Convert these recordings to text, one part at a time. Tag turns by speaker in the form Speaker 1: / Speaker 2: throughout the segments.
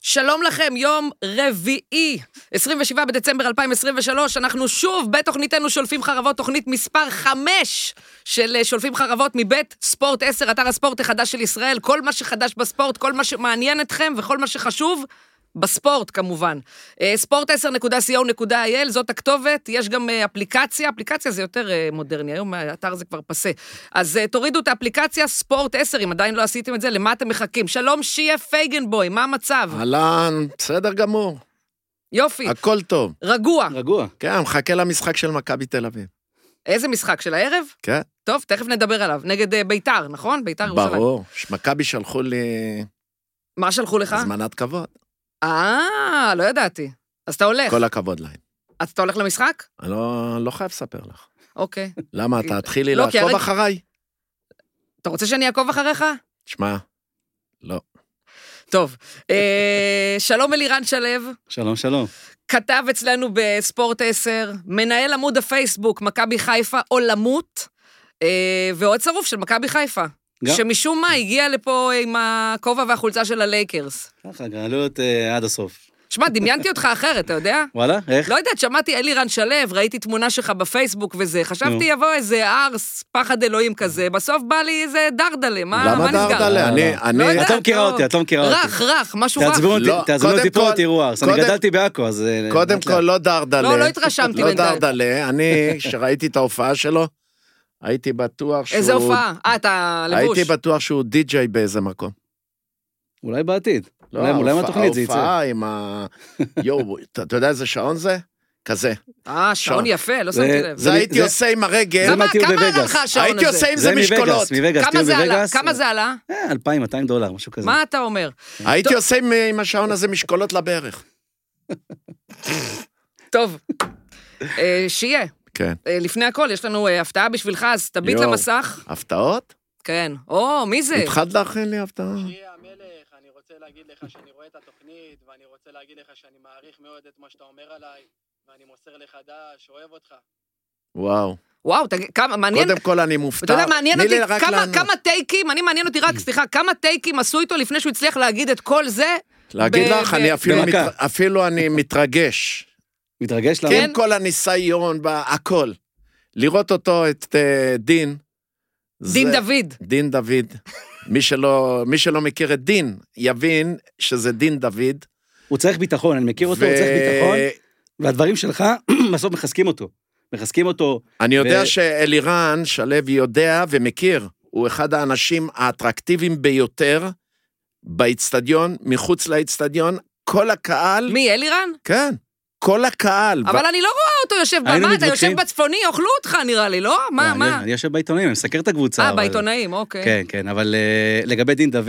Speaker 1: שלום לכם, יום רביעי, 27 בדצמבר 2023, אנחנו שוב בתוכניתנו שולפים חרבות, תוכנית מספר 5 של אה, שולפים חרבות מבית ספורט 10, אתר הספורט החדש של ישראל, כל מה שחדש בספורט, כל מה שמעניין אתכם וכל מה שחשוב. בספורט כמובן, אה, sport10.co.il, זאת הכתובת, יש גם אה, אפליקציה, אפליקציה זה יותר אה, מודרני, היום האתר זה כבר פסה. אז אה, תורידו את האפליקציה, ספורט 10, אם עדיין לא עשיתם את זה, למה אתם מחכים? שלום, שיה פייגנבוי, מה המצב?
Speaker 2: אהלן, בסדר גמור,
Speaker 1: יופי,
Speaker 2: הכל טוב.
Speaker 1: רגוע.
Speaker 3: רגוע.
Speaker 2: כן, מחכה למשחק של מכבי תל אביב.
Speaker 1: איזה משחק של הערב?
Speaker 2: כן,
Speaker 1: טוב, תכף נדבר עליו. נגד אה, ביתר, נכון? ביתר ירושלים.
Speaker 2: ברור. מכבי שלחו לי
Speaker 1: מה שלחו לך?
Speaker 2: הזמנת כבוד.
Speaker 1: אה, לא ידעתי. אז אתה הולך.
Speaker 2: כל הכבוד להם.
Speaker 1: אז אתה הולך למשחק?
Speaker 2: אני לא- לא חייב לספר לך.
Speaker 1: אוקיי.
Speaker 2: למה, אתה תתחילי
Speaker 1: לא, כי
Speaker 2: לעקוב
Speaker 1: הרגע-
Speaker 2: אחריי?
Speaker 1: אתה רוצה שאני אעקוב אחריך?
Speaker 2: שמע, לא.
Speaker 1: טוב. אה, שלום אלירן שלו.
Speaker 3: שלום, שלום.
Speaker 1: כתב אצלנו בספורט 10, מנהל עמוד הפייסבוק, מכבי חיפה, עולמות, אה, ועוד צירוף של מכבי חיפה.
Speaker 3: גם.
Speaker 1: שמשום מה הגיע לפה עם הכובע והחולצה של הלייקרס.
Speaker 3: ככה, גלויות אה, עד הסוף.
Speaker 1: שמע, דמיינתי אותך אחרת, אתה יודע?
Speaker 3: וואלה, איך?
Speaker 1: לא יודעת, שמעתי אלירן שלו, ראיתי תמונה שלך בפייסבוק וזה, חשבתי יבוא איזה ארס, פחד אלוהים כזה, בסוף בא לי איזה דרדלה, מה מה
Speaker 2: למה
Speaker 1: נסגר?
Speaker 2: דרדלה?
Speaker 3: לא,
Speaker 2: אני,
Speaker 1: לא
Speaker 2: אני...
Speaker 3: לא.
Speaker 1: יודעת,
Speaker 3: את לא מכירה
Speaker 1: לא.
Speaker 3: אותי, את לא מכירה אותי.
Speaker 1: רך, רך, משהו רך.
Speaker 3: תעזבו אותי,
Speaker 2: לא,
Speaker 3: תעזבו
Speaker 2: קודם
Speaker 3: אותי פה,
Speaker 2: כל-
Speaker 3: תראו ארס. אני
Speaker 2: קודם-
Speaker 3: גדלתי בעכו, אז... אה,
Speaker 2: קודם
Speaker 3: לאט
Speaker 2: כל,
Speaker 3: לאט.
Speaker 2: לא דרדלה.
Speaker 1: לא, לא התרשמתי
Speaker 2: לא
Speaker 1: בינתיים.
Speaker 2: דרדלה. אני, כשראיתי את ההופעה שלו, הייתי בטוח שהוא...
Speaker 1: איזה הופעה? אה, אתה לבוש.
Speaker 2: הייתי בטוח שהוא די-ג'יי באיזה מקום.
Speaker 3: אולי בעתיד.
Speaker 2: לא,
Speaker 3: אולי אולי
Speaker 2: ההופעה-
Speaker 3: מהתוכנית זה יצא.
Speaker 2: ההופעה עם ה... יואו, אתה אתה יודע איזה שעון זה? כזה.
Speaker 1: אה, שעון
Speaker 2: שעון.
Speaker 1: יפה, לא
Speaker 3: זה-
Speaker 1: שמתי לב.
Speaker 2: זה
Speaker 3: זה-
Speaker 2: הייתי
Speaker 3: זה-
Speaker 2: עושה עם הרגל,
Speaker 1: כמה
Speaker 3: מה טיול
Speaker 1: כמה עלה
Speaker 3: בווגאס.
Speaker 1: לך השעון
Speaker 2: הייתי
Speaker 1: הזה?
Speaker 2: עושה עם זה משקולות.
Speaker 3: מवेgas, מווגאס,
Speaker 1: כמה
Speaker 3: טיול
Speaker 1: זה עלה?
Speaker 3: בווגאס.
Speaker 1: כמה זה עלה?
Speaker 3: אה, 2,000, 200 דולר, משהו כזה.
Speaker 1: מה אתה אומר?
Speaker 2: הייתי עושה עם- אה, עם השעון הזה משקולות לברך.
Speaker 1: טוב, אה, שיהיה.
Speaker 2: כן.
Speaker 1: אה, לפני הכל, יש לנו אה, הפתעה בשבילך, אז תביט
Speaker 2: יואו.
Speaker 1: למסך.
Speaker 2: הפתעות?
Speaker 1: כן. או, מי זה?
Speaker 2: התחלת להכין לי הפתעה?
Speaker 4: אחי המלך, אני רוצה להגיד לך שאני רואה את התוכנית, ואני רוצה להגיד לך שאני מעריך מאוד את מה שאתה אומר עליי, ואני מוסר לך דש, אוהב אותך.
Speaker 2: וואו.
Speaker 1: וואו, תגיד, כמה, מעניין.
Speaker 2: קודם כל אני מופתע.
Speaker 1: אתה יודע, מעניין
Speaker 2: תני
Speaker 1: אותי
Speaker 2: לי רק
Speaker 1: כמה,
Speaker 2: לענות.
Speaker 1: כמה טייקים, אני מעניין אותי
Speaker 3: Mm.
Speaker 1: רק, סליחה, כמה טייקים עשו איתו לפני שהוא הצליח להגיד את כל זה?
Speaker 2: להגיד
Speaker 1: ב-
Speaker 2: לך,
Speaker 1: ב-
Speaker 2: אני אפילו
Speaker 3: במכה.
Speaker 2: מת- אפילו אני מתרגש.
Speaker 3: מתרגש למה?
Speaker 1: כן.
Speaker 2: עם כל הניסיון, בה- הכל. לראות אותו, את אה, דין.
Speaker 1: דין
Speaker 2: זה-
Speaker 1: דוד.
Speaker 2: דין דוד. מי שלא, מי שלא מכיר את דין, יבין שזה דין דוד.
Speaker 3: הוא צריך ביטחון, אני מכיר אותו, הוא צריך ביטחון. והדברים שלך בסוף מחזקים אותו. מחזקים אותו.
Speaker 2: אני יודע
Speaker 3: ו-
Speaker 2: שאלירן שלו יודע ומכיר, הוא אחד האנשים האטרקטיביים ביותר באיצטדיון, מחוץ לאיצטדיון, כל הקהל,
Speaker 1: מי, אלירן?
Speaker 2: כן, כל הקהל,
Speaker 1: אבל אני לא רואה אותו יושב
Speaker 3: היינו
Speaker 1: במה, אתה יושב
Speaker 3: מתווכחים.
Speaker 1: בצפוני, אוכלו אותך נראה לי, לא?
Speaker 3: אה,
Speaker 1: מה,
Speaker 3: אני-
Speaker 1: מה?
Speaker 3: אני יושב בעיתונאים, אני מסקר את הקבוצה.
Speaker 1: אה,
Speaker 3: אבל-
Speaker 1: בעיתונאים, אוקיי.
Speaker 3: כן, כן, אבל אה, לגבי דין דוד,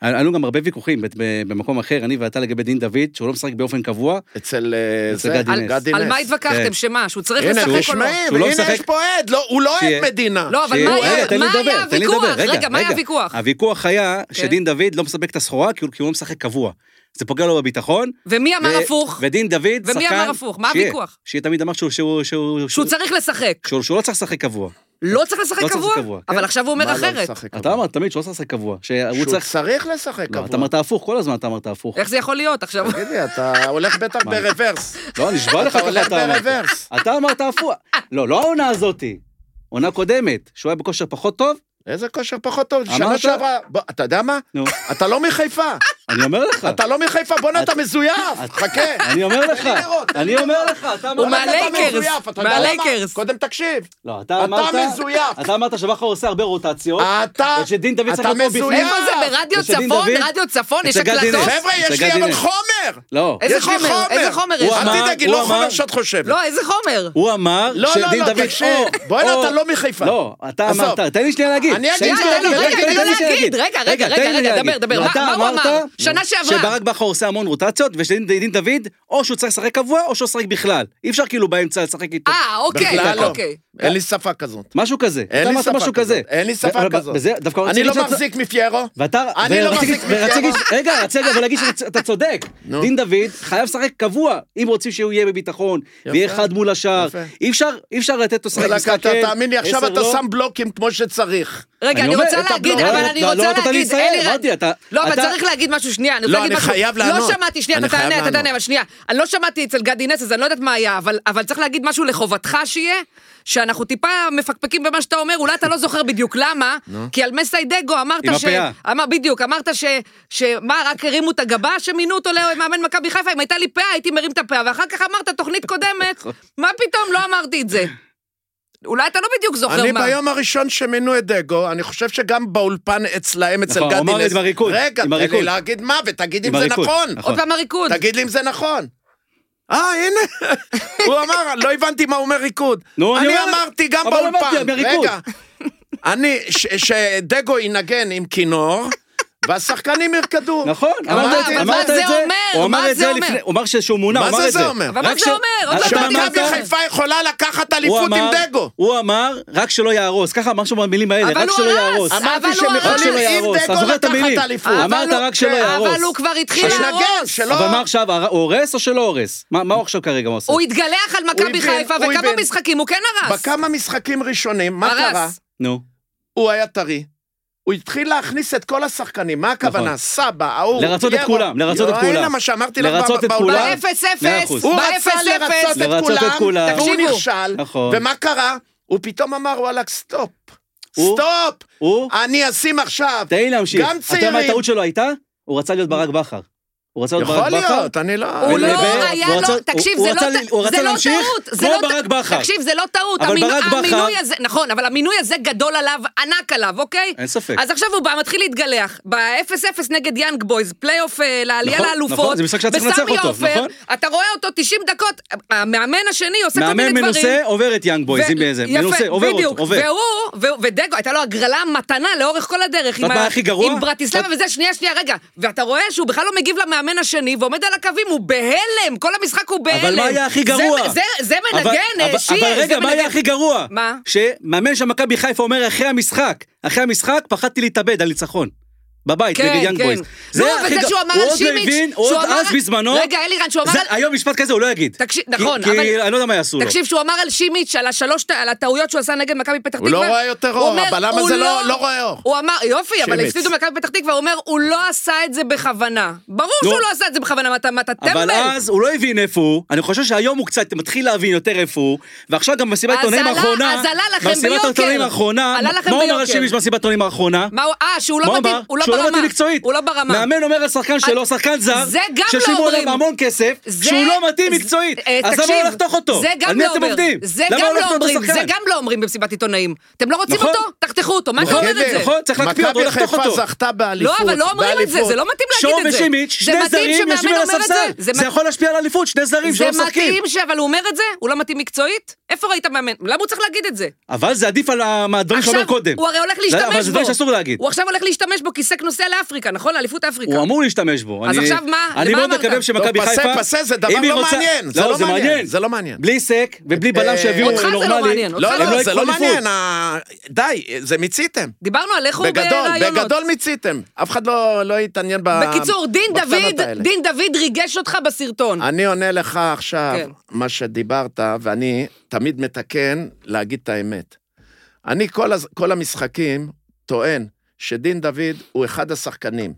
Speaker 3: היה לנו גם הרבה ויכוחים ב- ב- במקום אחר, אני ואתה לגבי דין דוד, שהוא לא משחק באופן קבוע,
Speaker 2: אצל אה,
Speaker 3: אצל
Speaker 2: זה,
Speaker 3: גדי נס.
Speaker 2: גדי נס.
Speaker 1: על מה התווכחתם?
Speaker 3: כן.
Speaker 1: שמה? שהוא צריך
Speaker 2: הנה,
Speaker 1: לשחק או לא?
Speaker 2: תשמעים,
Speaker 3: שהוא לא
Speaker 2: הנה
Speaker 3: משחק.
Speaker 2: יש פה עד, לא, הוא לא
Speaker 3: שיהיה.
Speaker 2: עד מדינה.
Speaker 1: לא, אבל
Speaker 3: שיהיה-
Speaker 1: מה
Speaker 3: רגע,
Speaker 1: היה
Speaker 3: תן
Speaker 1: מה
Speaker 3: לי לדבר,
Speaker 1: היה
Speaker 3: תן לי
Speaker 1: הוויכוח?
Speaker 3: לדבר,
Speaker 1: רגע,
Speaker 3: רגע,
Speaker 1: מה היה
Speaker 3: רגע. אה,
Speaker 1: הוויכוח?
Speaker 3: הוויכוח היה
Speaker 1: כן.
Speaker 3: שדין דוד לא מספק את הסחורה כי הוא- כי הוא לא משחק קבוע. זה פוגע לו בביטחון.
Speaker 1: ומי אמר
Speaker 3: ו-
Speaker 1: הפוך?
Speaker 3: ודין דוד, שחקן...
Speaker 1: ומי אמר הפוך? מה
Speaker 3: שיהיה,
Speaker 1: הוויכוח?
Speaker 3: שיהיה תמיד אמר שהוא... שהוא, שהוא,
Speaker 1: שהוא צריך לשחק.
Speaker 3: שהוא, שהוא לא צריך לשחק קבוע.
Speaker 1: לא צריך לשחק
Speaker 3: לא צריך
Speaker 1: קבוע?
Speaker 3: קבוע, כן.
Speaker 1: אבל עכשיו הוא אומר
Speaker 2: מה לא
Speaker 1: אחרת.
Speaker 2: לשחק
Speaker 3: אתה
Speaker 2: קבוע?
Speaker 3: אמרת תמיד שהוא לא צריך לשחק קבוע. שהוא
Speaker 2: שהוא
Speaker 3: צריך...
Speaker 2: צריך לשחק
Speaker 3: לא,
Speaker 2: קבוע.
Speaker 3: אתה אמרת הפוך, כל הזמן אתה אמרת הפוך.
Speaker 1: איך זה יכול להיות עכשיו?
Speaker 3: אוקיי.
Speaker 2: תגידי, אתה הולך בטח
Speaker 3: מה?
Speaker 2: ברוורס.
Speaker 3: לא, נשבע לך
Speaker 2: אתה
Speaker 3: ככה
Speaker 2: הולך
Speaker 3: אתה אמרת.
Speaker 2: ברוורס.
Speaker 3: אתה אמרת הפוך. לא, לא העונה הזאתי. עונה קודמת, שהוא היה בכושר פחות טוב,
Speaker 2: איזה כושר פחות טוב, שנה
Speaker 3: אמרת?
Speaker 2: שעברה, בוא, אתה יודע מה?
Speaker 3: נו,
Speaker 2: אתה לא מחיפה.
Speaker 3: אני אומר לך.
Speaker 2: אתה לא מחיפה, בואנה אתה מזויף, חכה.
Speaker 3: אני אומר לך, אני אומר לך, אתה
Speaker 1: הוא
Speaker 3: אמרת...
Speaker 1: מהלייקרס,
Speaker 2: מזויף, אתה יודע
Speaker 1: מהלייקרס.
Speaker 2: למה? קודם תקשיב,
Speaker 3: לא, אתה
Speaker 2: אתה
Speaker 3: אמרת...
Speaker 2: מזויף. אה.
Speaker 3: אתה אמרת שבכר עושה הרבה רוטציות.
Speaker 2: אתה,
Speaker 3: ושדין דוד צריך
Speaker 2: אתה
Speaker 3: להיות פה בפנים.
Speaker 2: מזויף.
Speaker 1: איפה זה, ברדיו
Speaker 3: ושדין
Speaker 1: צפון?
Speaker 3: דוד-
Speaker 1: רדיו צפון, יש
Speaker 3: אצל גדי
Speaker 1: הקלטות?
Speaker 3: נס.
Speaker 2: חבר'ה, יש לי
Speaker 3: תגיד
Speaker 2: אבל
Speaker 3: לי.
Speaker 2: חומר.
Speaker 3: לא.
Speaker 1: איזה
Speaker 2: יש לי
Speaker 1: חומר? איזה חומר יש?
Speaker 3: הוא
Speaker 2: אל
Speaker 3: אמר-
Speaker 2: תדאגי,
Speaker 3: הוא
Speaker 2: לא חומר
Speaker 3: אמר-
Speaker 2: שאת חושבת.
Speaker 1: לא, איזה חומר?
Speaker 3: הוא אמר
Speaker 2: לא, לא,
Speaker 3: שדין
Speaker 2: לא,
Speaker 3: דוד...
Speaker 2: תקשיב.
Speaker 3: או-
Speaker 2: בואנה,
Speaker 3: או-
Speaker 2: אתה לא מחיפה.
Speaker 3: לא, אתה
Speaker 2: עזוב.
Speaker 3: אמרת, תן לי שנייה להגיד.
Speaker 2: אני אגיד,
Speaker 3: תן לי
Speaker 2: שנייה,
Speaker 3: שנייה
Speaker 2: תן לו, רגע, תן לו
Speaker 3: לי שנייה
Speaker 1: להגיד. רגע, רגע,
Speaker 3: תן לי
Speaker 1: רגע,
Speaker 3: להגיד.
Speaker 1: דבר, דבר, מה-
Speaker 3: אתה
Speaker 1: מה הוא אמר?
Speaker 3: אמרת
Speaker 1: שנה שעברה.
Speaker 3: שברק בכר עושה המון רוטציות, ושדין דוד, או שהוא צריך לשחק קבוע, או שהוא שחק בכלל. אי אפשר כאילו באמצע לשחק איתו.
Speaker 1: אה, אוקיי,
Speaker 2: בכלל לא.
Speaker 1: אוקיי.
Speaker 2: אין לי שפה כזאת.
Speaker 3: משהו כזה.
Speaker 2: אין
Speaker 3: אתה
Speaker 2: לי
Speaker 3: אמרת
Speaker 2: שפה
Speaker 3: משהו
Speaker 2: כזאת.
Speaker 3: כזה.
Speaker 2: אין לי שפה
Speaker 3: אבל
Speaker 2: כזאת.
Speaker 3: בזה- דווקא רציתי
Speaker 2: אני לא
Speaker 3: להגיד שאתה-
Speaker 2: מחזיק מפיירו.
Speaker 3: ואתה...
Speaker 2: אני לא
Speaker 3: ורציתי-
Speaker 2: מחזיק מפיירו.
Speaker 3: ורציתי- רגע, רציתי גם להגיד שאתה צודק.
Speaker 2: נו.
Speaker 3: דין דוד חייב לשחק קבוע, אם רוצים שהוא יהיה בביטחון, ויהיה אחד מול השער.
Speaker 2: יפה.
Speaker 3: אי אפשר- אי אפשר לתת לו לשחק
Speaker 2: וואלכ,
Speaker 3: משחק
Speaker 2: אתה
Speaker 3: כן,
Speaker 2: תאמין לי, עכשיו
Speaker 3: עשר
Speaker 2: אתה
Speaker 3: לא.
Speaker 2: שם בלוקים כמו שצריך.
Speaker 1: רגע,
Speaker 3: אני
Speaker 1: אני
Speaker 3: אומר,
Speaker 1: רוצה
Speaker 3: את
Speaker 1: להגיד,
Speaker 3: הבלוק-
Speaker 1: אבל
Speaker 3: לא,
Speaker 1: אני
Speaker 3: לא, לא
Speaker 1: רוצה
Speaker 3: נתת לי
Speaker 1: להגיד,
Speaker 3: לסיים,
Speaker 1: אלירן.
Speaker 3: אמרתי, אתה-
Speaker 1: לא, אבל
Speaker 3: אתה-
Speaker 1: צריך להגיד מה משהו, שנייה, אני רוצה
Speaker 2: לא,
Speaker 1: להגיד
Speaker 2: אני
Speaker 1: משהו.
Speaker 2: חייב לענות.
Speaker 1: לא שמעתי, שנייה,
Speaker 2: אני
Speaker 1: אתה
Speaker 2: חייב
Speaker 1: תענה, אתה
Speaker 2: לענות.
Speaker 1: תענה, אבל שנייה. אני לא שמעתי אצל גדי נס, אז אני לא יודעת מה היה, אבל- אבל צריך להגיד משהו לחובתך שיהיה, שאנחנו טיפה מפקפקים במה שאתה אומר, אולי אתה לא זוכר בדיוק למה, כי על מסיידגו אמרת
Speaker 3: עם
Speaker 1: ש...
Speaker 3: הפאה.
Speaker 1: אמר, בדיוק, אמרת ש... שמה, רק הרימו את הגבה שמינו אותו למאמן מכבי חיפה? אם הייתה לי פאה, הייתי מרים את הפאה, ואחר כך אמרת תוכנית קודמת, מה פתאום, לא אמרתי את זה. אולי אתה לא בדיוק זוכר מה.
Speaker 2: אני ביום הראשון שמינו את דגו, אני חושב שגם באולפן אצלהם, אצל
Speaker 3: נכון,
Speaker 2: גדי נס...
Speaker 3: אמר לי עם הריקוד,
Speaker 2: רגע,
Speaker 3: עם
Speaker 2: תן
Speaker 3: הריקוד.
Speaker 2: לי להגיד מה, ותגיד
Speaker 3: עם
Speaker 2: אם זה
Speaker 3: הריקוד,
Speaker 2: נכון.
Speaker 3: נכון.
Speaker 1: עוד פעם הריקוד.
Speaker 2: תגיד לי אם זה נכון. אה, הנה, הוא אמר, לא הבנתי מה הוא אומר ריקוד.
Speaker 3: נו, אני
Speaker 2: אני
Speaker 3: אומר-
Speaker 2: אמרתי גם
Speaker 3: אבל
Speaker 2: באולפן.
Speaker 3: אמרתי, בריקוד.
Speaker 2: רגע, אני, ש- שדגו ינגן עם כינור, והשחקנים ירקדו.
Speaker 3: נכון,
Speaker 1: אבל
Speaker 3: אמרת
Speaker 1: מה-
Speaker 3: את זה.
Speaker 1: אבל מה
Speaker 3: אמרת
Speaker 1: זה
Speaker 3: את זה.
Speaker 1: אומר?
Speaker 3: הוא
Speaker 1: מה
Speaker 3: אמר את
Speaker 1: זה
Speaker 3: זה
Speaker 1: אומר?
Speaker 3: לפני, הוא אמר שהוא מונה, הוא
Speaker 2: מה
Speaker 3: אמר
Speaker 2: זה
Speaker 3: את זה.
Speaker 2: זה אומר? אבל
Speaker 1: מה
Speaker 3: רק
Speaker 1: זה
Speaker 3: ש-
Speaker 1: אומר? עוד לא
Speaker 3: אתה
Speaker 1: אמרתי
Speaker 3: אמרת-
Speaker 2: שמכבי
Speaker 1: אמרת?
Speaker 2: חיפה יכולה לקחת
Speaker 3: הוא
Speaker 2: אליפות עם
Speaker 3: אמר-
Speaker 2: דגו.
Speaker 3: הוא אמר, רק שלא יערוס. ככה אמר שם במילים האלה,
Speaker 1: אבל
Speaker 3: רק
Speaker 1: הוא
Speaker 3: שלא
Speaker 1: הרס.
Speaker 3: יהרוס.
Speaker 1: אבל
Speaker 2: אמרתי
Speaker 1: הוא
Speaker 2: שהם
Speaker 1: הרס.
Speaker 3: רק שלא
Speaker 2: יכולים עם
Speaker 3: יהרוס. אתה
Speaker 2: דגו
Speaker 3: זוכר
Speaker 2: לקחת
Speaker 3: את המילים?
Speaker 2: אליפות.
Speaker 1: אבל
Speaker 3: אמרת
Speaker 1: הוא-
Speaker 3: רק שלא
Speaker 1: כן,
Speaker 3: יהרוס.
Speaker 1: אבל הוא כבר התחיל
Speaker 2: אז
Speaker 1: להרוס.
Speaker 2: נגן, כן, שלא...
Speaker 3: אבל מה עכשיו, הר- הורס או שלא הורס? מה מה הוא עכשיו כרגע עושה?
Speaker 1: הוא התגלח על מכבי
Speaker 2: הבין,
Speaker 1: חיפה,
Speaker 2: הוא
Speaker 1: וכמה
Speaker 2: הבין.
Speaker 1: משחקים הוא כן הרס.
Speaker 2: בכמה משחקים ראשונים, מה
Speaker 1: הרס.
Speaker 2: קרה?
Speaker 3: נו.
Speaker 2: הוא היה טרי. הוא התחיל להכניס את כל השחקנים, מה הכוונה?
Speaker 3: נכון.
Speaker 2: סבא, ההוא...
Speaker 3: לרצות את
Speaker 2: ירו.
Speaker 3: כולם, לרצות את
Speaker 2: יואל,
Speaker 3: כולם.
Speaker 2: הנה מה שאמרתי לך
Speaker 3: לרצות את
Speaker 2: באולפן.
Speaker 3: כולם.
Speaker 1: באפס
Speaker 3: מאה
Speaker 1: אפס,
Speaker 3: אחוז.
Speaker 2: הוא
Speaker 1: באפס
Speaker 2: רצה לרצות
Speaker 1: אפס.
Speaker 2: את
Speaker 3: לרצות את
Speaker 2: כולם,
Speaker 3: כולם.
Speaker 2: והוא
Speaker 1: תקשיבו.
Speaker 2: נכשל,
Speaker 3: נכון.
Speaker 2: ומה קרה? הוא פתאום אמר, וואלכ, סטופ.
Speaker 3: הוא-
Speaker 2: סטופ!
Speaker 3: הוא,
Speaker 2: אני אשים עכשיו.
Speaker 3: תן לי להמשיך.
Speaker 2: גם
Speaker 3: אתה יודע מה
Speaker 2: צעירים.
Speaker 3: הטעות שלו הייתה? הוא רצה להיות ברק בכר. הוא רצה להיות
Speaker 2: יכול
Speaker 3: ברק בכר.
Speaker 2: להיות, אני לא...
Speaker 1: הוא
Speaker 3: ו-
Speaker 1: לא
Speaker 3: ו-
Speaker 1: היה
Speaker 3: הוא
Speaker 1: לו,
Speaker 3: רצה-
Speaker 1: תקשיב,
Speaker 3: הוא
Speaker 1: זה לא
Speaker 3: רצה-
Speaker 1: טעות,
Speaker 3: הוא רצה
Speaker 1: זה לא
Speaker 3: להמשיך
Speaker 1: טעות, זה
Speaker 3: כמו
Speaker 1: לא
Speaker 3: ברק בכר.
Speaker 1: תקשיב, זה לא טעות,
Speaker 3: אבל
Speaker 1: המינ-
Speaker 3: ברק בכר-
Speaker 1: המינוי הזה, נכון, אבל המינוי הזה גדול עליו, ענק עליו, אוקיי?
Speaker 3: אין ספק.
Speaker 1: אז עכשיו הוא בא, מתחיל להתגלח, ב-0-0 נגד יאנג בויז, פלייאוף אה, לעלייה
Speaker 3: נכון,
Speaker 1: לאלופות,
Speaker 3: נכון, זה משחק שהיה צריך לנצח
Speaker 1: בסמי
Speaker 3: אותו,
Speaker 1: עופר,
Speaker 3: נכון.
Speaker 1: אתה רואה אותו 90 דקות, המאמן השני עושה כל מיני
Speaker 3: מאמן
Speaker 1: דברים.
Speaker 3: מנוסה עובר את יאנג בויז,
Speaker 1: ו-
Speaker 3: אם באיזה,
Speaker 1: יפה,
Speaker 3: מנוסה, עובר
Speaker 1: בדיוק.
Speaker 3: אותו, עובר.
Speaker 1: והוא, והוא- ודגו, הייתה לו הגרלה מתנה לאורך כל הדרך. עם
Speaker 3: מה
Speaker 1: ה-
Speaker 3: הכי גרוע?
Speaker 1: עם ברטיסלבה
Speaker 3: אתה-
Speaker 1: וזה, שנייה, שנייה, רגע. ואתה רואה שהוא בכלל לא מגיב למאמן השני, ועומד על הקווים, הוא בהלם, כל המשחק הוא בהלם.
Speaker 3: אבל מה היה הכי
Speaker 1: זה-
Speaker 3: גרוע?
Speaker 1: זה- זה
Speaker 3: אבל-
Speaker 1: מנגן, אה,
Speaker 3: אבל-
Speaker 1: שיר.
Speaker 3: אבל
Speaker 1: זה
Speaker 3: רגע, מה
Speaker 1: מנגן.
Speaker 3: היה הכי גרוע?
Speaker 1: מה?
Speaker 3: שמאמן של מכבי חיפה אומר אחרי המשחק, אחרי המשחק פחדתי להתאבד על ניצחון. בבית,
Speaker 1: כן,
Speaker 3: נגד יאנג
Speaker 1: כן.
Speaker 3: בויז.
Speaker 1: נו,
Speaker 3: הכי
Speaker 1: וזה
Speaker 3: גר-
Speaker 1: שהוא אמר
Speaker 3: הוא
Speaker 1: על
Speaker 3: עוד לא
Speaker 1: שימיץ',
Speaker 3: הבין,
Speaker 1: שהוא
Speaker 3: עוד
Speaker 1: אמר
Speaker 3: אז
Speaker 1: על-
Speaker 3: בזמנו.
Speaker 1: רגע, אלירן, שהוא אמר
Speaker 3: זה-
Speaker 1: על-
Speaker 3: היום משפט כזה הוא לא יגיד.
Speaker 1: תקשיב,
Speaker 3: כי-
Speaker 1: נכון,
Speaker 3: כי
Speaker 1: אבל-
Speaker 3: אני לא יודע מה יעשו לו.
Speaker 1: תקשיב, שהוא אמר על שימיץ', על השלוש, על הטעויות שהוא עשה נגד מכבי פתח
Speaker 2: הוא
Speaker 1: תקווה.
Speaker 2: לא רואה יותר
Speaker 1: הוא
Speaker 2: אור,
Speaker 1: אומר,
Speaker 2: הבלם
Speaker 1: הוא
Speaker 2: הזה לא- לא רואה אור.
Speaker 1: הוא אמר, יופי, אבל
Speaker 2: שימיץ'.
Speaker 1: הפסידו מכבי פתח תקווה, הוא אומר, הוא לא עשה את זה בכוונה. ברור
Speaker 3: נו.
Speaker 1: שהוא לא עשה את זה בכוונה, מה אתה- מה אתה טמבל?
Speaker 3: אבל אז הוא לא הבין איפה הוא, אני חושב שהיום הוא קצת מתחיל להבין יותר איפה הוא, ועכשיו גם במסיבת
Speaker 1: אז
Speaker 3: העיתונאים
Speaker 1: עלה-
Speaker 3: האחרונה,
Speaker 1: אז עלה לכם
Speaker 3: במסיבת
Speaker 1: ביוקר.
Speaker 3: העיתונאים האחרונה,
Speaker 1: עלה לכם
Speaker 3: מה הוא אמר על
Speaker 1: ביוקר.
Speaker 3: שימיש במסיבת העיתונאים האחרונה?
Speaker 1: מה הוא, אה, שהוא לא
Speaker 3: מה
Speaker 1: מתאים,
Speaker 3: אמר?
Speaker 1: הוא לא ברמה.
Speaker 3: שהוא לא מתאים מקצועית.
Speaker 1: הוא לא ברמה.
Speaker 3: מאמן אומר על שחקן שלו, שחקן זר,
Speaker 1: זה גם לא
Speaker 3: ששילמו
Speaker 1: אומרים.
Speaker 3: עליו המון כסף,
Speaker 1: זה-
Speaker 3: שהוא לא מתאים
Speaker 1: זה-
Speaker 3: מקצועית.
Speaker 1: אה,
Speaker 3: אז למה
Speaker 1: תקשיב,
Speaker 3: לא לחתוך אותו?
Speaker 1: זה גם
Speaker 3: על מי
Speaker 1: לא
Speaker 3: אתם
Speaker 1: אומר.
Speaker 3: עובדים?
Speaker 1: זה
Speaker 3: למה
Speaker 1: גם
Speaker 3: לא
Speaker 1: לא
Speaker 3: לחתוך את
Speaker 1: אומרים, זה
Speaker 3: השחקן?
Speaker 1: גם לא אומרים במסיבת עיתונאים. אתם לא רוצים
Speaker 3: נכון.
Speaker 1: אותו? תחתכו אותו, מה אתה
Speaker 3: נכון,
Speaker 1: אומר את זה?
Speaker 3: נכון, צריך להקפיא אותו,
Speaker 2: לא מכבי
Speaker 3: לחתוך
Speaker 2: חיפה
Speaker 3: אותו.
Speaker 2: זכתה באליפות.
Speaker 1: לא, אבל לא אומרים את זה, זה לא
Speaker 2: באליפות.
Speaker 1: מתאים
Speaker 3: שואו
Speaker 1: להגיד את זה.
Speaker 3: ושימיץ',
Speaker 1: זה
Speaker 3: שני
Speaker 1: מתאים
Speaker 3: זרים
Speaker 1: שמאמן
Speaker 3: יושבים על
Speaker 1: אומר את זה.
Speaker 3: הספסל.
Speaker 1: זה
Speaker 3: זה
Speaker 1: מת-
Speaker 3: יכול להשפיע על אליפות, שני זרים שלא
Speaker 1: זה
Speaker 3: משחקים.
Speaker 1: מתאים ש... אבל הוא אומר את זה? הוא לא מתאים מקצועית? איפה ראית מאמן? למה הוא צריך להגיד את זה?
Speaker 3: אבל זה עדיף על ה- מהדברים שהוא
Speaker 1: עכשיו,
Speaker 3: אומר קודם.
Speaker 1: הוא הרי הולך
Speaker 3: זה-
Speaker 1: להשתמש בו.
Speaker 3: אבל זה דברים שאסור להגיד.
Speaker 1: הוא עכשיו הולך להשתמש בו כסק נוסע לאפריקה, נכון? לאליפות אפריקה.
Speaker 3: הוא אמור להשתמש בו.
Speaker 1: אז
Speaker 3: אני-
Speaker 1: עכשיו מה?
Speaker 3: אני
Speaker 1: למה
Speaker 3: מאוד
Speaker 1: אמרת?
Speaker 3: מקווה שמכבי
Speaker 2: טוב, לא, פסה,
Speaker 3: חיפה...
Speaker 2: פסה, זה דבר
Speaker 3: אם היא
Speaker 2: לא
Speaker 3: רוצה-
Speaker 2: מעניין, זה לא מעניין, זה לא מעניין.
Speaker 3: בלי סק ובלי
Speaker 2: אה,
Speaker 3: בלם שיביאו
Speaker 1: אותך זה לא
Speaker 3: נורמלי.
Speaker 1: מעניין, אותך
Speaker 2: לא,
Speaker 1: הם
Speaker 2: לא, זה
Speaker 3: יקחו
Speaker 2: לא
Speaker 3: אליפות.
Speaker 2: מעניין, ה- די, זה מיציתם.
Speaker 1: דיברנו על איך הוא
Speaker 2: בגדול,
Speaker 1: ברעיונות.
Speaker 2: בגדול מיציתם. אף אחד לא לא התעניין ב...
Speaker 1: בקיצור, דין
Speaker 2: בקטנות
Speaker 1: דוד,
Speaker 2: האלה.
Speaker 1: דין דוד ריגש אותך בסרטון.
Speaker 2: אני עונה לך עכשיו
Speaker 1: כן.
Speaker 2: מה שדיברת, ואני תמיד מתקן להגיד את האמת. אני כל, הז... כל המשחקים טוען שדין דוד הוא אחד השחקנים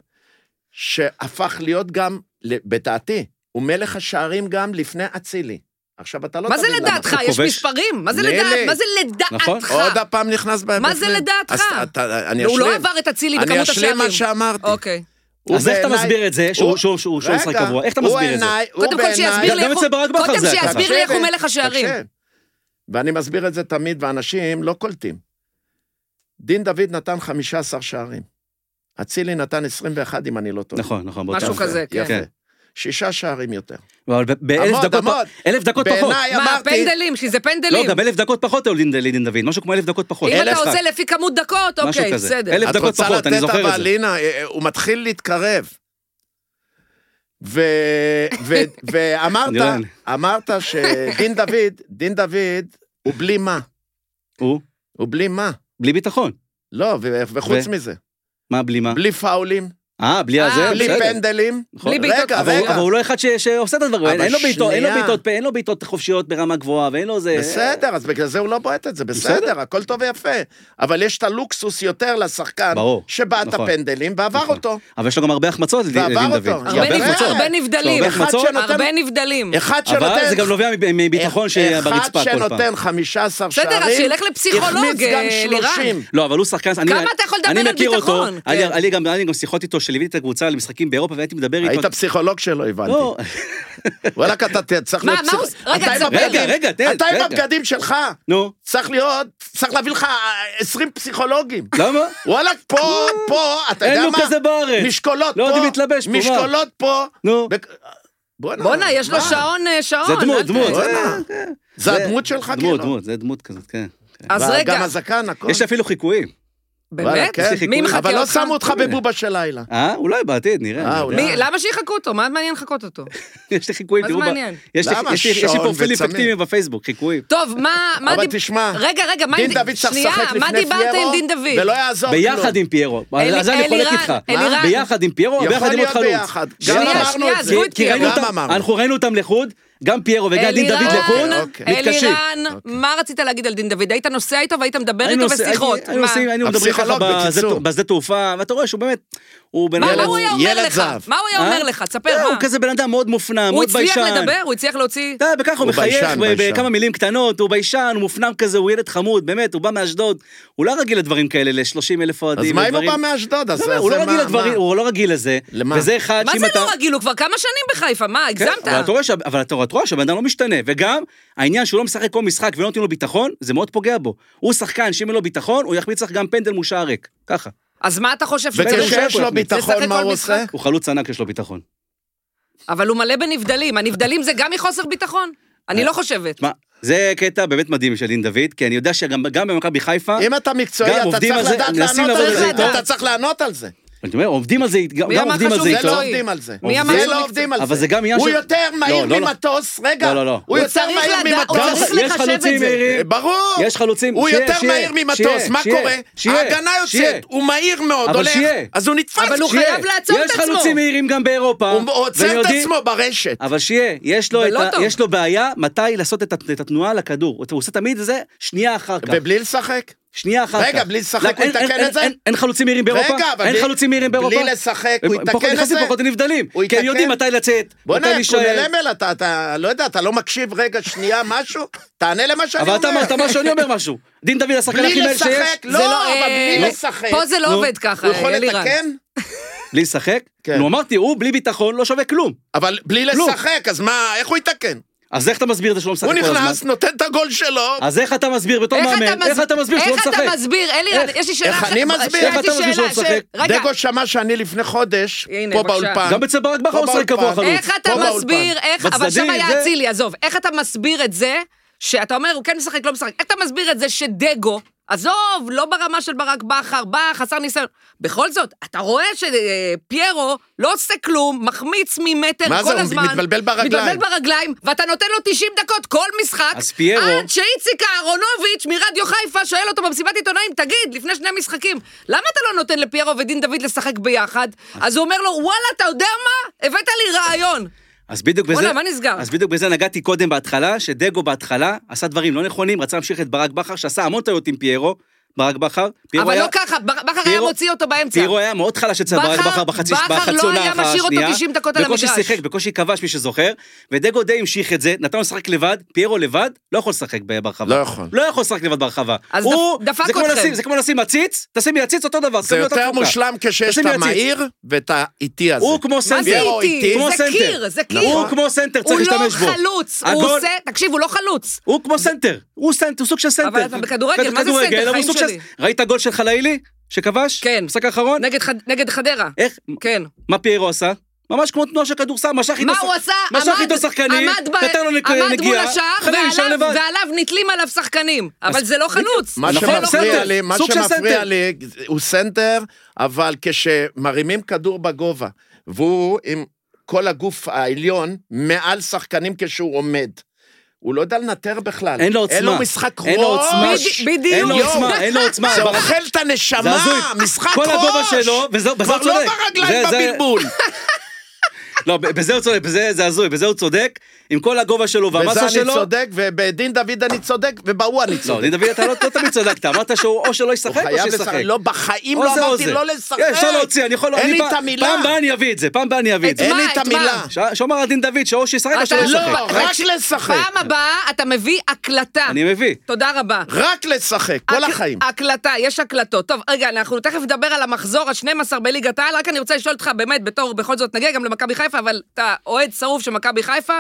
Speaker 2: שהפך להיות גם, לדעתי, הוא מלך השערים גם לפני אצילי. עכשיו, אתה לא
Speaker 1: מה זה
Speaker 2: תבין למה.
Speaker 1: לדעתך?
Speaker 3: הוא
Speaker 1: יש
Speaker 3: כובש.
Speaker 1: מספרים? מה זה
Speaker 2: נילי.
Speaker 1: לדעת- מה זה
Speaker 3: נכון.
Speaker 1: לדעתך?
Speaker 2: עוד הפעם נכנס בהם.
Speaker 1: מה זה
Speaker 2: בפנים.
Speaker 1: לדעתך?
Speaker 2: אז אתה- אני
Speaker 1: הוא
Speaker 2: אשלים.
Speaker 1: לא עבר את אצילי בכמות
Speaker 2: אני
Speaker 1: השערים.
Speaker 2: אשלים מה שאמרתי.
Speaker 1: אוקיי.
Speaker 2: הוא
Speaker 3: אז איך אתה
Speaker 2: בעיניי-
Speaker 3: מסביר את זה
Speaker 2: הוא-
Speaker 3: שהוא- שהוא שהוא- שהוא משחק
Speaker 2: רגע,
Speaker 3: קבוע? איך אתה
Speaker 2: הוא
Speaker 3: מסביר את זה?
Speaker 2: בעיניי- הוא
Speaker 1: קודם כל
Speaker 2: בעיניי-
Speaker 1: שיסביר לי
Speaker 3: גם
Speaker 1: איך הוא...
Speaker 3: אצל ברק בכר
Speaker 1: קודם
Speaker 3: זה היה ככה.
Speaker 1: שיסביר לי איך הוא
Speaker 2: תקשיב,
Speaker 1: מלך השערים.
Speaker 2: תקשיב. ואני מסביר את זה תמיד, ואנשים לא קולטים. דין דוד נתן 15 שערים. אצילי נתן 21, אם אני לא טועה.
Speaker 3: נכון, נכון. באותה-
Speaker 1: משהו
Speaker 2: יפה,
Speaker 1: כזה, כן.
Speaker 2: יפה. שישה שערים יותר.
Speaker 3: אבל ב- באלף
Speaker 2: עמוד,
Speaker 3: אה, דקות פח-
Speaker 2: עמוד.
Speaker 3: אלף דקות פחות.
Speaker 2: בעיניי
Speaker 1: מה,
Speaker 2: אמרתי,
Speaker 1: פנדלים? שזה פנדלים.
Speaker 3: לא, גם אלף דקות פחות היו לדין לדין דוד, משהו כמו אלף דקות פחות.
Speaker 1: אם אתה
Speaker 3: אלף
Speaker 1: עושה
Speaker 3: דקות.
Speaker 1: לפי כמות דקות,
Speaker 3: משהו
Speaker 1: אוקיי,
Speaker 3: כזה.
Speaker 1: בסדר.
Speaker 3: אלף
Speaker 2: את
Speaker 3: דקות
Speaker 2: רוצה
Speaker 3: פחות, אני
Speaker 2: לתת,
Speaker 3: זוכר את זה.
Speaker 2: אבל הנה, אה, אה, הוא מתחיל להתקרב. ו- ו-
Speaker 3: אני
Speaker 2: ואמרת,
Speaker 3: יודע.
Speaker 2: אמרת שדין דוד, דין דוד הוא בלי מה.
Speaker 3: הוא
Speaker 2: הוא בלי מה.
Speaker 3: בלי ביטחון.
Speaker 2: לא, ו- וחוץ
Speaker 3: ו-
Speaker 2: מזה,
Speaker 3: מה בלי מה?
Speaker 2: בלי פאולים,
Speaker 3: אה, בלי
Speaker 1: אה,
Speaker 3: הזה?
Speaker 2: בלי
Speaker 3: בסדר.
Speaker 2: פנדלים.
Speaker 3: נכון.
Speaker 1: בלי בעיטות.
Speaker 2: רגע,
Speaker 3: אבל הוא-
Speaker 2: רגע.
Speaker 3: אבל הוא לא אחד ש- שעושה את הדברים,
Speaker 2: אבל
Speaker 3: אין לו בעיטות, אין לו
Speaker 2: שנייה.
Speaker 3: בעיטות, פה, אין לו בעיטות חופשיות ברמה גבוהה, ואין לו זה...
Speaker 2: בסדר, אז בגלל זה הוא לא בועט את זה,
Speaker 3: אה. בסדר.
Speaker 2: בסדר, הכל טוב ויפה. אבל יש את הלוקסוס יותר לשחקן,
Speaker 3: ברור.
Speaker 2: שבעט את
Speaker 3: נכון.
Speaker 2: הפנדלים ועבר
Speaker 3: נכון.
Speaker 2: אותו.
Speaker 3: אבל יש לו גם הרבה החמצות לדין
Speaker 2: ועבר
Speaker 3: לדין
Speaker 2: אותו.
Speaker 3: דוד.
Speaker 2: הרבה
Speaker 1: הרבה נבד-
Speaker 2: החמצות.
Speaker 1: הרבה נבדלים,
Speaker 3: הרבה
Speaker 2: אחד
Speaker 3: החמצות,
Speaker 2: שנותן-
Speaker 1: הרבה נבדלים.
Speaker 2: אחד שנותן...
Speaker 3: אבל זה גם נובע מב- מביטחון שיהיה ברצפה
Speaker 2: אחד
Speaker 3: כל פעם.
Speaker 2: שנותן 15
Speaker 1: בסדר,
Speaker 2: שערים,
Speaker 1: אז שילך לפסיכולוג,
Speaker 2: החמיץ
Speaker 1: אה,
Speaker 2: גם
Speaker 1: לירן.
Speaker 2: 30.
Speaker 3: לא, אבל הוא שחקן... אני-
Speaker 1: כמה אתה יכול לדבר
Speaker 3: אני
Speaker 1: על
Speaker 3: מכיר
Speaker 1: ביטחון?
Speaker 3: אותו, אני-
Speaker 1: כן.
Speaker 3: אני גם- היה לי גם שיחות איתו, שליוויתי את הקבוצה למשחקים באירופה, והייתי מדבר איתו...
Speaker 2: היית פסיכולוג שלו, הבנתי.
Speaker 3: לא,
Speaker 2: וואלכ, אתה ת- צריך
Speaker 1: מה,
Speaker 2: להיות...
Speaker 1: מה הוא-
Speaker 2: פסיכ-
Speaker 1: רגע,
Speaker 2: אתה עם
Speaker 1: תספר לי.
Speaker 2: הבגדים-
Speaker 3: רגע, רגע, תן,
Speaker 2: אתה עם
Speaker 3: רגע.
Speaker 2: הבגדים שלך,
Speaker 3: נו,
Speaker 2: צריך להיות, צריך להביא לך אה, 20 פסיכולוגים.
Speaker 3: למה?
Speaker 2: וואלכ, פה, פה, אתה
Speaker 3: אין
Speaker 2: יודע
Speaker 3: לו
Speaker 2: מה?
Speaker 3: כזה בארץ.
Speaker 2: משקולות פה,
Speaker 3: לא יודעים להתלבש פה, מה?
Speaker 2: משקולות פה.
Speaker 3: נו.
Speaker 2: בק- בואנה,
Speaker 1: בואנה, יש לו
Speaker 2: מה?
Speaker 1: שעון, אה, שעון.
Speaker 3: זה
Speaker 1: אל
Speaker 3: דמות,
Speaker 1: ת-
Speaker 3: דמות.
Speaker 2: בוא'נה. אה, זה הדמות שלך, כאילו.
Speaker 3: דמות, דמות, זה דמות כזאת, כן. כן.
Speaker 1: אז רגע,
Speaker 2: גם הזקן, הכל.
Speaker 3: יש אפילו חיקויים.
Speaker 2: וואלה,
Speaker 1: באמת?
Speaker 2: כן.
Speaker 1: מי מחכה אותך?
Speaker 2: אבל לא שמו אותך בבובה של לילה.
Speaker 3: אה? אולי בעתיד, נראה.
Speaker 2: אה,
Speaker 3: אני
Speaker 2: אולי.
Speaker 3: יודע.
Speaker 1: מי- למה שיחקו אותו? מה מעניין לחקות אותו?
Speaker 3: יש לי חיקויים,
Speaker 1: מה זה
Speaker 3: תראו. ב-
Speaker 1: מעניין?
Speaker 3: יש לי-
Speaker 2: למה?
Speaker 3: יש לי- יש לי
Speaker 2: שעון
Speaker 3: פרופילים
Speaker 2: וצמיד.
Speaker 3: פיקטיביים בפייסבוק, חיקויים.
Speaker 1: טוב, מה... מה
Speaker 2: אבל
Speaker 1: דיב-
Speaker 2: תשמע,
Speaker 1: רגע, רגע, מה...
Speaker 2: דין
Speaker 1: עם-
Speaker 2: דוד צריך
Speaker 1: שנייה,
Speaker 2: לשחק לפני פיירו,
Speaker 1: מה דיברת עם דין דוד?
Speaker 2: ולא יעזור כלום.
Speaker 3: ביחד עם פיירו.
Speaker 1: לא, אלי-
Speaker 3: אז אני חולק
Speaker 1: אלירן,
Speaker 3: איתך.
Speaker 1: אלירן.
Speaker 3: ביחד עם פיירו,
Speaker 2: יכול
Speaker 3: ביחד עם עוד
Speaker 2: להיות
Speaker 3: חלוץ.
Speaker 2: ביחד. גם
Speaker 1: שנייה,
Speaker 2: אמרנו
Speaker 1: שנייה,
Speaker 2: את זה.
Speaker 1: עזבו את
Speaker 3: כי ראינו
Speaker 1: פיירו.
Speaker 2: גם
Speaker 3: אותם,
Speaker 2: אמרנו.
Speaker 3: אנחנו ראינו אותם לחוד, גם פיירו וגם דין דוד לחוד,
Speaker 1: אלירן,
Speaker 2: אוקיי.
Speaker 3: מתקשים.
Speaker 1: אלירן, מה רצית להגיד על דין דוד? היית נוסע איתו והיית מדבר
Speaker 3: היינו
Speaker 1: איתו
Speaker 3: עושים-
Speaker 1: בשיחות.
Speaker 3: היינו
Speaker 1: מה?
Speaker 3: עושים- היינו מדברים ככה
Speaker 2: הפסיכולוג,
Speaker 3: בשדה
Speaker 2: בקיצור.
Speaker 3: תעו- בשדה תעופה, ואתה רואה שהוא באמת, הוא בן
Speaker 1: מה
Speaker 3: אדם...
Speaker 1: מה הוא היה אומר
Speaker 2: ילד
Speaker 1: לך?
Speaker 2: זהב. כן,
Speaker 1: מה הוא היה
Speaker 3: אה?
Speaker 1: אומר לך? תספר,
Speaker 3: לא,
Speaker 1: מה?
Speaker 3: הוא כזה בן אדם מאוד מופנם,
Speaker 1: הוא
Speaker 3: מאוד ביישן.
Speaker 1: הצליח לדבר? הוא הצליח להוציא?
Speaker 3: אתה יודע, וככה הוא
Speaker 2: הוא
Speaker 3: מחייך
Speaker 2: ביישן,
Speaker 3: ב-
Speaker 2: ביישן.
Speaker 3: בכמה מילים קטנות, הוא ביישן, הוא מופנם כזה, הוא ילד חמוד, באמת, הוא בא מאשדוד, הוא לא רגיל לדברים כאלה, ל-30 אלף
Speaker 2: אז
Speaker 3: אוהדים.
Speaker 2: מה אם הוא
Speaker 3: לדברים-
Speaker 2: בא מאשדוד? אז
Speaker 3: לא,
Speaker 2: אז
Speaker 3: הוא לא
Speaker 2: זה
Speaker 3: רגיל
Speaker 2: מה-
Speaker 3: לדברים,
Speaker 2: מה?
Speaker 3: הוא לא רגיל לזה.
Speaker 2: למה?
Speaker 3: וזה אחד
Speaker 1: מה
Speaker 3: שאם
Speaker 1: זה
Speaker 3: אתה...
Speaker 1: לא רגיל? הוא כבר כמה שנים בחיפה, מה,
Speaker 3: כן, אבל
Speaker 1: הגזמת?
Speaker 3: אתה רואה שה- אבל אתה אתה רואה שהבן אדם לא משתנה, וגם העניין שהוא לא משחק כל משחק ולא נותנים לו ביטחון, זה מאוד פוגע בו. הוא שחקן שאם אין לו ביטחון, הוא יחמיץ לך גם פנדל מושער ריק. ככה.
Speaker 1: אז מה אתה חושב שהוא
Speaker 3: וקשה-
Speaker 1: צריך?
Speaker 2: וכשיש לו ביטחון,
Speaker 1: לשחק
Speaker 2: מה
Speaker 1: כל
Speaker 2: הוא
Speaker 1: משחק.
Speaker 2: עושה?
Speaker 3: הוא חלוץ ענק, יש לו ביטחון.
Speaker 1: אבל הוא מלא בנבדלים. הנבדלים זה גם מחוסר ביטחון? אני לא חושבת.
Speaker 3: תשמע, זה קטע באמת מדהים של דין דוד, כי אני יודע שגם גם במכבי חיפה,
Speaker 2: אם אתה
Speaker 3: גם
Speaker 2: מקצועי, אתה
Speaker 3: עובדים
Speaker 2: צריך
Speaker 3: על זה,
Speaker 2: לדעת
Speaker 3: מנסים
Speaker 2: לענות
Speaker 1: לעבוד על
Speaker 2: על
Speaker 1: זה
Speaker 2: זה.
Speaker 1: איתו.
Speaker 2: אתה צריך לענות על זה.
Speaker 3: אני אומר, עובדים על זה, גם
Speaker 1: מי אמר
Speaker 3: גם עובדים
Speaker 1: לך
Speaker 3: על זה
Speaker 1: שהוא
Speaker 2: זה
Speaker 3: איתו.
Speaker 2: לא
Speaker 1: מקצועי?
Speaker 2: עובדים על זה.
Speaker 1: מי אמר
Speaker 2: זה
Speaker 1: שהוא
Speaker 2: לא
Speaker 1: מקצועי?
Speaker 2: עובדים על זה.
Speaker 3: אבל זה גם עניין
Speaker 2: הוא
Speaker 3: של-
Speaker 2: יותר מהיר
Speaker 3: לא, לא, לא.
Speaker 2: ממטוס, רגע.
Speaker 3: לא, לא, לא.
Speaker 2: הוא
Speaker 1: הוא
Speaker 2: יותר
Speaker 1: צריך
Speaker 2: מהיר
Speaker 1: לדעת- הוא
Speaker 2: ממטוס.
Speaker 1: צריך
Speaker 3: יש
Speaker 1: לחשב את
Speaker 3: חלוצים
Speaker 1: זה.
Speaker 3: מהירים.
Speaker 2: אה, ברור.
Speaker 3: יש חלוצים,
Speaker 2: הוא
Speaker 3: שיהיה,
Speaker 2: יותר
Speaker 3: שיהיה,
Speaker 2: מהיר ממטוס,
Speaker 3: שיהיה,
Speaker 2: מה
Speaker 3: שיהיה,
Speaker 2: קורה?
Speaker 3: שיהיה,
Speaker 2: ההגנה
Speaker 3: שיהיה.
Speaker 2: יוצאת, הוא מהיר מאוד,
Speaker 3: אבל
Speaker 2: הולך,
Speaker 3: שיהיה.
Speaker 2: אז הוא נתפס.
Speaker 1: אבל הוא
Speaker 2: שיהיה.
Speaker 1: חייב לעצור את
Speaker 3: יש
Speaker 1: עצמו.
Speaker 3: חלוצים מהירים גם באירופה.
Speaker 2: הוא עוצר את
Speaker 3: ויודעים-
Speaker 2: עצמו ברשת.
Speaker 3: אבל שיהיה, יש לו, את
Speaker 1: ולא
Speaker 3: ה...
Speaker 1: לא טוב.
Speaker 3: יש לו בעיה מתי לעשות את, הת- את התנועה לכדור. הוא עושה תמיד את זה שנייה אחר כך.
Speaker 2: ובלי לשחק.
Speaker 3: שנייה אחר כך.
Speaker 2: רגע, בלי לשחק
Speaker 3: לא,
Speaker 2: הוא
Speaker 3: אין-
Speaker 2: יתקן
Speaker 3: אין-
Speaker 2: את זה?
Speaker 3: אין- אין חלוצים מהירים באירופה?
Speaker 2: רגע, אבל
Speaker 3: אין
Speaker 2: בלי-
Speaker 3: חלוצים מהירים באירופה?
Speaker 2: בלי לשחק,
Speaker 3: הם
Speaker 2: הוא
Speaker 3: פחות
Speaker 2: יתקן את
Speaker 3: נכנסים,
Speaker 2: זה.
Speaker 3: פחות נבדלים.
Speaker 2: הוא
Speaker 3: כי הם
Speaker 2: יתקן.
Speaker 3: יודעים מתי לצאת, מתי
Speaker 2: בוא'נה,
Speaker 3: להישאר.
Speaker 2: קונלמל, אתה, אתה, לא יודע, אתה לא מקשיב רגע, שנייה, משהו? תענה למה שאני
Speaker 3: אבל
Speaker 2: אומר.
Speaker 3: אתה אמרת משהו, אני אומר משהו. דין דוד השחקן הכי
Speaker 2: בלי
Speaker 3: מהיר שיש.
Speaker 2: לשחק,
Speaker 1: זה
Speaker 2: לא, אבל
Speaker 1: אה,
Speaker 2: בלי לשחק.
Speaker 1: פה זה לא
Speaker 3: נו.
Speaker 1: עובד ככה,
Speaker 2: הוא יכול
Speaker 1: אלירן.
Speaker 2: לתקן,
Speaker 3: בלי לשחק?
Speaker 2: כן.
Speaker 3: נו, אמרתי, הוא בלי ביטחון לא שווה כלום.
Speaker 2: אבל בלי
Speaker 3: כלום.
Speaker 2: לשחק, אז מה, איך הוא יתקן?
Speaker 3: אז איך אתה מסביר את זה שהוא לא משחק
Speaker 2: הוא
Speaker 3: כל הזמן?
Speaker 2: נכנס, נותן את הגול שלו.
Speaker 3: אז איך אתה מסביר בתור
Speaker 1: איך
Speaker 3: מאמן?
Speaker 1: אתה
Speaker 3: איך אתה מסביר שהוא לא
Speaker 1: איך אתה
Speaker 3: משחק?
Speaker 1: מסביר? אלירן, יש לי שאלה
Speaker 2: איך
Speaker 1: אחת.
Speaker 2: אני מסביר?
Speaker 1: יש
Speaker 3: איך
Speaker 1: לי
Speaker 3: אתה מסביר שהוא לא
Speaker 1: שאלה,
Speaker 3: משחק?
Speaker 1: ש- רגע,
Speaker 2: דגו שמע שאני לפני חודש,
Speaker 1: הנה,
Speaker 2: פה
Speaker 1: בבקשה.
Speaker 2: באולפן.
Speaker 3: גם אצל ברק בכר הוא
Speaker 2: פה
Speaker 3: משחק קבוע
Speaker 2: באולפן.
Speaker 3: חלוץ.
Speaker 1: איך אתה
Speaker 2: פה באולפן.
Speaker 1: מסביר, איך, אבל עכשיו
Speaker 3: בצדדים,
Speaker 1: היה
Speaker 3: זה-
Speaker 1: אצילי, עזוב, איך אתה מסביר את זה, שאתה אומר, הוא כן משחק, לא משחק, איך אתה מסביר את זה שדגו, עזוב, לא ברמה של ברק בכר, בא, חסר ניסיון, בכל זאת, אתה רואה שפיירו לא עושה כלום, מחמיץ ממטר
Speaker 2: מה זה,
Speaker 1: כל
Speaker 2: הוא
Speaker 1: הזמן,
Speaker 2: מתבלבל ברגליים.
Speaker 1: מתבלבל ברגליים, ואתה נותן לו 90 דקות כל משחק,
Speaker 3: אז פיירו-
Speaker 1: עד שאיציק אהרונוביץ' מרדיו חיפה שואל אותו במסיבת עיתונאים, תגיד, לפני שני משחקים, למה אתה לא נותן לפיירו ודין דוד לשחק ביחד? אז הוא אומר לו, וואלה, אתה יודע מה? הבאת לי רעיון.
Speaker 3: אז בדיוק בזה...
Speaker 1: וואלה, מה נסגר?
Speaker 3: אז בדיוק בזה נגעתי קודם בהתחלה, שדגו בהתחלה עשה דברים לא נכונים, רצה להמשיך את ברק בכר, שעשה המון טעויות עם פיירו, ברק בכר. פיירו
Speaker 1: אבל
Speaker 3: היה-
Speaker 1: לא ככה, בר- בכר היה
Speaker 3: פיירו-
Speaker 1: מוציא אותו באמצע.
Speaker 3: פיירו היה מאוד חלש אצל ברק
Speaker 1: בכר-
Speaker 3: בכר בחצי,
Speaker 1: בכר לא
Speaker 3: בחצי עונה
Speaker 1: היה
Speaker 3: אחר
Speaker 1: משאיר אותו
Speaker 3: השנייה.
Speaker 1: 90 דקות על
Speaker 3: בקושי
Speaker 1: המגרש.
Speaker 3: שיחק, בקושי כבש, מי שזוכר. ודגו די המשיך את זה, נתן לו לשחק לבד, פיירו לבד, לא יכול לשחק ב-
Speaker 2: לא
Speaker 3: ברחבה.
Speaker 2: יכול.
Speaker 3: לא יכול לשחק לבד ברחבה.
Speaker 1: אז
Speaker 3: הוא-
Speaker 1: דפ- דפק
Speaker 3: זה כמו
Speaker 1: אתכם.
Speaker 3: לשים- זה כמו לשים עציץ, תשים לי עציץ אותו דבר.
Speaker 2: זה
Speaker 3: תקבלי אותה
Speaker 2: יותר
Speaker 3: תפוקה.
Speaker 2: מושלם כשיש
Speaker 3: תשים
Speaker 2: את
Speaker 3: לי עציץ.
Speaker 2: המהיר ואת האיטי הזה.
Speaker 3: הוא כמו
Speaker 1: מה זה
Speaker 3: סנטר.
Speaker 2: פיירו
Speaker 1: איטי?
Speaker 2: איטי.
Speaker 3: כמו
Speaker 1: זה
Speaker 3: סנטר.
Speaker 1: קיר, זה קיר.
Speaker 3: הוא כמו סנטר,
Speaker 1: הוא
Speaker 3: צריך
Speaker 1: לא
Speaker 3: להשתמש בו.
Speaker 1: חלוץ, הוא
Speaker 3: הגול-
Speaker 1: עושה, תקשיב, הוא לא חלוץ.
Speaker 3: הוא כמו סנטר, הוא סנטר, הוא סוג של סנטר.
Speaker 1: אבל אתה בכדורגל, מה זה
Speaker 3: כדורגל,
Speaker 1: סנטר?
Speaker 3: אבל הוא
Speaker 1: חיים
Speaker 3: סוג של-
Speaker 1: שלי.
Speaker 3: ראית גול של חלאילי? שכבש?
Speaker 1: כן.
Speaker 3: משחק האחרון?
Speaker 1: נגד חד- נגד חדרה.
Speaker 3: איך?
Speaker 1: כן.
Speaker 3: מה פיירו עשה? ממש כמו תנועה של כדורסל, משך איתו
Speaker 1: מה הוא
Speaker 3: שח-
Speaker 1: עשה?
Speaker 3: משך
Speaker 1: עמד-
Speaker 3: איתו שחקנים,
Speaker 1: עמד ב-
Speaker 3: נתן לו נק-
Speaker 1: עמד מול
Speaker 3: נגיעה,
Speaker 1: השער,
Speaker 3: חלאילי נשאר
Speaker 1: ועליו-
Speaker 3: לבד.
Speaker 1: ועליו נתלים עליו שחקנים. אבל זה לא חלוץ.
Speaker 2: מה
Speaker 1: זה
Speaker 3: נכון,
Speaker 1: לא חלוץ.
Speaker 2: שמפריע
Speaker 3: סנטר,
Speaker 2: לי, מה
Speaker 3: סוג של סנטר.
Speaker 2: שמפריע לי, הוא סנטר, אבל כשמרימים כדור בגובה, והוא עם כל הגוף העליון מעל שחקנים כשהוא עומד, הוא לא יודע לנטר בכלל.
Speaker 3: אין לו עוצמה.
Speaker 2: אין לו משחק ראש.
Speaker 3: אין לו עוצמה. ש-
Speaker 1: בדיוק.
Speaker 3: אין לו
Speaker 2: יואו.
Speaker 3: עוצמה, אין לו עוצמה.
Speaker 2: זה
Speaker 3: אבל-
Speaker 2: אוכל את
Speaker 3: זה
Speaker 2: הנשמה,
Speaker 3: הזוי.
Speaker 2: משחק ראש.
Speaker 3: כל הגובה שלו, וזהו, בזה
Speaker 2: כבר
Speaker 3: הוא
Speaker 2: לא
Speaker 3: צודק.
Speaker 2: ברגליים
Speaker 3: זה- זה-
Speaker 2: בבלבול.
Speaker 3: לא, ב- בזה הוא צודק, בזה זה הזוי, בזה הוא צודק, עם כל הגובה שלו
Speaker 2: בזה
Speaker 3: והמסה
Speaker 2: אני
Speaker 3: שלו.
Speaker 2: צודק, ובדין דוד אני צודק, ובהוא אני
Speaker 3: לא,
Speaker 2: צודק.
Speaker 3: דין דוד, אתה לא לא תמיד צדקת, אמרת שהוא או שלא
Speaker 2: הוא
Speaker 3: ישחק או
Speaker 2: חייב לשחק.
Speaker 3: שישחק.
Speaker 2: לא, בחיים
Speaker 3: או
Speaker 2: לא
Speaker 3: זה או
Speaker 2: אמרתי
Speaker 3: זה.
Speaker 2: לא לשחק.
Speaker 3: כן, אפשר להוציא, אני יכול...
Speaker 2: אין
Speaker 3: אני
Speaker 2: לי
Speaker 3: בא-
Speaker 2: את המילה.
Speaker 3: פעם הבאה אני אביא את זה, פעם הבאה אני אביא את זה.
Speaker 2: אין לי את
Speaker 1: את מה?
Speaker 2: המילה.
Speaker 3: ש- שאומר הדין דוד שאו שישחק או שלא
Speaker 1: אתה-
Speaker 3: ישחק.
Speaker 2: לא, רק
Speaker 1: תקשיב,
Speaker 2: לשחק.
Speaker 1: פעם הבאה אתה מביא הקלטה.
Speaker 3: אני מביא.
Speaker 1: תודה רבה.
Speaker 2: רק לשחק, כל
Speaker 1: הק-
Speaker 2: החיים.
Speaker 3: אה,
Speaker 1: הקלטה, יש הקלטות. טוב, רגע, אנחנו תכף נדבר על המחזור ה-12 בליגת העל, רק אני רוצה לשאול אותך באמת, בתור, בכל זאת נגיע גם למכבי חיפה, אבל אתה אוהד שרוף של מכבי חיפה,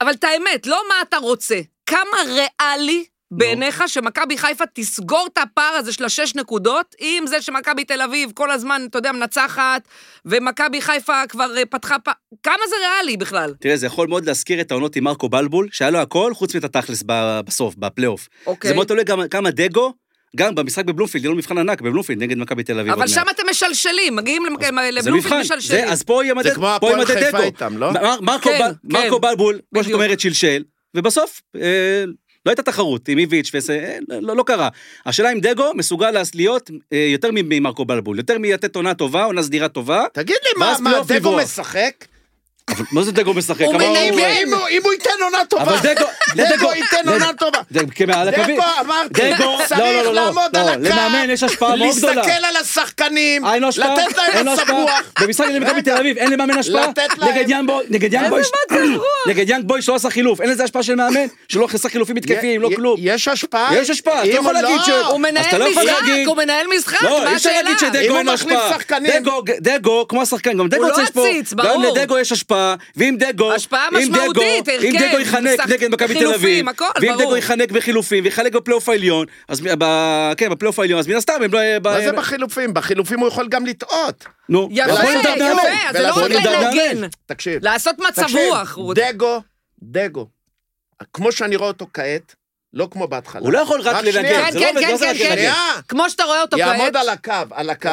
Speaker 1: אבל את האמת, לא מה אתה רוצה, כמה ריאלי בעיניך שמכבי חיפה תסגור את הפער הזה של השש נקודות, עם זה שמכבי תל אביב כל הזמן, אתה יודע, מנצחת, ומכבי חיפה כבר אה, פתחה פער, כמה זה ריאלי בכלל?
Speaker 3: תראה, זה יכול מאוד להזכיר את העונות עם מרקו בלבול, שהיה לו הכל חוץ מאת התכלס ב- בסוף, בפלייאוף.
Speaker 1: אוקיי.
Speaker 3: זה מאוד תלוי גם כמה דגו, גם במשחק בבלומפילד, יהיה לו מבחן ענק בבלומפילד נגד מכבי תל אביב.
Speaker 1: אבל
Speaker 3: עוד
Speaker 1: שם
Speaker 3: מעט.
Speaker 1: אתם משלשלים, מגיעים למק-
Speaker 3: זה
Speaker 1: לבלומפילד
Speaker 3: מבחן,
Speaker 1: משלשלים.
Speaker 3: זה, אז פה יהיה מדד,
Speaker 2: זה כמו
Speaker 3: פה יהיה
Speaker 2: הפועל
Speaker 3: מדד
Speaker 2: חיפה
Speaker 3: דגו.
Speaker 2: איתם, לא?
Speaker 3: מר- מרקו
Speaker 1: כן,
Speaker 3: בל-
Speaker 1: כן.
Speaker 3: מרקו בלבול, כמו שאת
Speaker 1: בדיוק.
Speaker 3: אומרת, שלשל, ובסוף, אה, לא הייתה תחרות עם איביץ' וזה, אה, לא לא קרה. השאלה אם דגו מסוגל להס- להיות אה, יותר מ- ממרקו בלבול, יותר מלתת עונה טובה, עונה סדירה טובה.
Speaker 2: תגיד לי, מה,
Speaker 3: ואז
Speaker 2: מה,
Speaker 3: פלייאוף
Speaker 2: דגו
Speaker 3: לברוח.
Speaker 2: משחק?
Speaker 3: אבל מה זה דגו משחק?
Speaker 1: הוא
Speaker 3: אמר,
Speaker 1: מנגן.
Speaker 2: אם
Speaker 1: כן.
Speaker 2: אם הוא- אם הוא ייתן עונה טובה.
Speaker 3: אבל דגו,
Speaker 2: דגו ייתן עונה טובה.
Speaker 3: דגו, כמעל הקווים.
Speaker 2: דגו, אמרתי,
Speaker 3: דגו, לא, לא,
Speaker 2: צריך
Speaker 3: לא,
Speaker 2: לעמוד
Speaker 3: לא,
Speaker 2: על הקו.
Speaker 3: למאמן יש השפעה מאוד גדולה. אה,
Speaker 2: להסתכל על השחקנים,
Speaker 3: אין לו השפעה,
Speaker 2: לתת
Speaker 3: אין
Speaker 2: להם
Speaker 3: לו
Speaker 2: לסב
Speaker 3: השפעה.
Speaker 2: רוח.
Speaker 3: במשחק נגד מכבי תל אביב, אין למאמן השפעה.
Speaker 2: לתת להם.
Speaker 3: נגד ינבו, נגד יאנג בויש, נגד יאנג בויש שלא עשה חילוף, אין לזה השפעה של מאמן, שלא עשה חילופים מתקפיים, לא
Speaker 2: י-
Speaker 3: כלום.
Speaker 2: יש השפעה?
Speaker 3: יש השפעה, אתה
Speaker 2: אם
Speaker 3: לא יכול
Speaker 2: הוא
Speaker 3: להגיד ש-
Speaker 1: הוא
Speaker 3: אז אתה
Speaker 1: מנהל
Speaker 3: לא יכול
Speaker 1: משחק,
Speaker 3: להגיד-
Speaker 1: הוא מנהל משחק,
Speaker 3: לא,
Speaker 1: אה, מה
Speaker 3: אי אפשר
Speaker 1: השאלה?
Speaker 3: להגיד
Speaker 2: אם
Speaker 3: שדגו
Speaker 2: הוא
Speaker 3: אין לו
Speaker 2: מחליף
Speaker 3: השפעה.
Speaker 2: שחקנים-
Speaker 3: דגו, דגו, כמו השחקן, גם דגו
Speaker 1: לא
Speaker 3: צריך פה.
Speaker 1: עציץ,
Speaker 3: גם
Speaker 1: ברור.
Speaker 3: לדגו יש השפעה, ואם דגו...
Speaker 1: השפעה
Speaker 3: אם דגו-
Speaker 1: משמעותית, הרכב,
Speaker 3: אם דגו יחנק
Speaker 1: משחק-
Speaker 3: נגד מכבי תל אביב,
Speaker 1: חילופים, הכל,
Speaker 3: ואם
Speaker 1: ברור.
Speaker 3: דגו יחנק בחילופים, ויחלק בפלייאוף העליון, אז מ- ב- כן, בפלייאוף העליון, אז מן הסתם הם לא...
Speaker 2: מה זה בחילופים? בחילופים הוא יכול גם לטעות.
Speaker 3: נו,
Speaker 1: יפה,
Speaker 3: אבל בוא נדע
Speaker 1: יפה,
Speaker 3: מאמן.
Speaker 1: אז זה לא
Speaker 2: ולכן
Speaker 1: רק
Speaker 2: הוא דרגה
Speaker 1: לנגן,
Speaker 2: תקשיב.
Speaker 1: לעשות מצב
Speaker 2: תקשיב,
Speaker 1: רוח. הוא-
Speaker 2: דגו, דגו, כמו שאני רואה אותו כעת, לא כמו בהתחלה.
Speaker 3: הוא לא יכול רק
Speaker 2: שנייה.
Speaker 3: לנגן, זה
Speaker 1: כן,
Speaker 3: לא-
Speaker 1: כן,
Speaker 3: לא זה
Speaker 1: כן,
Speaker 3: רק
Speaker 1: כן.
Speaker 3: לנגן.
Speaker 2: שנייה.
Speaker 1: כמו שאתה רואה אותו כעת, כן.
Speaker 2: יעמוד על הקו, על הקו,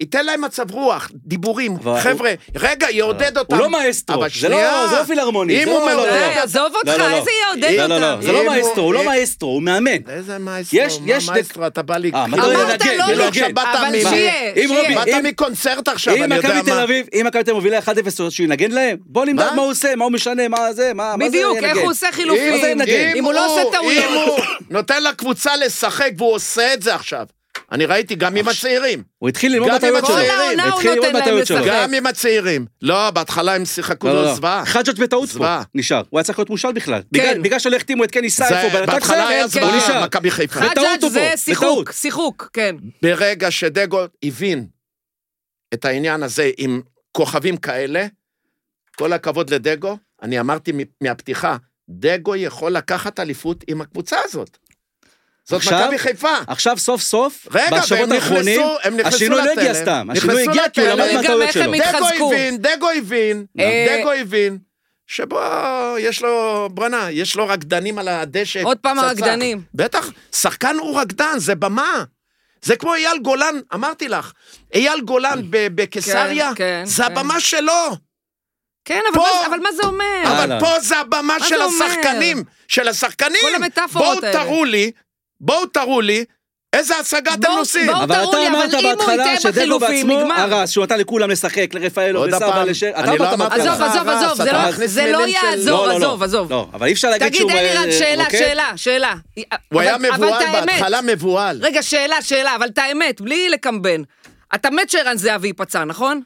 Speaker 2: ייתן להם מצב רוח, דיבורים.
Speaker 3: אבל
Speaker 2: חבר'ה, רגע, יעודד
Speaker 1: כן.
Speaker 2: אותם.
Speaker 3: הוא לא מאסטרו,
Speaker 2: אבל
Speaker 3: זה לא-
Speaker 2: שנייה.
Speaker 3: זה לא פילהרמוני,
Speaker 2: אם
Speaker 3: זה
Speaker 2: הוא
Speaker 3: לא- לא,
Speaker 2: מעודד
Speaker 3: לא,
Speaker 1: די,
Speaker 2: אותם-
Speaker 1: אה, עזוב אותך,
Speaker 3: לא, לא, לא.
Speaker 1: איזה יעודד
Speaker 3: לא, לא, לא,
Speaker 1: אותם.
Speaker 3: זה לא
Speaker 2: אם הוא-
Speaker 3: מאסטרו, הוא לא
Speaker 2: אם-
Speaker 3: מאסטרו, הוא מאמן.
Speaker 2: איזה
Speaker 3: יש-
Speaker 2: מאסטרו, מה
Speaker 3: יש דק-
Speaker 2: מאסטרו, אתה בא לי...
Speaker 3: אה, מה
Speaker 2: כאילו-
Speaker 3: אתה
Speaker 1: אמרת
Speaker 3: לנגן,
Speaker 1: לא
Speaker 3: זה
Speaker 1: לנגן.
Speaker 2: עכשיו באת
Speaker 1: אבל
Speaker 2: מ-
Speaker 1: שיהיה,
Speaker 3: אם רובי-
Speaker 1: שיהיה.
Speaker 2: באת מקונצרט עכשיו,
Speaker 3: אם
Speaker 2: אני יודע
Speaker 3: מכבי תל
Speaker 2: מה.
Speaker 3: אביב, אם מכבי תל אביב מובילה 1-0, שהוא ינגן להם? בוא נמדד
Speaker 2: מה?
Speaker 3: מה הוא עושה, מה הוא משנה, מה זה, מה מה זה
Speaker 1: בדיוק,
Speaker 3: ינגן?
Speaker 1: איך הוא עושה חילופים.
Speaker 3: מה זה ינגן?
Speaker 1: אם הוא לא עושה טעויות.
Speaker 2: אם הוא נותן לקבוצה לשחק והוא עושה את זה עכשיו. אני ראיתי גם עם הצעירים.
Speaker 3: הוא התחיל ללמוד
Speaker 2: גם אם
Speaker 3: מהטעויות
Speaker 2: אתה-
Speaker 3: שלו.
Speaker 2: כל העונה
Speaker 1: הוא
Speaker 3: התחיל ללמוד
Speaker 1: נותן להם
Speaker 3: מהטעויות שלו.
Speaker 1: לשחק.
Speaker 2: גם עם הצעירים. לא, בהתחלה הם שיחקו
Speaker 3: לא, לא,
Speaker 2: לו
Speaker 3: לא.
Speaker 2: זוועה.
Speaker 3: חג'ג' בטעות פה,
Speaker 2: זוועה. כן.
Speaker 3: נשאר. הוא היה צריך להיות מושל בכלל. בגלל- בגלל שלא החתימו את קני
Speaker 2: זה-
Speaker 3: סייפו, בנתק
Speaker 2: בהתחלה היה
Speaker 1: כן,
Speaker 3: הוא
Speaker 1: כן.
Speaker 2: זוועה,
Speaker 3: נשאר.
Speaker 2: מכבי חיפה.
Speaker 3: בטעות
Speaker 1: חג'ג'
Speaker 3: הוא
Speaker 1: זה
Speaker 3: פה,
Speaker 1: שיחוק,
Speaker 3: בטעות.
Speaker 1: שיחוק, כן.
Speaker 2: ברגע שדגו הבין את העניין הזה עם כוכבים כאלה, כל הכבוד לדגו, אני אמרתי מ- מהפתיחה, דגו יכול לקחת אליפות עם הקבוצה הזאת. זאת
Speaker 3: עכשיו-
Speaker 2: מכבי חיפה.
Speaker 3: עכשיו סוף סוף,
Speaker 2: רגע,
Speaker 3: בשבועות
Speaker 2: והם נכנסו-
Speaker 3: האחרונים,
Speaker 2: הם נכנסו
Speaker 3: השינוי לא הגיע
Speaker 2: לתלם.
Speaker 3: סתם,
Speaker 2: נכנסו
Speaker 3: השינוי הגיע כי הוא
Speaker 2: לתלם.
Speaker 3: למד
Speaker 2: גם
Speaker 3: מהטעויות
Speaker 1: איך הם
Speaker 3: שלו.
Speaker 2: דגו
Speaker 1: התחזקו.
Speaker 2: הבין, דגו הבין,
Speaker 1: אה,
Speaker 2: דגו הבין, שבו יש לו, בואנה, יש לו רקדנים על
Speaker 3: אה,
Speaker 2: הדשא.
Speaker 1: עוד פעם
Speaker 2: פצצה.
Speaker 1: הרקדנים.
Speaker 2: בטח, שחקן הוא רקדן, זה במה. זה כמו אייל גולן, אמרתי לך, אייל גולן ב- בקיסריה,
Speaker 1: כן,
Speaker 2: זה
Speaker 1: כן.
Speaker 2: הבמה שלו.
Speaker 1: כן, אבל
Speaker 2: פה-
Speaker 1: מה- אבל מה זה אומר?
Speaker 2: אבל
Speaker 3: אהלן.
Speaker 2: פה זה הבמה
Speaker 1: מה
Speaker 2: של
Speaker 1: זה אומר?
Speaker 2: השחקנים, של השחקנים.
Speaker 1: כל המטאפורות
Speaker 2: בואו
Speaker 1: האלה.
Speaker 2: תראו לי, בואו תראו לי, איזה השגה אתם
Speaker 1: בואו-
Speaker 2: עושים.
Speaker 1: בואו-
Speaker 3: אבל
Speaker 1: תראו
Speaker 3: אתה
Speaker 1: לי, אבל
Speaker 3: אמרת
Speaker 1: אם הוא
Speaker 3: בהתחלה
Speaker 1: ייתן
Speaker 3: שדגו
Speaker 1: בחילופים,
Speaker 3: בעצמו
Speaker 1: נגמר.
Speaker 3: הרס, שהוא נתן לכולם לשחק, לרפאלו
Speaker 2: עוד
Speaker 3: וסבא
Speaker 2: הפעם,
Speaker 3: לשר. אתה
Speaker 2: אני לא
Speaker 3: אמרת
Speaker 2: אמרתי
Speaker 3: בהתחלה.
Speaker 2: לך.
Speaker 1: עזוב, עזוב,
Speaker 2: אתה
Speaker 1: עזוב, זה
Speaker 2: מכניס
Speaker 1: לא- זה לא
Speaker 2: מילים של-
Speaker 1: יעזור,
Speaker 3: לא, לא, לא.
Speaker 1: עזוב, עזוב.
Speaker 3: לא, אבל אי אפשר להגיד
Speaker 1: תגיד,
Speaker 3: שהוא...
Speaker 1: אלירן,
Speaker 3: אה,
Speaker 1: שאלה,
Speaker 3: רוקד.
Speaker 1: שאלה, שאלה.
Speaker 2: הוא
Speaker 1: אבל-
Speaker 2: היה
Speaker 1: אבל
Speaker 2: מבוהל,
Speaker 1: את האמת-
Speaker 2: בהתחלה מבוהל.
Speaker 1: רגע, שאלה, שאלה, אבל את האמת, בלי לקמבן. אתה מת שערן זהבי ייפצע, נכון?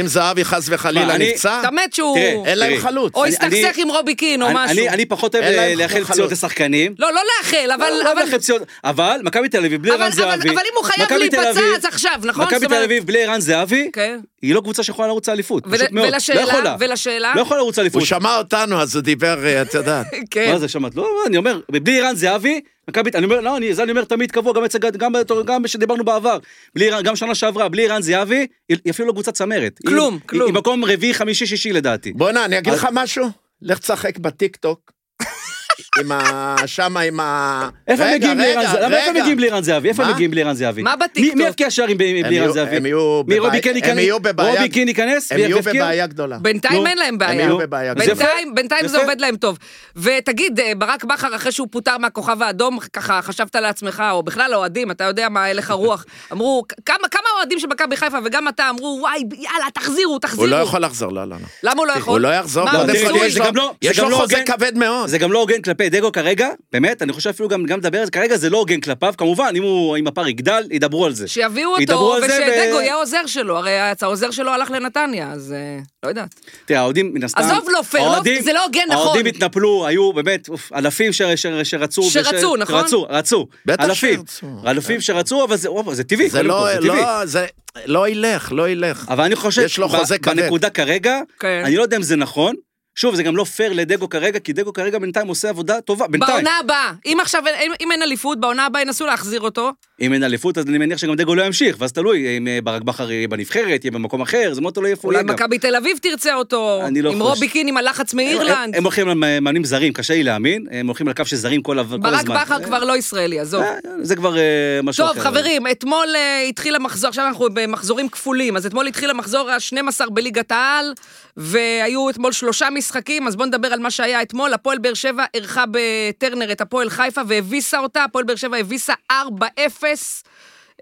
Speaker 2: אם זהבי חס
Speaker 3: מה,
Speaker 2: וחלילה
Speaker 3: אני-
Speaker 2: נפצע,
Speaker 1: אתה מת שהוא...
Speaker 3: אה, תראה,
Speaker 2: אין להם
Speaker 3: תראי.
Speaker 2: חלוץ.
Speaker 1: או
Speaker 3: אני-
Speaker 1: הסתכסך
Speaker 3: אני-
Speaker 1: עם רובי קין או
Speaker 3: אני-
Speaker 1: משהו.
Speaker 3: אני- אני פחות אוהב אה,
Speaker 2: אין להם
Speaker 3: לאחל
Speaker 2: חלוץ.
Speaker 3: פציעות לשחקנים.
Speaker 1: לא, לא לאחל, אבל...
Speaker 3: לא, לא
Speaker 1: אבל-
Speaker 3: לאחל פציעות. אבל מכבי תל אביב בלי
Speaker 1: אבל-
Speaker 3: ערן
Speaker 1: אבל-
Speaker 3: זהבי.
Speaker 1: אבל אם הוא חייב
Speaker 3: מכבי תל
Speaker 1: להיפצע,
Speaker 3: אביב-
Speaker 1: אז עכשיו, נכון? זאת
Speaker 3: מכבי תל
Speaker 1: אומרת-
Speaker 3: אביב בלי ערן זאבי,
Speaker 1: כן.
Speaker 3: היא לא קבוצה שיכולה לרוץ לאליפות.
Speaker 1: ול-
Speaker 3: פשוט מאוד. לא
Speaker 1: ולשאלה?
Speaker 3: יכולה.
Speaker 1: ולשאלה?
Speaker 3: לא יכולה לרוץ
Speaker 2: הוא
Speaker 3: לאליפות.
Speaker 2: שמע אותנו, אז הוא דיבר, אה, את יודעת.
Speaker 1: כן.
Speaker 3: מה זה שמעת? לא, לא, אני אומר, בלי ערן זהבי, מכבי, אני אומר, לא, אני, זה אני אומר תמיד קבוע, גם אצל, גם, בתור- גם כשדיברנו בעבר, בלי, ערן- גם שנה שעברה, בלי ערן זהבי, היא היא אפילו לא קבוצת צמרת. היא-
Speaker 1: כלום,
Speaker 3: היא-
Speaker 1: כלום.
Speaker 3: היא מקום רביעי, חמישי, שישי לדעתי.
Speaker 2: בואנה, אני אגיד
Speaker 3: אז-
Speaker 2: לך משהו? לך תשחק בטיקטוק. עם ה... שמה עם ה...
Speaker 3: איפה הם
Speaker 2: רגע,
Speaker 3: מגיעים
Speaker 2: רגע,
Speaker 3: לירן זהבי? למה איפה הם
Speaker 2: רגע.
Speaker 3: מגיעים לירן זהבי? איפה הם
Speaker 2: מה?
Speaker 3: מגיעים לירן זהבי?
Speaker 1: מה
Speaker 3: מי-
Speaker 1: בטיקטוק?
Speaker 3: מי יבקיע שערים ב-
Speaker 2: הם
Speaker 3: בלירן
Speaker 2: יהיו-
Speaker 3: זאבי?
Speaker 2: הם יהיו
Speaker 3: מי, רובי
Speaker 2: בבעיה-
Speaker 3: קן ייכנס?
Speaker 2: הם יהיו בבעיה-
Speaker 3: רובי קין ייכנס?
Speaker 2: הם
Speaker 3: ויפקיע?
Speaker 2: יהיו בבעיה גדולה.
Speaker 1: בינתיים
Speaker 3: נו,
Speaker 1: אין להם
Speaker 2: הם
Speaker 1: בעיה.
Speaker 2: יהיו בבעיה
Speaker 3: גדולה.
Speaker 1: בינתיים, בינתיים זה
Speaker 3: יפה.
Speaker 1: עובד להם טוב. ותגיד, אה, ברק בכר, אחרי שהוא פוטר מהכוכב האדום, ככה חשבת לעצמך, או בכלל האוהדים, אתה יודע מה, הלך הרוח. אמרו, כ- כמה כמה אוהדים של מכבי חיפה וגם אתה אמרו, וואי, יאללה, תחזירו, תחזירו.
Speaker 2: הוא לא יכול לחזור, לא, לא, לא.
Speaker 1: למה הוא לא
Speaker 3: נכון.
Speaker 1: יכול?
Speaker 2: הוא לא יחזור,
Speaker 1: מה,
Speaker 2: קודם
Speaker 1: תראי,
Speaker 2: כל,
Speaker 1: תראי,
Speaker 2: יש
Speaker 1: זה
Speaker 2: לו-
Speaker 1: גם
Speaker 3: לא- זה
Speaker 2: יש
Speaker 3: גם
Speaker 2: לו
Speaker 3: לא
Speaker 2: חוזה
Speaker 3: הוגן.
Speaker 2: כבד מאוד.
Speaker 3: זה גם לא הוגן כלפי דגו כרגע, באמת, אני חושב אפילו גם, גם לדבר על זה כרגע, זה לא הוגן כלפיו, כמובן, אם, הוא, אם הפער יגדל, ידברו על זה.
Speaker 1: שיביאו
Speaker 3: ידברו
Speaker 1: אותו,
Speaker 3: על זה
Speaker 1: ושדגו
Speaker 3: ו-
Speaker 1: יהיה העוזר שלו, הרי העוזר שלו הלך לנתניה, אז אה, לא יודעת.
Speaker 3: תראה, האוהדים מן הסתם...
Speaker 1: עזוב, לא פייר, לא-
Speaker 3: האוהדים-
Speaker 1: זה לא הוגן, נכון.
Speaker 3: האוהדים התנפלו, היו באמת אוף, אלפים ש, ש, שרצו... וש-
Speaker 1: שרצו, נכון?
Speaker 3: רצו, רצו.
Speaker 2: בטח
Speaker 3: אלפים.
Speaker 2: שרצו.
Speaker 3: אלפים שרצו, אבל זה, אופה, זה טבעי.
Speaker 2: זה
Speaker 3: קודם
Speaker 2: לא,
Speaker 3: כל, זה טבעי.
Speaker 2: לא, זה לא ילך, לא ילך.
Speaker 3: אבל אני חושב,
Speaker 2: יש לו
Speaker 3: ב-
Speaker 2: חוזה כבד.
Speaker 3: בנקודה כרגע,
Speaker 1: כן.
Speaker 3: אני לא יודע אם זה נכון. שוב, זה גם לא פייר לדגו כרגע, כי דגו כרגע בינתיים עושה עבודה טובה, בינתיים.
Speaker 1: בעונה הבאה, אם עכשיו, אין- אם- אם אין אליפות, בעונה הבאה ינסו להחזיר אותו.
Speaker 3: אם אין אליפות, אז אני מניח שגם דגו לא ימשיך, ואז תלוי אם אה, ברק בכר יהיה בנבחרת, יהיה במקום אחר, זה מאוד תלוי איפה הוא
Speaker 1: אולי
Speaker 3: יהיה גם.
Speaker 1: מכבי תל אביב תרצה אותו,
Speaker 3: אני לא
Speaker 1: עם
Speaker 3: חושב.
Speaker 1: רובי קין, עם הלחץ
Speaker 3: הם-
Speaker 1: מאירלנד.
Speaker 3: הם הולכים על מאמנים זרים, קשה לי להאמין, הם הולכים על קו של זרים כל ה- כל
Speaker 1: ברק
Speaker 3: הזמן.
Speaker 1: בכר
Speaker 3: אה,
Speaker 1: כבר לא ישראלי, עזוב.
Speaker 3: אה, זה כבר אה, משהו אחר.
Speaker 1: טוב, חברים, אתמול אה, התחיל המחזור, עכשיו אנחנו במחזורים כפולים, אז אתמול התחיל המחזור ה-12 בליגת העל, והיו אתמול שלושה משחקים, אז בואו נדבר על מה שהיה אתמול. הפועל באר שבע אירחה בטרנר את הפועל חיפה והביסה אותה, הפועל באר שבע הביסה 4-0.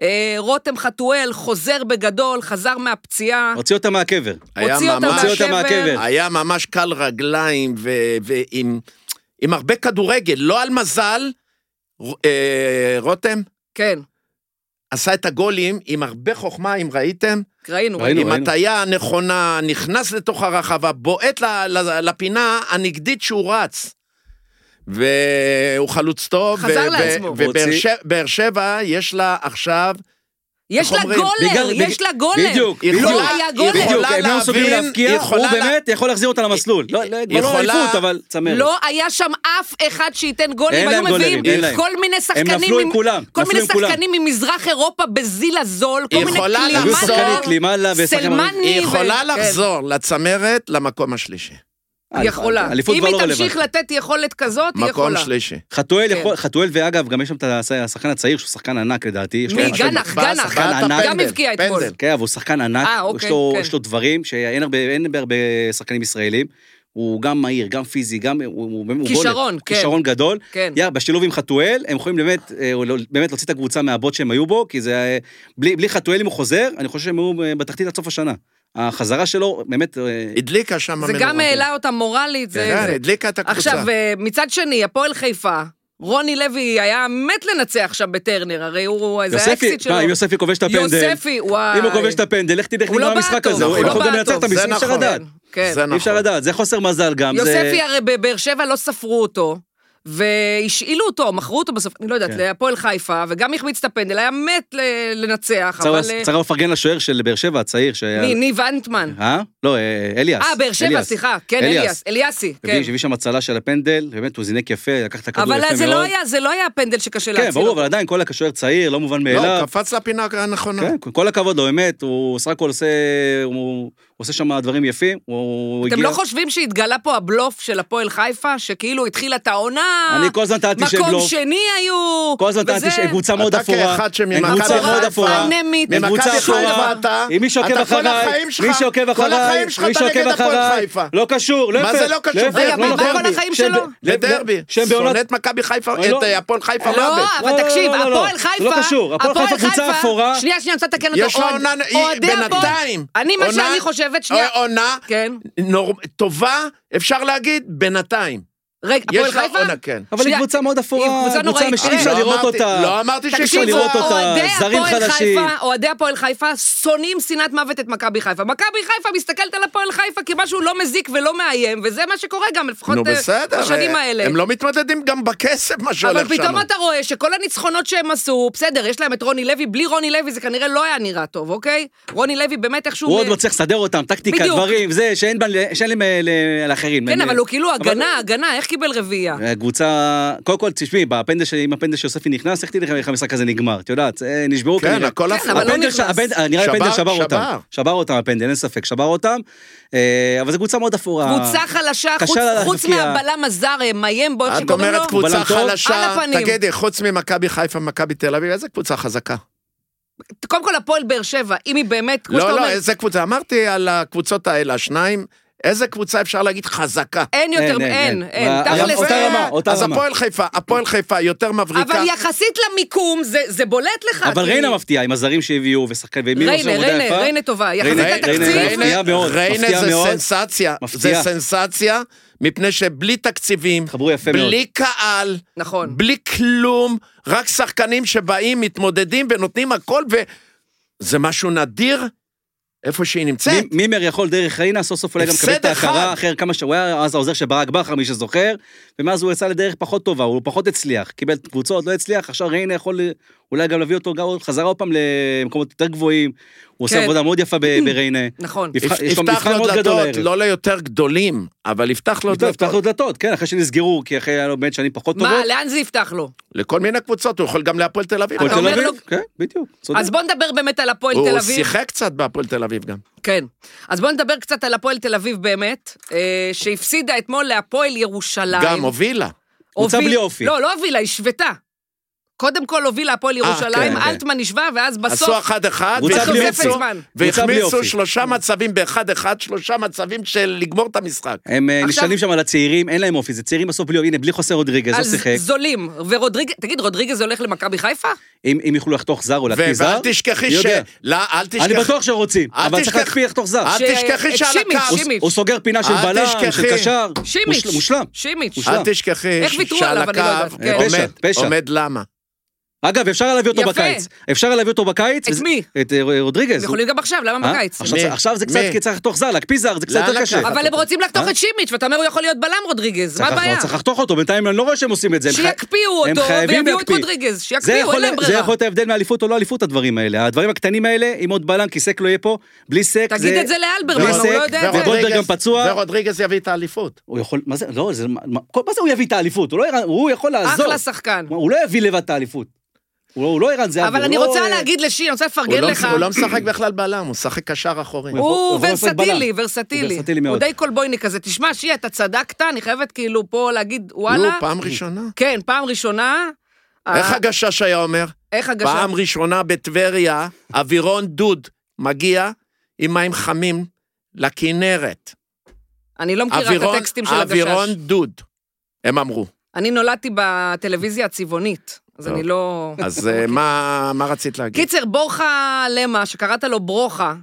Speaker 1: אה, רותם חתואל חוזר בגדול, חזר מהפציעה,
Speaker 3: הוציא אותה מהקבר.
Speaker 2: היה
Speaker 1: הוציא אותה
Speaker 2: ממש-
Speaker 3: הוציא אותה
Speaker 1: מהשבר.
Speaker 3: מהקבר.
Speaker 2: היה ממש קל רגליים ו- ועם עם הרבה כדורגל, לא על מזל. ר- אה, רותם
Speaker 1: כן,
Speaker 2: עשה את הגולים עם הרבה חוכמה, אם ראיתם,
Speaker 1: ראינו.
Speaker 3: ראינו.
Speaker 2: עם הטיה הנכונה, נכנס לתוך הרחבה, בועט ל- ל- לפינה הנגדית שהוא רץ. והוא חלוץ טוב,
Speaker 1: חזר לעצמו.
Speaker 2: ובאר
Speaker 3: הוציא-
Speaker 2: ש- באר שבע יש לה עכשיו,
Speaker 1: יש לה
Speaker 2: איך אומרים?
Speaker 1: גולר,
Speaker 3: בגלל-
Speaker 1: יש לה גולר.
Speaker 3: בדיוק,
Speaker 2: היא
Speaker 3: בדיוק.
Speaker 1: לא היה גולר.
Speaker 2: היא
Speaker 3: בדיוק,
Speaker 2: יכולה
Speaker 3: הם לא מסוגלים
Speaker 2: להבין-
Speaker 3: להבקיע, הוא
Speaker 2: יכולה לה-
Speaker 3: באמת יכול להחזיר אותה למסלול. לא, לא, כבר לא
Speaker 2: יכולה-
Speaker 3: אליפות, אבל צמרת.
Speaker 1: לא היה שם אף אחד שייתן גולים,
Speaker 3: אין
Speaker 1: היו
Speaker 3: להם
Speaker 1: מביאים
Speaker 3: גולרים, אין להם.
Speaker 1: כל מיני שחקנים,
Speaker 3: נפלו עם
Speaker 1: ממ-
Speaker 3: כולם,
Speaker 1: כל
Speaker 3: נפלו
Speaker 1: מיני
Speaker 3: עם כולם.
Speaker 1: שחקנים ממזרח אירופה בזיל הזול, כל מיני
Speaker 2: יכולה
Speaker 3: הביאו
Speaker 2: למזור.
Speaker 3: שחקנית לימאללה ושחקן...
Speaker 1: סלמני.
Speaker 2: היא יכולה
Speaker 1: כן.
Speaker 2: לחזור לצמרת למקום השלישי.
Speaker 3: אה,
Speaker 1: יכולה.
Speaker 3: אליפות
Speaker 1: אם
Speaker 3: כבר לא
Speaker 1: היא תמשיך
Speaker 3: רלוונטית.
Speaker 1: לתת יכולת כזאת, היא
Speaker 2: מקום
Speaker 1: יכולה.
Speaker 2: שלישי.
Speaker 3: חתואל
Speaker 1: כן.
Speaker 3: יכול, חתואל ואגב, גם יש שם את הש- השחקן הצעיר, שהוא שחקן ענק לדעתי. יש לו
Speaker 2: כן.
Speaker 1: מי?
Speaker 3: משהו-
Speaker 1: גנח,
Speaker 2: בעט-
Speaker 1: גנח.
Speaker 2: בעט
Speaker 3: ענק.
Speaker 1: גם
Speaker 2: הפנדל,
Speaker 1: הבקיע
Speaker 2: פנדל.
Speaker 1: אתמול.
Speaker 3: כן, אבל הוא שחקן ענק,
Speaker 1: אה,
Speaker 3: יש,
Speaker 1: אוקיי,
Speaker 3: לו,
Speaker 1: כן.
Speaker 3: יש לו דברים שאין הרבה, אין הרבה שחקנים ישראלים. הוא גם מהיר, גם פיזי, גם... הוא, הוא, הוא
Speaker 1: כישרון,
Speaker 3: בולט.
Speaker 1: כן.
Speaker 3: כישרון גדול.
Speaker 1: כן.
Speaker 3: יא, בשילוב עם חתואל, הם יכולים באמת, אה, לא- באמת להוציא את הקבוצה מהבוט שהם היו בו, כי זה... אה, בלי, בלי חתואל, אם הוא חוזר, אני חושב שהם היו אה, בתחתית עד סוף השנה. החזרה שלו, באמת... אה,
Speaker 2: הדליקה שם
Speaker 1: זה גם
Speaker 2: המנורה.
Speaker 1: העלה אותה מורלית. זה-
Speaker 2: כן,
Speaker 1: זה-
Speaker 2: הדליקה את הקבוצה.
Speaker 1: עכשיו, אה, מצד שני, הפועל חיפה, רוני לוי היה מת לנצח שם בטרנר, הרי הוא, זה
Speaker 3: יוספי,
Speaker 1: האקסיט שלו.
Speaker 3: מה, אם יוספי כובש את הפנדל,
Speaker 1: יוספי, וואי.
Speaker 3: אה, אם הוא כובש את הפנדל, לך תדע איך
Speaker 1: הוא לא
Speaker 3: נגמר
Speaker 1: בעט
Speaker 3: המשחק
Speaker 1: טוב,
Speaker 3: הזה,
Speaker 2: הוא
Speaker 3: הוא
Speaker 2: לא
Speaker 3: יכול גם
Speaker 1: בעט
Speaker 3: לנצח את
Speaker 1: טוב, זה
Speaker 3: המשחק, אי אפשר
Speaker 2: נכון.
Speaker 3: לדעת.
Speaker 1: כן.
Speaker 2: זה
Speaker 3: אי אפשר
Speaker 2: נכון.
Speaker 3: לדעת, זה נכון. חוסר מזל גם. זה-
Speaker 1: יוספי אה, הרי בבאר שבע לא ספרו אותו. והשאילו אותו, מכרו אותו בסוף, אני לא יודעת,
Speaker 3: כן.
Speaker 1: להפועל חיפה, וגם החמיץ את הפנדל, היה מת ל- לנצח,
Speaker 3: צריך-
Speaker 1: אבל... אה,
Speaker 3: צריך לפרגן לשוער של באר שבע, הצעיר, שהיה...
Speaker 1: מי, ניב אנטמן.
Speaker 3: אה? לא, אה, אליאס.
Speaker 1: אה, באר שבע,
Speaker 3: אליאס.
Speaker 1: סליחה, כן, אליאס, אליאסי, כן.
Speaker 3: הביא הביא שם הצלה של הפנדל, באמת הוא זינק יפה, לקח את הכדור יפה מאוד.
Speaker 1: אבל זה לא היה, זה לא היה הפנדל שקשה
Speaker 3: כן,
Speaker 1: להציל
Speaker 3: ברור,
Speaker 1: אותו.
Speaker 3: אבל עדיין כל הקשור צעיר, לא מובן מאליו.
Speaker 2: לא, הוא קפץ לפינה הנכונה.
Speaker 1: לא.
Speaker 3: כן, כל הכבוד לו, באמת, הוא סך הכל עושה, הוא עושה שם דברים יפים, הוא
Speaker 1: אתם
Speaker 3: הגיע...
Speaker 1: לא חושבים שהתגלה פה הבלוף של הפועל חיפה, שכאילו התחילה את העונה,
Speaker 3: אני כל הזמן טענתי שהם
Speaker 1: מקום
Speaker 3: לא...
Speaker 1: שני היו,
Speaker 3: כל הזמן טענתי
Speaker 1: וזה-
Speaker 3: שהם קבוצה מאוד
Speaker 2: אתה
Speaker 3: אפורה.
Speaker 2: כאחד שממכבי
Speaker 3: הם קבוצה
Speaker 1: חיפה-
Speaker 3: מאוד אפורה.
Speaker 1: אנמית.
Speaker 3: הם קבוצה
Speaker 2: ממכבי
Speaker 1: אפורה.
Speaker 2: חיפה אתה,
Speaker 3: אם מישהו עוקב
Speaker 2: אתה כל
Speaker 3: אחריי,
Speaker 2: החיים שלך-
Speaker 3: מי שעוקב
Speaker 2: כל
Speaker 3: אחריי,
Speaker 2: החיים שלך
Speaker 3: מי
Speaker 2: אתה
Speaker 3: שעוקב
Speaker 2: נגד הפועל
Speaker 3: אחריי,
Speaker 2: חיפה.
Speaker 3: לא קשור, להפך,
Speaker 2: מה זה לא קשור?
Speaker 3: להפך,
Speaker 1: רגע,
Speaker 3: לא
Speaker 1: מה- מה
Speaker 3: נכון.
Speaker 1: כל החיים
Speaker 3: שהם-
Speaker 1: שלו?
Speaker 2: לדרבי,
Speaker 3: שהם בעונת-
Speaker 2: שונא את מכבי חיפה,
Speaker 3: אני לא-
Speaker 2: את אה, הפועל חיפה
Speaker 1: לא,
Speaker 2: מוות.
Speaker 1: אבל
Speaker 3: לא,
Speaker 1: תקשיב,
Speaker 3: לא, לא, לא.
Speaker 1: הפועל
Speaker 3: זה
Speaker 1: חיפה,
Speaker 3: לא קשור, הפועל חיפה קבוצה אפורה.
Speaker 1: שנייה, שנייה, אני רוצה לתקן אותו.
Speaker 2: יש לה
Speaker 1: אוהד-
Speaker 2: עונה, היא-
Speaker 1: אוהדי הפועל-
Speaker 2: בינתיים,
Speaker 1: לא, אני, מה
Speaker 2: עונה- אה,
Speaker 1: שאני חושבת, שנייה.
Speaker 2: עונה
Speaker 1: כן.
Speaker 2: נור- טובה, אפשר להגיד, בינתיים.
Speaker 1: רגע, הפועל
Speaker 2: יש לה
Speaker 1: חיפה?
Speaker 2: עונה, כן.
Speaker 3: אבל היא
Speaker 1: שנייה,
Speaker 3: קבוצה מאוד
Speaker 1: היא
Speaker 3: אפורה,
Speaker 1: קבוצה נוראית.
Speaker 3: שאי אפשר
Speaker 1: לא
Speaker 3: לראות
Speaker 2: אמרתי-
Speaker 3: אותה.
Speaker 2: לא אמרתי שאי אפשר
Speaker 1: תקשיבו,
Speaker 3: לראות אותה,
Speaker 1: אוהדי
Speaker 3: זרים
Speaker 1: הפועל
Speaker 3: חלשים.
Speaker 1: חיפה- אוהדי הפועל חיפה שונאים שנאת מוות את מכבי חיפה. מכבי חיפה מסתכלת על הפועל חיפה כמשהו לא מזיק ולא מאיים, וזה מה שקורה גם, לפחות
Speaker 2: נו
Speaker 1: אה,
Speaker 2: בסדר,
Speaker 1: בשנים
Speaker 2: אה,
Speaker 1: האלה.
Speaker 2: הם לא מתמודדים גם בכסף מה שהולך שם.
Speaker 1: אבל פתאום אתה רואה שכל הניצחונות שהם עשו, בסדר, יש להם את רוני לוי, בלי רוני לוי זה כנראה לא היה נראה טוב, אוקיי? רוני לוי באמת איכשהו...
Speaker 3: הוא
Speaker 1: מ-
Speaker 3: עוד מצליח לסדר אותם, טקטיקה,
Speaker 1: בדיוק.
Speaker 3: דברים, זה, שאין בה- שאין להם אה, ל- לאחרים.
Speaker 1: כן,
Speaker 3: הם-
Speaker 1: אבל הוא כאילו
Speaker 3: אבל- אה,
Speaker 1: הגנה, הגנה, איך קיבל רביעייה.
Speaker 3: קבוצה, קודם כל, תשמעי, בפנדל, ש- אם הפנדל שיוספי נכנס, איך תלך איך המשחק הזה נגמר? את יודעת, אה, נשברו
Speaker 2: כן,
Speaker 3: כנראה.
Speaker 2: הכל
Speaker 1: כן,
Speaker 2: הפוך.
Speaker 1: אבל לא
Speaker 3: הפנדל
Speaker 1: נכנס.
Speaker 3: ש- הפנדל- אה, נראה לי הפנדל
Speaker 2: שבר,
Speaker 3: שבר
Speaker 2: שבר.
Speaker 3: אותם. שבר אותם הפנדל, אין ספק, שבר אותם. אה, אבל זו קבוצה מאוד אפורה.
Speaker 1: קבוצה חלשה,
Speaker 3: קשה
Speaker 1: חוץ-
Speaker 3: לה
Speaker 1: חוץ
Speaker 3: להפקיע.
Speaker 1: מהבלם הזר, אה, מאיים בו, איך
Speaker 2: את
Speaker 1: שקוראים לו?
Speaker 2: אומרת קבוצה
Speaker 3: בלנטון?
Speaker 2: חלשה,
Speaker 1: לא. על הפנים.
Speaker 2: תגידי, חוץ ממכבי חיפה, מכבי תל אביב, איזה קבוצה חזקה?
Speaker 1: קודם כל הפועל באר שבע, אם היא באמת, כמו שאתה
Speaker 2: לא, לא,
Speaker 1: אומר,
Speaker 2: איזה קבוצה, אמרתי על הקבוצות האלה, השניים, איזה קבוצה אפשר להגיד חזקה?
Speaker 1: אין יותר, אין, אין,
Speaker 3: וה-
Speaker 1: תכלס,
Speaker 3: אותה
Speaker 1: זה-
Speaker 3: רמה, אותה
Speaker 2: אז
Speaker 3: רמה.
Speaker 2: הפועל חיפה, הפועל חיפה יותר מבריקה.
Speaker 1: אבל יחסית למיקום, זה- זה בולט לך.
Speaker 3: אבל
Speaker 1: כי-
Speaker 3: ריינה מפתיעה עם הזרים שהביאו ושחקן, והביאו
Speaker 1: ריינה, ריינה,
Speaker 3: אה?
Speaker 1: ריינה טובה. יחסית
Speaker 2: ריינה-
Speaker 1: לתקציב-
Speaker 2: ריינה-
Speaker 3: מפתיעה מאוד,
Speaker 2: ריינה
Speaker 3: מפתיעה
Speaker 2: זה
Speaker 3: מאוד.
Speaker 2: סנסציה,
Speaker 3: מפתיעה.
Speaker 2: זה סנסציה, מפני שבלי תקציבים,
Speaker 3: חברו יפה מאוד.
Speaker 2: בלי קהל,
Speaker 1: נכון.
Speaker 2: בלי כלום, רק שחקנים שבאים, מתמודדים ונותנים הכל, וזה משהו נדיר איפה שהיא נמצאת.
Speaker 3: מי- מימר יכול דרך ריינה סוף סוף אולי גם לקבל
Speaker 2: הפסד
Speaker 3: את ההכרה
Speaker 2: אחד.
Speaker 3: אחר כמה שהוא היה אז העוזר של ברק בכר מי שזוכר ומאז הוא יצא לדרך פחות טובה הוא פחות הצליח קיבל קבוצות לא הצליח עכשיו ריינה יכול אה, אולי גם להביא אותו גם עוד חזרה עוד פעם למקומות יותר גבוהים הוא עושה
Speaker 1: כן.
Speaker 3: עבודה מאוד יפה ב- בריינה.
Speaker 1: נכון.
Speaker 3: יפ- מבחן- יש לו
Speaker 2: יפתח
Speaker 3: מבחן
Speaker 2: לו
Speaker 3: מאוד גדול
Speaker 2: דלתות,
Speaker 3: הערב.
Speaker 2: לא ליותר גדולים, אבל יפתח לו
Speaker 3: יפתח
Speaker 2: דלתות.
Speaker 3: לו דלתות כן אחרי שנסגרו כי אחרי היה לו באמת שנים פחות טובות.
Speaker 1: מה, לאן זה יפתח לו?
Speaker 2: לכל מיני קבוצות, הוא יכול גם להפועל תל אביב.
Speaker 3: הפועל
Speaker 1: אתה
Speaker 3: תל
Speaker 1: אומר
Speaker 3: אביב,
Speaker 1: לו-
Speaker 3: כן בדיוק. צודק.
Speaker 1: אז בוא נדבר באמת על הפועל תל
Speaker 2: הוא
Speaker 1: אביב.
Speaker 2: שיחק קצת בהפועל תל אביב גם.
Speaker 1: כן. אז בואו נדבר קצת על הפועל תל אביב באמת, אה, שהפסידה אתמול להפועל ירושלים.
Speaker 2: גם הובילה.
Speaker 3: קבוצה
Speaker 1: הוביל-
Speaker 3: בלי אופי.
Speaker 1: לא, לא הובילה, היא השוותה. קודם כל הובילה הפועל ירושלים,
Speaker 2: כן, כן.
Speaker 1: אלטמן השווה, ואז
Speaker 2: עשו
Speaker 1: בסוף...
Speaker 2: אחד אחד,
Speaker 3: קבוצה בלי
Speaker 1: בתוספת
Speaker 2: והחמיצו-
Speaker 1: זמן.
Speaker 3: קבוצה בלי
Speaker 2: והחמיצו
Speaker 3: אופי.
Speaker 2: שלושה מצבים באחד אחד, שלושה מצבים של לגמור את המשחק.
Speaker 3: הם אה,
Speaker 1: עכשיו-
Speaker 3: נשענים שם על הצעירים אין להם אופי זה צעירים בסוף בלי הנה בלי חוסר רודריגז לא
Speaker 1: על
Speaker 3: שיחק
Speaker 1: זולים, ורודריגז, תגיד, רודריגז הולך למכבי חיפה?
Speaker 3: אם אם יוכלו לחתוך זר או להקפיא
Speaker 2: ו-
Speaker 3: זר.
Speaker 2: ואל תשכחי
Speaker 3: אני
Speaker 2: ש...
Speaker 3: יודע.
Speaker 2: לא, אל
Speaker 3: אני
Speaker 2: תשכחי.
Speaker 3: בטוח שרוצים
Speaker 2: אל
Speaker 3: אבל צריך
Speaker 2: תשכח-
Speaker 3: להקפיא לחתוך זר.
Speaker 2: אל
Speaker 1: ש-
Speaker 2: תשכחי
Speaker 1: את
Speaker 2: שעל
Speaker 1: שימיץ',
Speaker 2: הקו...
Speaker 3: הוא-
Speaker 1: שימיץ'.
Speaker 3: הוא סוגר פינה של
Speaker 2: אל
Speaker 3: בלם,
Speaker 2: תשכחי.
Speaker 3: של קשר.
Speaker 1: שימיץ'.
Speaker 3: מושל- מושלם.
Speaker 1: שימיץ'.
Speaker 3: הושלם.
Speaker 2: אל תשכחי
Speaker 1: איך ויתרו
Speaker 2: שעל
Speaker 1: עליו, אני לא יודעת,
Speaker 2: הקו
Speaker 1: כן.
Speaker 3: פשע,
Speaker 2: עומד-
Speaker 3: פשע.
Speaker 2: עומד למה.
Speaker 3: אגב, אפשר היה להביא אותו
Speaker 1: יפה.
Speaker 3: בקיץ. אפשר היה להביא אותו בקיץ.
Speaker 1: את
Speaker 3: וזה-
Speaker 1: מי?
Speaker 3: את אה, רודריגז.
Speaker 1: הם יכולים גם עכשיו, למה
Speaker 3: אה?
Speaker 1: בקיץ?
Speaker 3: עכשיו
Speaker 2: מי?
Speaker 3: זה- עכשיו זה קצת
Speaker 2: מי? לא,
Speaker 3: כי צריך לחתוך זר, להקפיא זר, זה קצת
Speaker 2: לאן
Speaker 3: יותר
Speaker 2: לקחת?
Speaker 3: קשה.
Speaker 1: אבל הם רוצים לחתוך
Speaker 3: אה?
Speaker 1: את שימיץ', ואתה אומר, הוא יכול להיות בלם רודריגז, מה
Speaker 3: צריך-
Speaker 1: הבעיה?
Speaker 3: צריך לחתוך אותו, בינתיים אני לא רואה שהם עושים את זה. הם חי-
Speaker 1: שיקפיאו
Speaker 3: הם
Speaker 1: אותו,
Speaker 3: חייבים
Speaker 1: ויביאו את
Speaker 3: להקפיא.
Speaker 1: רודריגז,
Speaker 3: זה
Speaker 1: שיקפיאו, אין
Speaker 3: יכול-
Speaker 1: להם
Speaker 3: זה
Speaker 1: ברירה.
Speaker 3: יכול להיות ההבדל מאליפות או לא אליפות, הדברים האלה. הדברים הקטנים האלה, עם עוד בלם, כי סק לא יהיה פה, בלי סק
Speaker 1: תגיד את זה לאלברמן,
Speaker 3: בלי
Speaker 1: הוא לא
Speaker 3: סק,
Speaker 1: יודע את זה.
Speaker 3: וגולדברג גם פצוע.
Speaker 2: ורודריגז יביא את האליפות.
Speaker 3: הוא יכול, מה זה, לא, זה, מה, כל- מה זה הוא יביא את האליפות? הוא, לא, יראה- הוא יכול לעזור.
Speaker 1: אחלה שחקן.
Speaker 3: הוא לא יביא לבד את האליפות. הוא לא- הוא לא ערן זהבי.
Speaker 1: אבל
Speaker 3: הוא
Speaker 1: אני
Speaker 3: לא-
Speaker 1: רוצה להגיד לשיר, אני רוצה
Speaker 2: הוא
Speaker 1: לפרגן
Speaker 2: לא-
Speaker 1: לך.
Speaker 2: הוא לא משחק בכלל בלם, הוא משחק קשר אחורי.
Speaker 3: הוא יכול-
Speaker 1: הוא
Speaker 3: יכול לעשות
Speaker 1: ורסטילי,
Speaker 3: בלם. הוא
Speaker 1: ורסטילי.
Speaker 3: ורסטילי
Speaker 1: הוא
Speaker 3: מאוד.
Speaker 1: די קולבויני כזה. תשמע, שיר, אתה צדקת, אני חייבת כאילו פה להגיד,
Speaker 2: נו,
Speaker 1: וואלה.
Speaker 2: לא, פעם ראשונה.
Speaker 1: כן, פעם ראשונה.
Speaker 2: איך
Speaker 1: אה,
Speaker 2: הגשש היה אומר?
Speaker 1: איך הגשש?
Speaker 2: פעם ראשונה בטבריה, אווירון דוד מגיע עם מים חמים לכנרת.
Speaker 1: אני לא מכירה את
Speaker 2: אווירון-
Speaker 1: הטקסטים של
Speaker 2: אווירון
Speaker 1: הגשש.
Speaker 2: דוד, הם אמרו.
Speaker 1: אני נולדתי בטלוויזיה הצבעונית, אז
Speaker 2: טוב.
Speaker 1: אני לא...
Speaker 2: אז אה, מה מה רצית להגיד?
Speaker 1: קיצר, בורחה למה, שקראת לו ברוחה,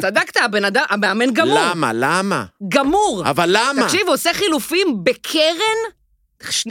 Speaker 1: צדקת, הבן אדם, המאמן גמור.
Speaker 2: למה? למה?
Speaker 1: גמור.
Speaker 2: אבל למה?
Speaker 1: תקשיב, הוא עושה חילופים בקרן?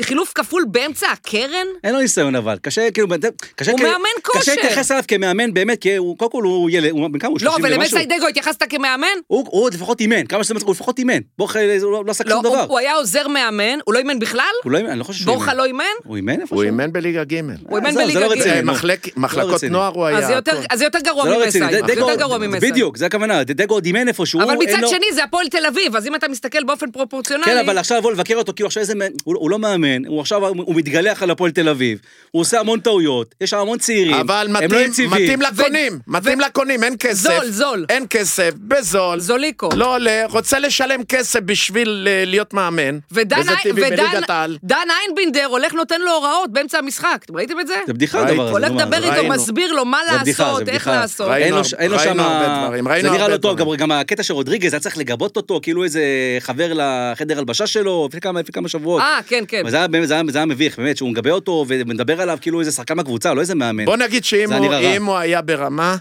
Speaker 1: חילוף כפול באמצע הקרן?
Speaker 3: אין לו ניסיון אבל, קשה כאילו, קשה
Speaker 1: הוא
Speaker 3: כאילו-
Speaker 1: מאמן
Speaker 3: קשה
Speaker 1: כושר.
Speaker 3: להתייחס אליו כמאמן באמת, כי הוא, קודם כל הוא ילד, הוא בן כמה הוא?
Speaker 1: לא,
Speaker 3: 30
Speaker 1: אבל
Speaker 3: ומשהו?
Speaker 1: למת סיידגו התייחסת כמאמן?
Speaker 3: הוא הוא עוד לפחות אימן, כמה שזה מצחיק, הוא לפחות אימן. בורחה הוא לא לא עשה
Speaker 1: לא,
Speaker 3: שום דבר.
Speaker 1: הוא- הוא היה עוזר מאמן, הוא לא אימן בכלל?
Speaker 3: הוא לא אימן, אני לא חושב שהוא אימן.
Speaker 1: בורחה לא אימן?
Speaker 3: הוא אימן איפה
Speaker 2: הוא אימן בליגה ג'.
Speaker 1: הוא אימן
Speaker 3: עזוב, זה
Speaker 1: בליגה
Speaker 3: לא
Speaker 1: ג'.
Speaker 3: רציני.
Speaker 2: אה,
Speaker 3: נו.
Speaker 2: מחלק- מחלקות
Speaker 3: רציני.
Speaker 2: נוער הוא לא היה.
Speaker 1: אז זה יותר-
Speaker 2: הכל.
Speaker 1: אז זה יותר גרוע
Speaker 3: זה לא רציני,
Speaker 1: ממסאי. זה
Speaker 3: דגו-
Speaker 1: יותר גרוע ממסאי.
Speaker 3: בדיוק, זה הכוונה, דגו עוד אימן איפשהו.
Speaker 1: אבל
Speaker 3: הוא- אין
Speaker 1: מצד
Speaker 3: לו-
Speaker 1: שני זה הפועל תל אביב, אז אם אתה מסתכל באופן
Speaker 3: כן,
Speaker 1: פרופורציונלי...
Speaker 3: אבל עכשיו לבוא לבקר אותו, כי הוא עכשיו איזה... מאמן- הוא הוא לא מאמן, הוא עכשיו, הוא מתגלח על הפועל תל אביב. הוא עושה המון טעויות, יש שם המון צעירים.
Speaker 2: אבל
Speaker 3: הם לא
Speaker 2: מתאים,
Speaker 3: יציבים.
Speaker 2: מתאים לקונים, מתאים לקונים, אין כסף.
Speaker 1: זול, זול.
Speaker 2: אין כסף, בזול.
Speaker 1: זוליקו.
Speaker 2: לא עולה, רוצה לשלם כסף בשביל אה, להיות מאמן.
Speaker 1: ודן
Speaker 2: וזה טבעי
Speaker 1: ודן-
Speaker 2: בליגת העל.
Speaker 1: דן איינבינדר הולך נותן לו הוראות באמצע המשחק. אתם ראיתם את זה?
Speaker 3: זה בדיחה
Speaker 2: ראיתי.
Speaker 3: הדבר הזה.
Speaker 1: הולך
Speaker 3: נו, מה,
Speaker 1: לדבר
Speaker 3: זה-
Speaker 1: איתו,
Speaker 2: ראינו.
Speaker 1: מסביר לו מה
Speaker 3: זה בדיחה,
Speaker 1: לעשות,
Speaker 3: זה
Speaker 1: איך
Speaker 3: בדיחה.
Speaker 1: לעשות.
Speaker 2: ראינו
Speaker 3: אין לו-
Speaker 2: הר-
Speaker 3: אין לו
Speaker 2: ראינו
Speaker 3: שמה-
Speaker 2: הרבה דברים, ראינו
Speaker 3: זה נראה
Speaker 2: הרבה
Speaker 3: לא טוב,
Speaker 2: דברים.
Speaker 3: גם- גם הקטע של רודריגז, היה צריך לגבות אותו כאילו איזה חבר לחדר הלבשה שלו, לפני כמה- לפני כמה שבועות.
Speaker 1: אה, כן, כן.
Speaker 3: אבל זה היה באמת- זה היה- זה היה מביך, באמת, שהוא מגבה אותו ומדבר עליו כאילו איזה שחקן בקבוצה, לא איזה מאמן.
Speaker 2: בוא נגיד שאם
Speaker 3: זה
Speaker 2: הוא,
Speaker 3: נראה רע.
Speaker 2: אם הוא היה ברמה,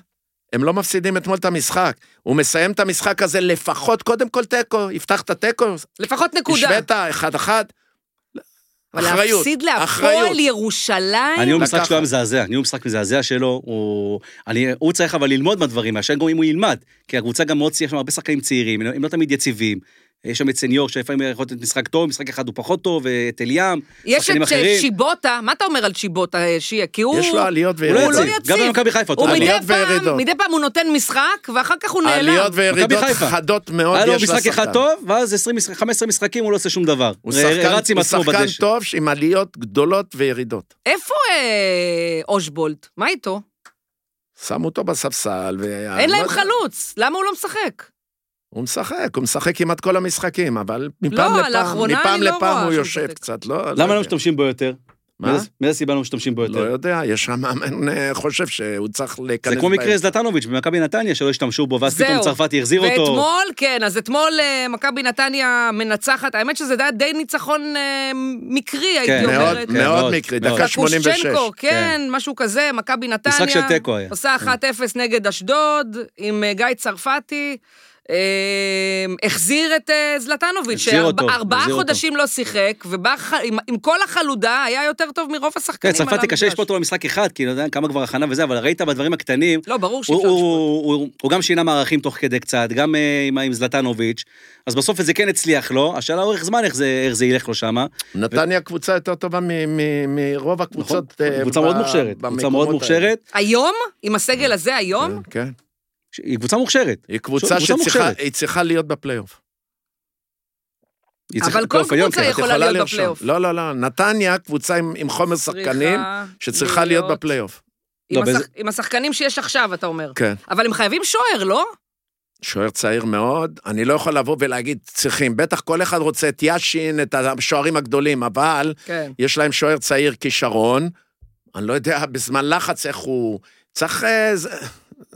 Speaker 2: הם לא מפסידים אתמול את המשחק. הוא מסיים את המשחק הזה לפחות, קודם כל תיקו, יפתח את התיקו,
Speaker 1: לפחות נקודה.
Speaker 2: השווית אחד-אחד.
Speaker 1: אבל
Speaker 2: אחריות,
Speaker 1: להפסיד להפועל
Speaker 2: אחריות.
Speaker 1: ירושלים?
Speaker 3: הניהול משחק
Speaker 2: לקחת.
Speaker 3: שלו היה מזעזע, ניהול משחק מזעזע שלו, הוא, אני, הוא צריך אבל ללמוד מהדברים, מאשר גם אם הוא ילמד, כי הקבוצה גם מאוד, יש שם הרבה שחקנים צעירים, הם לא תמיד יציבים, יש שם את סניור, שלפעמים יכול להיות משחק טוב, משחק אחד הוא פחות טוב, ואת אליאם,
Speaker 1: יש
Speaker 3: שחקנים
Speaker 1: את
Speaker 3: אחרים.
Speaker 1: אה, שיבוטה, מה אתה אומר על שיבוטה, אה, שיה? כי הוא...
Speaker 2: יש לו עליות
Speaker 3: הוא לא
Speaker 1: הוא לא
Speaker 2: וירידות.
Speaker 3: יציב. גם
Speaker 1: יציב.
Speaker 3: במכבי חיפה, אותו
Speaker 1: הוא
Speaker 3: דבר.
Speaker 1: מדי
Speaker 2: עליות
Speaker 1: פעם,
Speaker 2: וירידות.
Speaker 1: מדי פעם הוא נותן משחק, ואחר כך הוא נעלם.
Speaker 2: עליות וירידות
Speaker 3: מכבי חיפה.
Speaker 2: חדות מאוד
Speaker 3: היה לו
Speaker 2: יש
Speaker 3: משחק אחד
Speaker 2: לשחקן.
Speaker 3: טוב, ואז 20, 15 משחקים הוא לא עושה שום דבר.
Speaker 2: הוא
Speaker 3: ר- רץ
Speaker 2: שחקן,
Speaker 3: עם
Speaker 2: הוא
Speaker 3: עצמו
Speaker 2: שחקן
Speaker 3: בדשא.
Speaker 2: טוב עם עליות גדולות וירידות.
Speaker 1: איפה אה, אושבולט? מה איתו?
Speaker 2: שמו אותו בספסל. וה-
Speaker 1: אין
Speaker 2: לא
Speaker 1: להם
Speaker 2: יודע,
Speaker 1: חלוץ, למה הוא לא משחק?
Speaker 2: הוא משחק, הוא משחק כמעט כל המשחקים, אבל מפעם
Speaker 1: לא,
Speaker 2: לפעם,
Speaker 1: לאחרונה
Speaker 2: מפעם
Speaker 1: אני לא רואה
Speaker 2: לפעם הוא
Speaker 1: שהוא
Speaker 2: יושב
Speaker 1: משחק.
Speaker 2: קצת, לא...
Speaker 3: למה
Speaker 2: יודע.
Speaker 3: לא משתמשים בו יותר?
Speaker 2: מה?
Speaker 3: מאיזה- מאיזה סיבה לא משתמשים בו
Speaker 2: לא
Speaker 3: יותר?
Speaker 2: יודע, יש שם מאמן אה, חושב שהוא צריך להיכנס...
Speaker 3: זה כמו
Speaker 2: בהם.
Speaker 3: מקרה זלטנוביץ' במכבי נתניה, שלא השתמשו בו, ואז
Speaker 1: זהו.
Speaker 3: פתאום צרפתי החזיר אותו.
Speaker 1: ואתמול, כן, אז אתמול אה, מכבי נתניה מנצחת, האמת שזה היה די ניצחון אה, מקרי, הייתי
Speaker 3: כן,
Speaker 2: מאוד,
Speaker 1: אומרת.
Speaker 3: כן, מאוד.
Speaker 2: מאוד מקרי,
Speaker 3: מאוד.
Speaker 2: דקה 86.
Speaker 1: קושצ'נקו, כן,
Speaker 3: כן.
Speaker 1: משהו כזה, מכבי נתניה.
Speaker 3: משחק של תיקו היה. כן.
Speaker 1: עושה 1-0 נגד אשדוד, עם אה, גיא צרפתי. אה, החזיר את אה, זלטנוביץ',
Speaker 3: החזיר אותו,
Speaker 1: שארבעה
Speaker 3: החזיר אותו.
Speaker 1: חודשים לא שיחק, ובא ח- עם- עם כל החלודה, היה יותר טוב מרוב
Speaker 3: כן,
Speaker 1: השחקנים על
Speaker 3: צרפתי קשה
Speaker 1: המגרש.
Speaker 3: לשפוט אותו במשחק אחד, כי לא יודע כמה כבר הכנה וזה, אבל ראית בדברים הקטנים,
Speaker 1: לא, ברור שאי
Speaker 3: הוא,
Speaker 1: אפשר
Speaker 3: הוא,
Speaker 1: לשפוט.
Speaker 3: הוא, הוא, הוא גם שינה מערכים תוך כדי קצת, גם אה, עם, עם זלטנוביץ', אז בסוף זה כן הצליח לו, השאלה אורך זמן איך זה, איך זה ילך לו שמה.
Speaker 2: נתניה קבוצה יותר טובה מ- מ- מרוב הקבוצות. אה,
Speaker 3: נכון, קבוצה
Speaker 2: ב-
Speaker 3: מאוד מוכשרת, קבוצה
Speaker 2: במקומות
Speaker 3: מאוד
Speaker 2: האלה.
Speaker 3: מוכשרת,
Speaker 1: היום? עם הסגל הזה היום?
Speaker 2: כן, כן.
Speaker 3: ש- היא קבוצה מוכשרת.
Speaker 2: היא
Speaker 3: קבוצה
Speaker 2: קבוצה שצריכה
Speaker 3: מוכשרת.
Speaker 2: היא צריכה להיות בפלייאוף.
Speaker 3: היא צריכה
Speaker 1: אבל כל
Speaker 3: פלייאוף היום,
Speaker 1: קבוצה
Speaker 3: כן.
Speaker 2: את
Speaker 1: יכולה
Speaker 2: יכולה
Speaker 1: להיות
Speaker 2: לרשום.
Speaker 1: בפלייאוף.
Speaker 2: לא, לא, לא. נתניה קבוצה עם עם חומר שחקנים
Speaker 1: צריכה
Speaker 2: שצריכה להיות בפלייאוף.
Speaker 1: עם
Speaker 3: לא,
Speaker 1: השח-
Speaker 3: באיזה-
Speaker 1: עם השחקנים שיש עכשיו, אתה אומר.
Speaker 2: כן.
Speaker 1: אבל הם חייבים שוער, לא?
Speaker 2: שוער צעיר מאוד, אני לא יכול לבוא ולהגיד צריכים, בטח כל אחד רוצה את יאשין, את השוערים הגדולים, אבל
Speaker 1: כן.
Speaker 2: יש להם שוער צעיר כישרון, אני לא יודע בזמן לחץ איך הוא... צריך... אה, זה,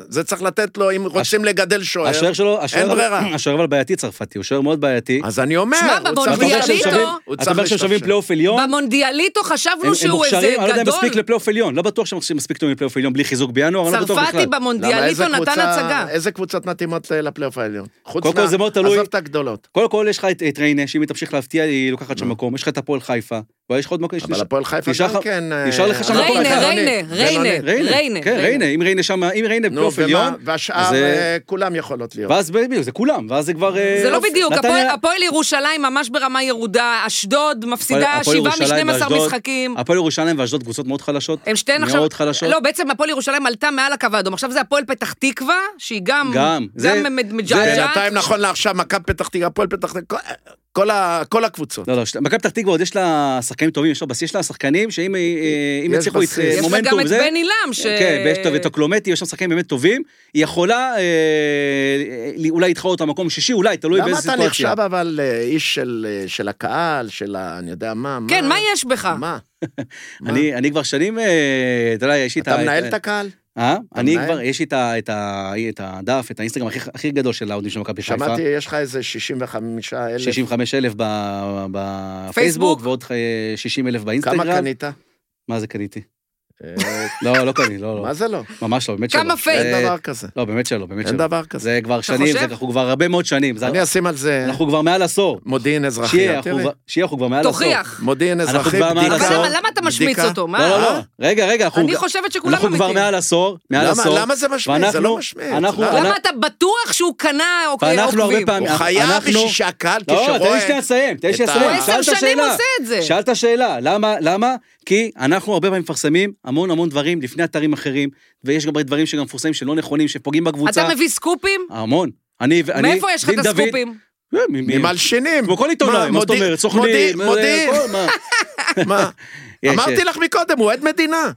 Speaker 2: זה צריך לתת לו, אם רוצים לגדל שוער.
Speaker 3: השוער שלו, השוער-
Speaker 2: ברירה.
Speaker 3: השוער אבל בעייתי צרפתי, הוא שוער מאוד בעייתי.
Speaker 2: אז אני אומר,
Speaker 1: שמע,
Speaker 2: הוא צריך
Speaker 3: אתה אומר שהם
Speaker 1: ביאליטו-
Speaker 2: להשתפשף.
Speaker 3: שווים-
Speaker 2: הוא
Speaker 3: אתה אומר
Speaker 2: צריך
Speaker 3: שהם שווים
Speaker 2: להשתפשף.
Speaker 3: פלייאוף עליון,
Speaker 1: במונדיאליטו חשבנו
Speaker 3: הם- הם
Speaker 1: שהוא איזה
Speaker 3: מוכשרים, אני לא יודע אם מספיק
Speaker 1: גדול.
Speaker 3: לפלייאוף עליון, לא בטוח שהם מספיק טובים לפלייאוף עליון בלי חיזוק בינואר, אני לא בטוח בכלל.
Speaker 1: צרפתי
Speaker 2: למה, איזה
Speaker 1: במונדיאליטו נתן
Speaker 2: קבוצה-
Speaker 1: הצגה.
Speaker 2: איזה קבוצות מתאימות אה, לפלייאוף העליון? חוץ
Speaker 3: קודם כל זה מאוד תלוי-
Speaker 2: עזוב את הגדולות.
Speaker 3: קודם כל יש לך את את ריינה, שאם היא תמשיך להפתיע היא לוקחת שם מקום, יש לך את הפועל חיפה, ויש לך עוד מקום, יש
Speaker 2: אבל
Speaker 3: לך-
Speaker 2: הפועל חיפה
Speaker 3: נשאר
Speaker 2: גם
Speaker 3: לך-
Speaker 2: כן... אה,
Speaker 3: נשאר לך שם מקום
Speaker 1: ריינה,
Speaker 3: בינוני,
Speaker 1: ריינה, ריינה,
Speaker 2: בינוני.
Speaker 1: ריינה.
Speaker 3: כן, ריינה, אם ריינה שם, אם ריינה
Speaker 2: נו,
Speaker 3: פלייאוף
Speaker 2: ומה,
Speaker 3: עליון,
Speaker 2: והשאר
Speaker 3: אז,
Speaker 2: אה, כולם יכולות להיות.
Speaker 3: ואז בדיוק, זה כולם, ואז זה כבר... אה,
Speaker 1: זה לא בדיוק,
Speaker 3: נתניה-
Speaker 1: הפועל- הפועל ירושלים ממש ברמה ירודה, אשדוד מפסידה
Speaker 3: הפועל
Speaker 1: שבעה
Speaker 3: ירושלים
Speaker 1: מ-12
Speaker 3: ואשדוד-
Speaker 1: משחקים.
Speaker 3: הפועל ירושלים ואשדוד קבוצות מאוד חלשות,
Speaker 1: הם שתיהן עכשיו...
Speaker 3: מאוד חלשות.
Speaker 1: לא, בעצם הפועל ירושלים עלתה מעל הקו האדום. עכשיו זה הפועל פתח תקווה, שהיא גם...
Speaker 3: גם, זה-
Speaker 1: גם
Speaker 3: זה-
Speaker 1: מג'עג'עת.
Speaker 2: בינתיים נכון לעכשיו, מכבי פתח תקווה, הפועל פתח תקווה, כל- כל ה- כל הקבוצות.
Speaker 3: לא, לא, שת- מכבי פתח תקווה עוד יש לה שחקנים טובים, יש לה בסיס, יש לה שחקנים שאם אה, אה, אם
Speaker 2: יש
Speaker 3: יצליחו את
Speaker 2: בסיס.
Speaker 3: אה,
Speaker 1: יש לה גם
Speaker 3: מומנטום
Speaker 1: את
Speaker 3: זה...
Speaker 1: בן עילם, ש...
Speaker 3: כן, ויש את- ואת הקלומטי, יש שם שחקנים באמת טובים, היא יכולה אה, אה, אולי לדחות אותה מקום שישי, אולי, תלוי
Speaker 2: למה
Speaker 3: באיזה
Speaker 2: אתה
Speaker 3: סיטואציה.
Speaker 2: נחשב אבל אה, איש של, אה, של הקהל, של ה... אני יודע מה,
Speaker 1: כן, מה יש בך?
Speaker 2: מה? מה?
Speaker 3: אני, אני כבר שנים, אה, אתה יודע, יש לי את
Speaker 2: אתה
Speaker 3: ה-
Speaker 2: מנהל
Speaker 3: את-
Speaker 2: את הקהל?
Speaker 3: אה? אני
Speaker 2: מנהל?
Speaker 3: כבר, יש לי את ה- את ה- את הדף, את האינסטגרם הכי- הכי גדול של האוהדים של מכבי חיפה.
Speaker 2: שמעתי, יש לך איזה 65 אלף.
Speaker 3: 65 אלף בפייסבוק, ועוד 60 אלף באינסטגרם.
Speaker 2: כמה קנית?
Speaker 3: מה זה קניתי?
Speaker 2: אה,
Speaker 3: לא, לא קניתי, לא, לא.
Speaker 2: מה זה לא?
Speaker 3: ממש לא, באמת שלא.
Speaker 1: כמה פייק?
Speaker 3: זה-
Speaker 2: אין דבר כזה.
Speaker 3: לא, באמת שלא, באמת
Speaker 2: אין
Speaker 3: שלא.
Speaker 2: דבר כזה.
Speaker 3: זה כבר שנים,
Speaker 1: חושב?
Speaker 3: זה- אנחנו כבר הרבה מאוד שנים. זה-
Speaker 2: אני אשים על זה
Speaker 3: אנחנו כבר מעל עשור.
Speaker 2: מודיעין
Speaker 3: שיהיה,
Speaker 2: אזרחי.
Speaker 3: אנחנו
Speaker 2: תראי,
Speaker 3: כבר- שיהיה, אנחנו כבר מעל עשור.
Speaker 1: תוכיח.
Speaker 2: מודיעין
Speaker 3: אנחנו
Speaker 2: אזרחי,
Speaker 3: כבר מעל
Speaker 1: אבל
Speaker 3: לעשות?
Speaker 1: למה- למה אתה משמיץ
Speaker 2: בדיקה.
Speaker 1: אותו? מה?
Speaker 3: לא, לא, לא. רגע, רגע, אנחנו...
Speaker 1: אני חושבת שכולם
Speaker 3: אנחנו כבר
Speaker 1: אמיתיים.
Speaker 3: מעל עשור, מעל
Speaker 2: למה-
Speaker 3: עשור.
Speaker 2: למה זה משמיץ? זה
Speaker 3: ואנחנו-
Speaker 2: לא משמיץ.
Speaker 3: אנחנו-
Speaker 2: למה?
Speaker 1: למה אתה בטוח שהוא קנה עוק-
Speaker 3: ואנחנו הרבה
Speaker 1: עוקבים?
Speaker 3: פעמים...
Speaker 2: הוא חייב
Speaker 3: אנחנו-
Speaker 2: בשביל שהקהל
Speaker 3: לא, תן לי שנייה
Speaker 2: כשרואה...
Speaker 3: לסיים, תן לי
Speaker 2: את
Speaker 3: שנייה
Speaker 2: ה-
Speaker 3: לסיים.
Speaker 2: הוא
Speaker 1: עשר
Speaker 3: שאלת
Speaker 1: שנים
Speaker 3: שאלה.
Speaker 1: עושה את זה.
Speaker 3: שאלת שאלה, למה? למה? כי אנחנו הרבה פעמים מפרסמים המון המון דברים לפני אתרים אחרים, ויש גם דברים שגם מפורסמים שלא נכונים, שפוגעים בקבוצה.
Speaker 1: אתה מביא סקופים?
Speaker 3: המון. אני, אני,
Speaker 1: מאיפה יש לך את
Speaker 3: דין דוד-
Speaker 1: הסקופים?
Speaker 3: אה, מ- מ-
Speaker 2: ממלשינים.
Speaker 3: כמו כל עיתונאי, מה זאת
Speaker 2: מודיעין-
Speaker 3: אומרת? סוכנים.
Speaker 2: מודיעין,
Speaker 3: אה,
Speaker 2: מודיעין.
Speaker 3: הכל, מה?
Speaker 2: מה?
Speaker 3: יש, אה,
Speaker 2: אמרתי
Speaker 3: יש.
Speaker 2: לך מקודם, הוא עד מדינה.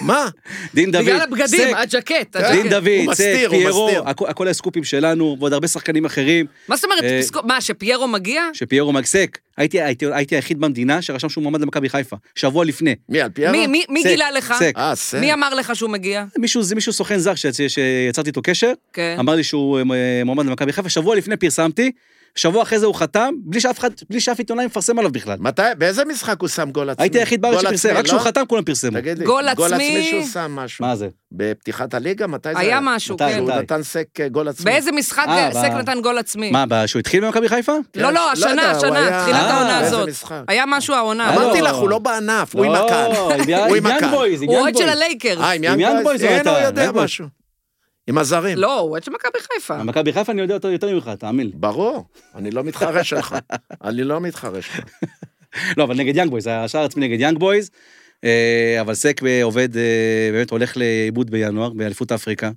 Speaker 2: מה?
Speaker 3: דין דוד,
Speaker 1: בגלל הבגדים, אה, אוקיי.
Speaker 3: סק,
Speaker 1: הג'קט.
Speaker 3: דין
Speaker 1: הג'קט.
Speaker 3: דוד,
Speaker 2: הוא
Speaker 3: סק,
Speaker 2: מסתיר, הוא
Speaker 3: פיירו,
Speaker 2: מסתיר.
Speaker 3: הכ- הכל הסקופים שלנו, ועוד הרבה שחקנים אחרים,
Speaker 1: מה זאת אומרת?
Speaker 3: אה,
Speaker 1: סקופ- מה, שפיירו מגיע?
Speaker 3: שפיירו מגסק. הייתי- הייתי הייתי היחיד במדינה שרשם שהוא מועמד למכבי חיפה, שבוע לפני.
Speaker 2: מי, על פיירו?
Speaker 1: מי- מי- מי
Speaker 3: סק,
Speaker 1: גילה לך?
Speaker 3: סק.
Speaker 2: אה, סק.
Speaker 1: מי אמר לך שהוא מגיע?
Speaker 3: מישהו, זה מישהו סוכן זר שיצ- שיצרתי איתו קשר,
Speaker 1: כן.
Speaker 3: אמר לי שהוא אה, מועמד למכבי חיפה, שבוע לפני פרסמתי, שבוע אחרי זה הוא חתם, בלי שאף אחד, בלי שאף עיתונאי מפרסם עליו בכלל.
Speaker 2: מתי, באיזה משחק הוא שם גול עצמי?
Speaker 3: הייתי היחיד בארץ
Speaker 2: גול
Speaker 3: שפרסם,
Speaker 2: עצמי,
Speaker 3: רק כשהוא
Speaker 2: לא?
Speaker 3: חתם כולם פרסמו.
Speaker 2: תגיד לי,
Speaker 1: גול
Speaker 2: גול
Speaker 1: עצמי
Speaker 2: עצמי שהוא שם משהו.
Speaker 3: מה זה?
Speaker 2: בפתיחת הליגה? מתי זה
Speaker 1: היה משהו,
Speaker 3: מתי?
Speaker 1: כן.
Speaker 2: הוא
Speaker 3: די.
Speaker 2: נתן סק אה, גול עצמי.
Speaker 1: באיזה משחק
Speaker 3: אה,
Speaker 1: סק
Speaker 3: ב-
Speaker 1: נתן גול עצמי?
Speaker 3: מה, ב- שהוא התחיל במכבי חיפה?
Speaker 2: כן,
Speaker 1: לא, לא, השנה,
Speaker 2: יודע, הוא
Speaker 1: השנה,
Speaker 2: היה-
Speaker 1: תחילת
Speaker 2: אה,
Speaker 3: העונה
Speaker 2: באיזה
Speaker 1: הזאת.
Speaker 2: משחק?
Speaker 1: היה משהו העונה.
Speaker 3: אה,
Speaker 2: אמרתי
Speaker 3: לא.
Speaker 2: לך, הוא לא בענף, הוא עם הקהל.
Speaker 3: לא, עם
Speaker 2: הוא עם
Speaker 3: יאנג
Speaker 2: הקהל.
Speaker 3: בויז, עם
Speaker 1: הוא
Speaker 3: יאנג
Speaker 1: אוהד של
Speaker 3: בויז.
Speaker 1: הלייקרס.
Speaker 2: אה, עם
Speaker 3: עם יאנג
Speaker 2: יאנג
Speaker 3: בויז
Speaker 2: בויז?
Speaker 3: הוא
Speaker 2: אין, הוא
Speaker 3: נתן,
Speaker 2: יודע
Speaker 3: יאנג בויז.
Speaker 2: משהו. עם הזרים.
Speaker 1: לא, הוא אוהד של מכבי חיפה.
Speaker 3: מכבי חיפה אני יודע יותר יותר ממך, תאמין לי.
Speaker 2: ברור, אני לא מתחרה שלך. אני לא מתחרה שלך.
Speaker 3: לא, אבל נגד יאנג בויז, השער עצמי נגד יאנג בויז. אה, אבל סק אה, עובד, אה, באמת הולך לאיבוד בינואר, באליפות אפריקה.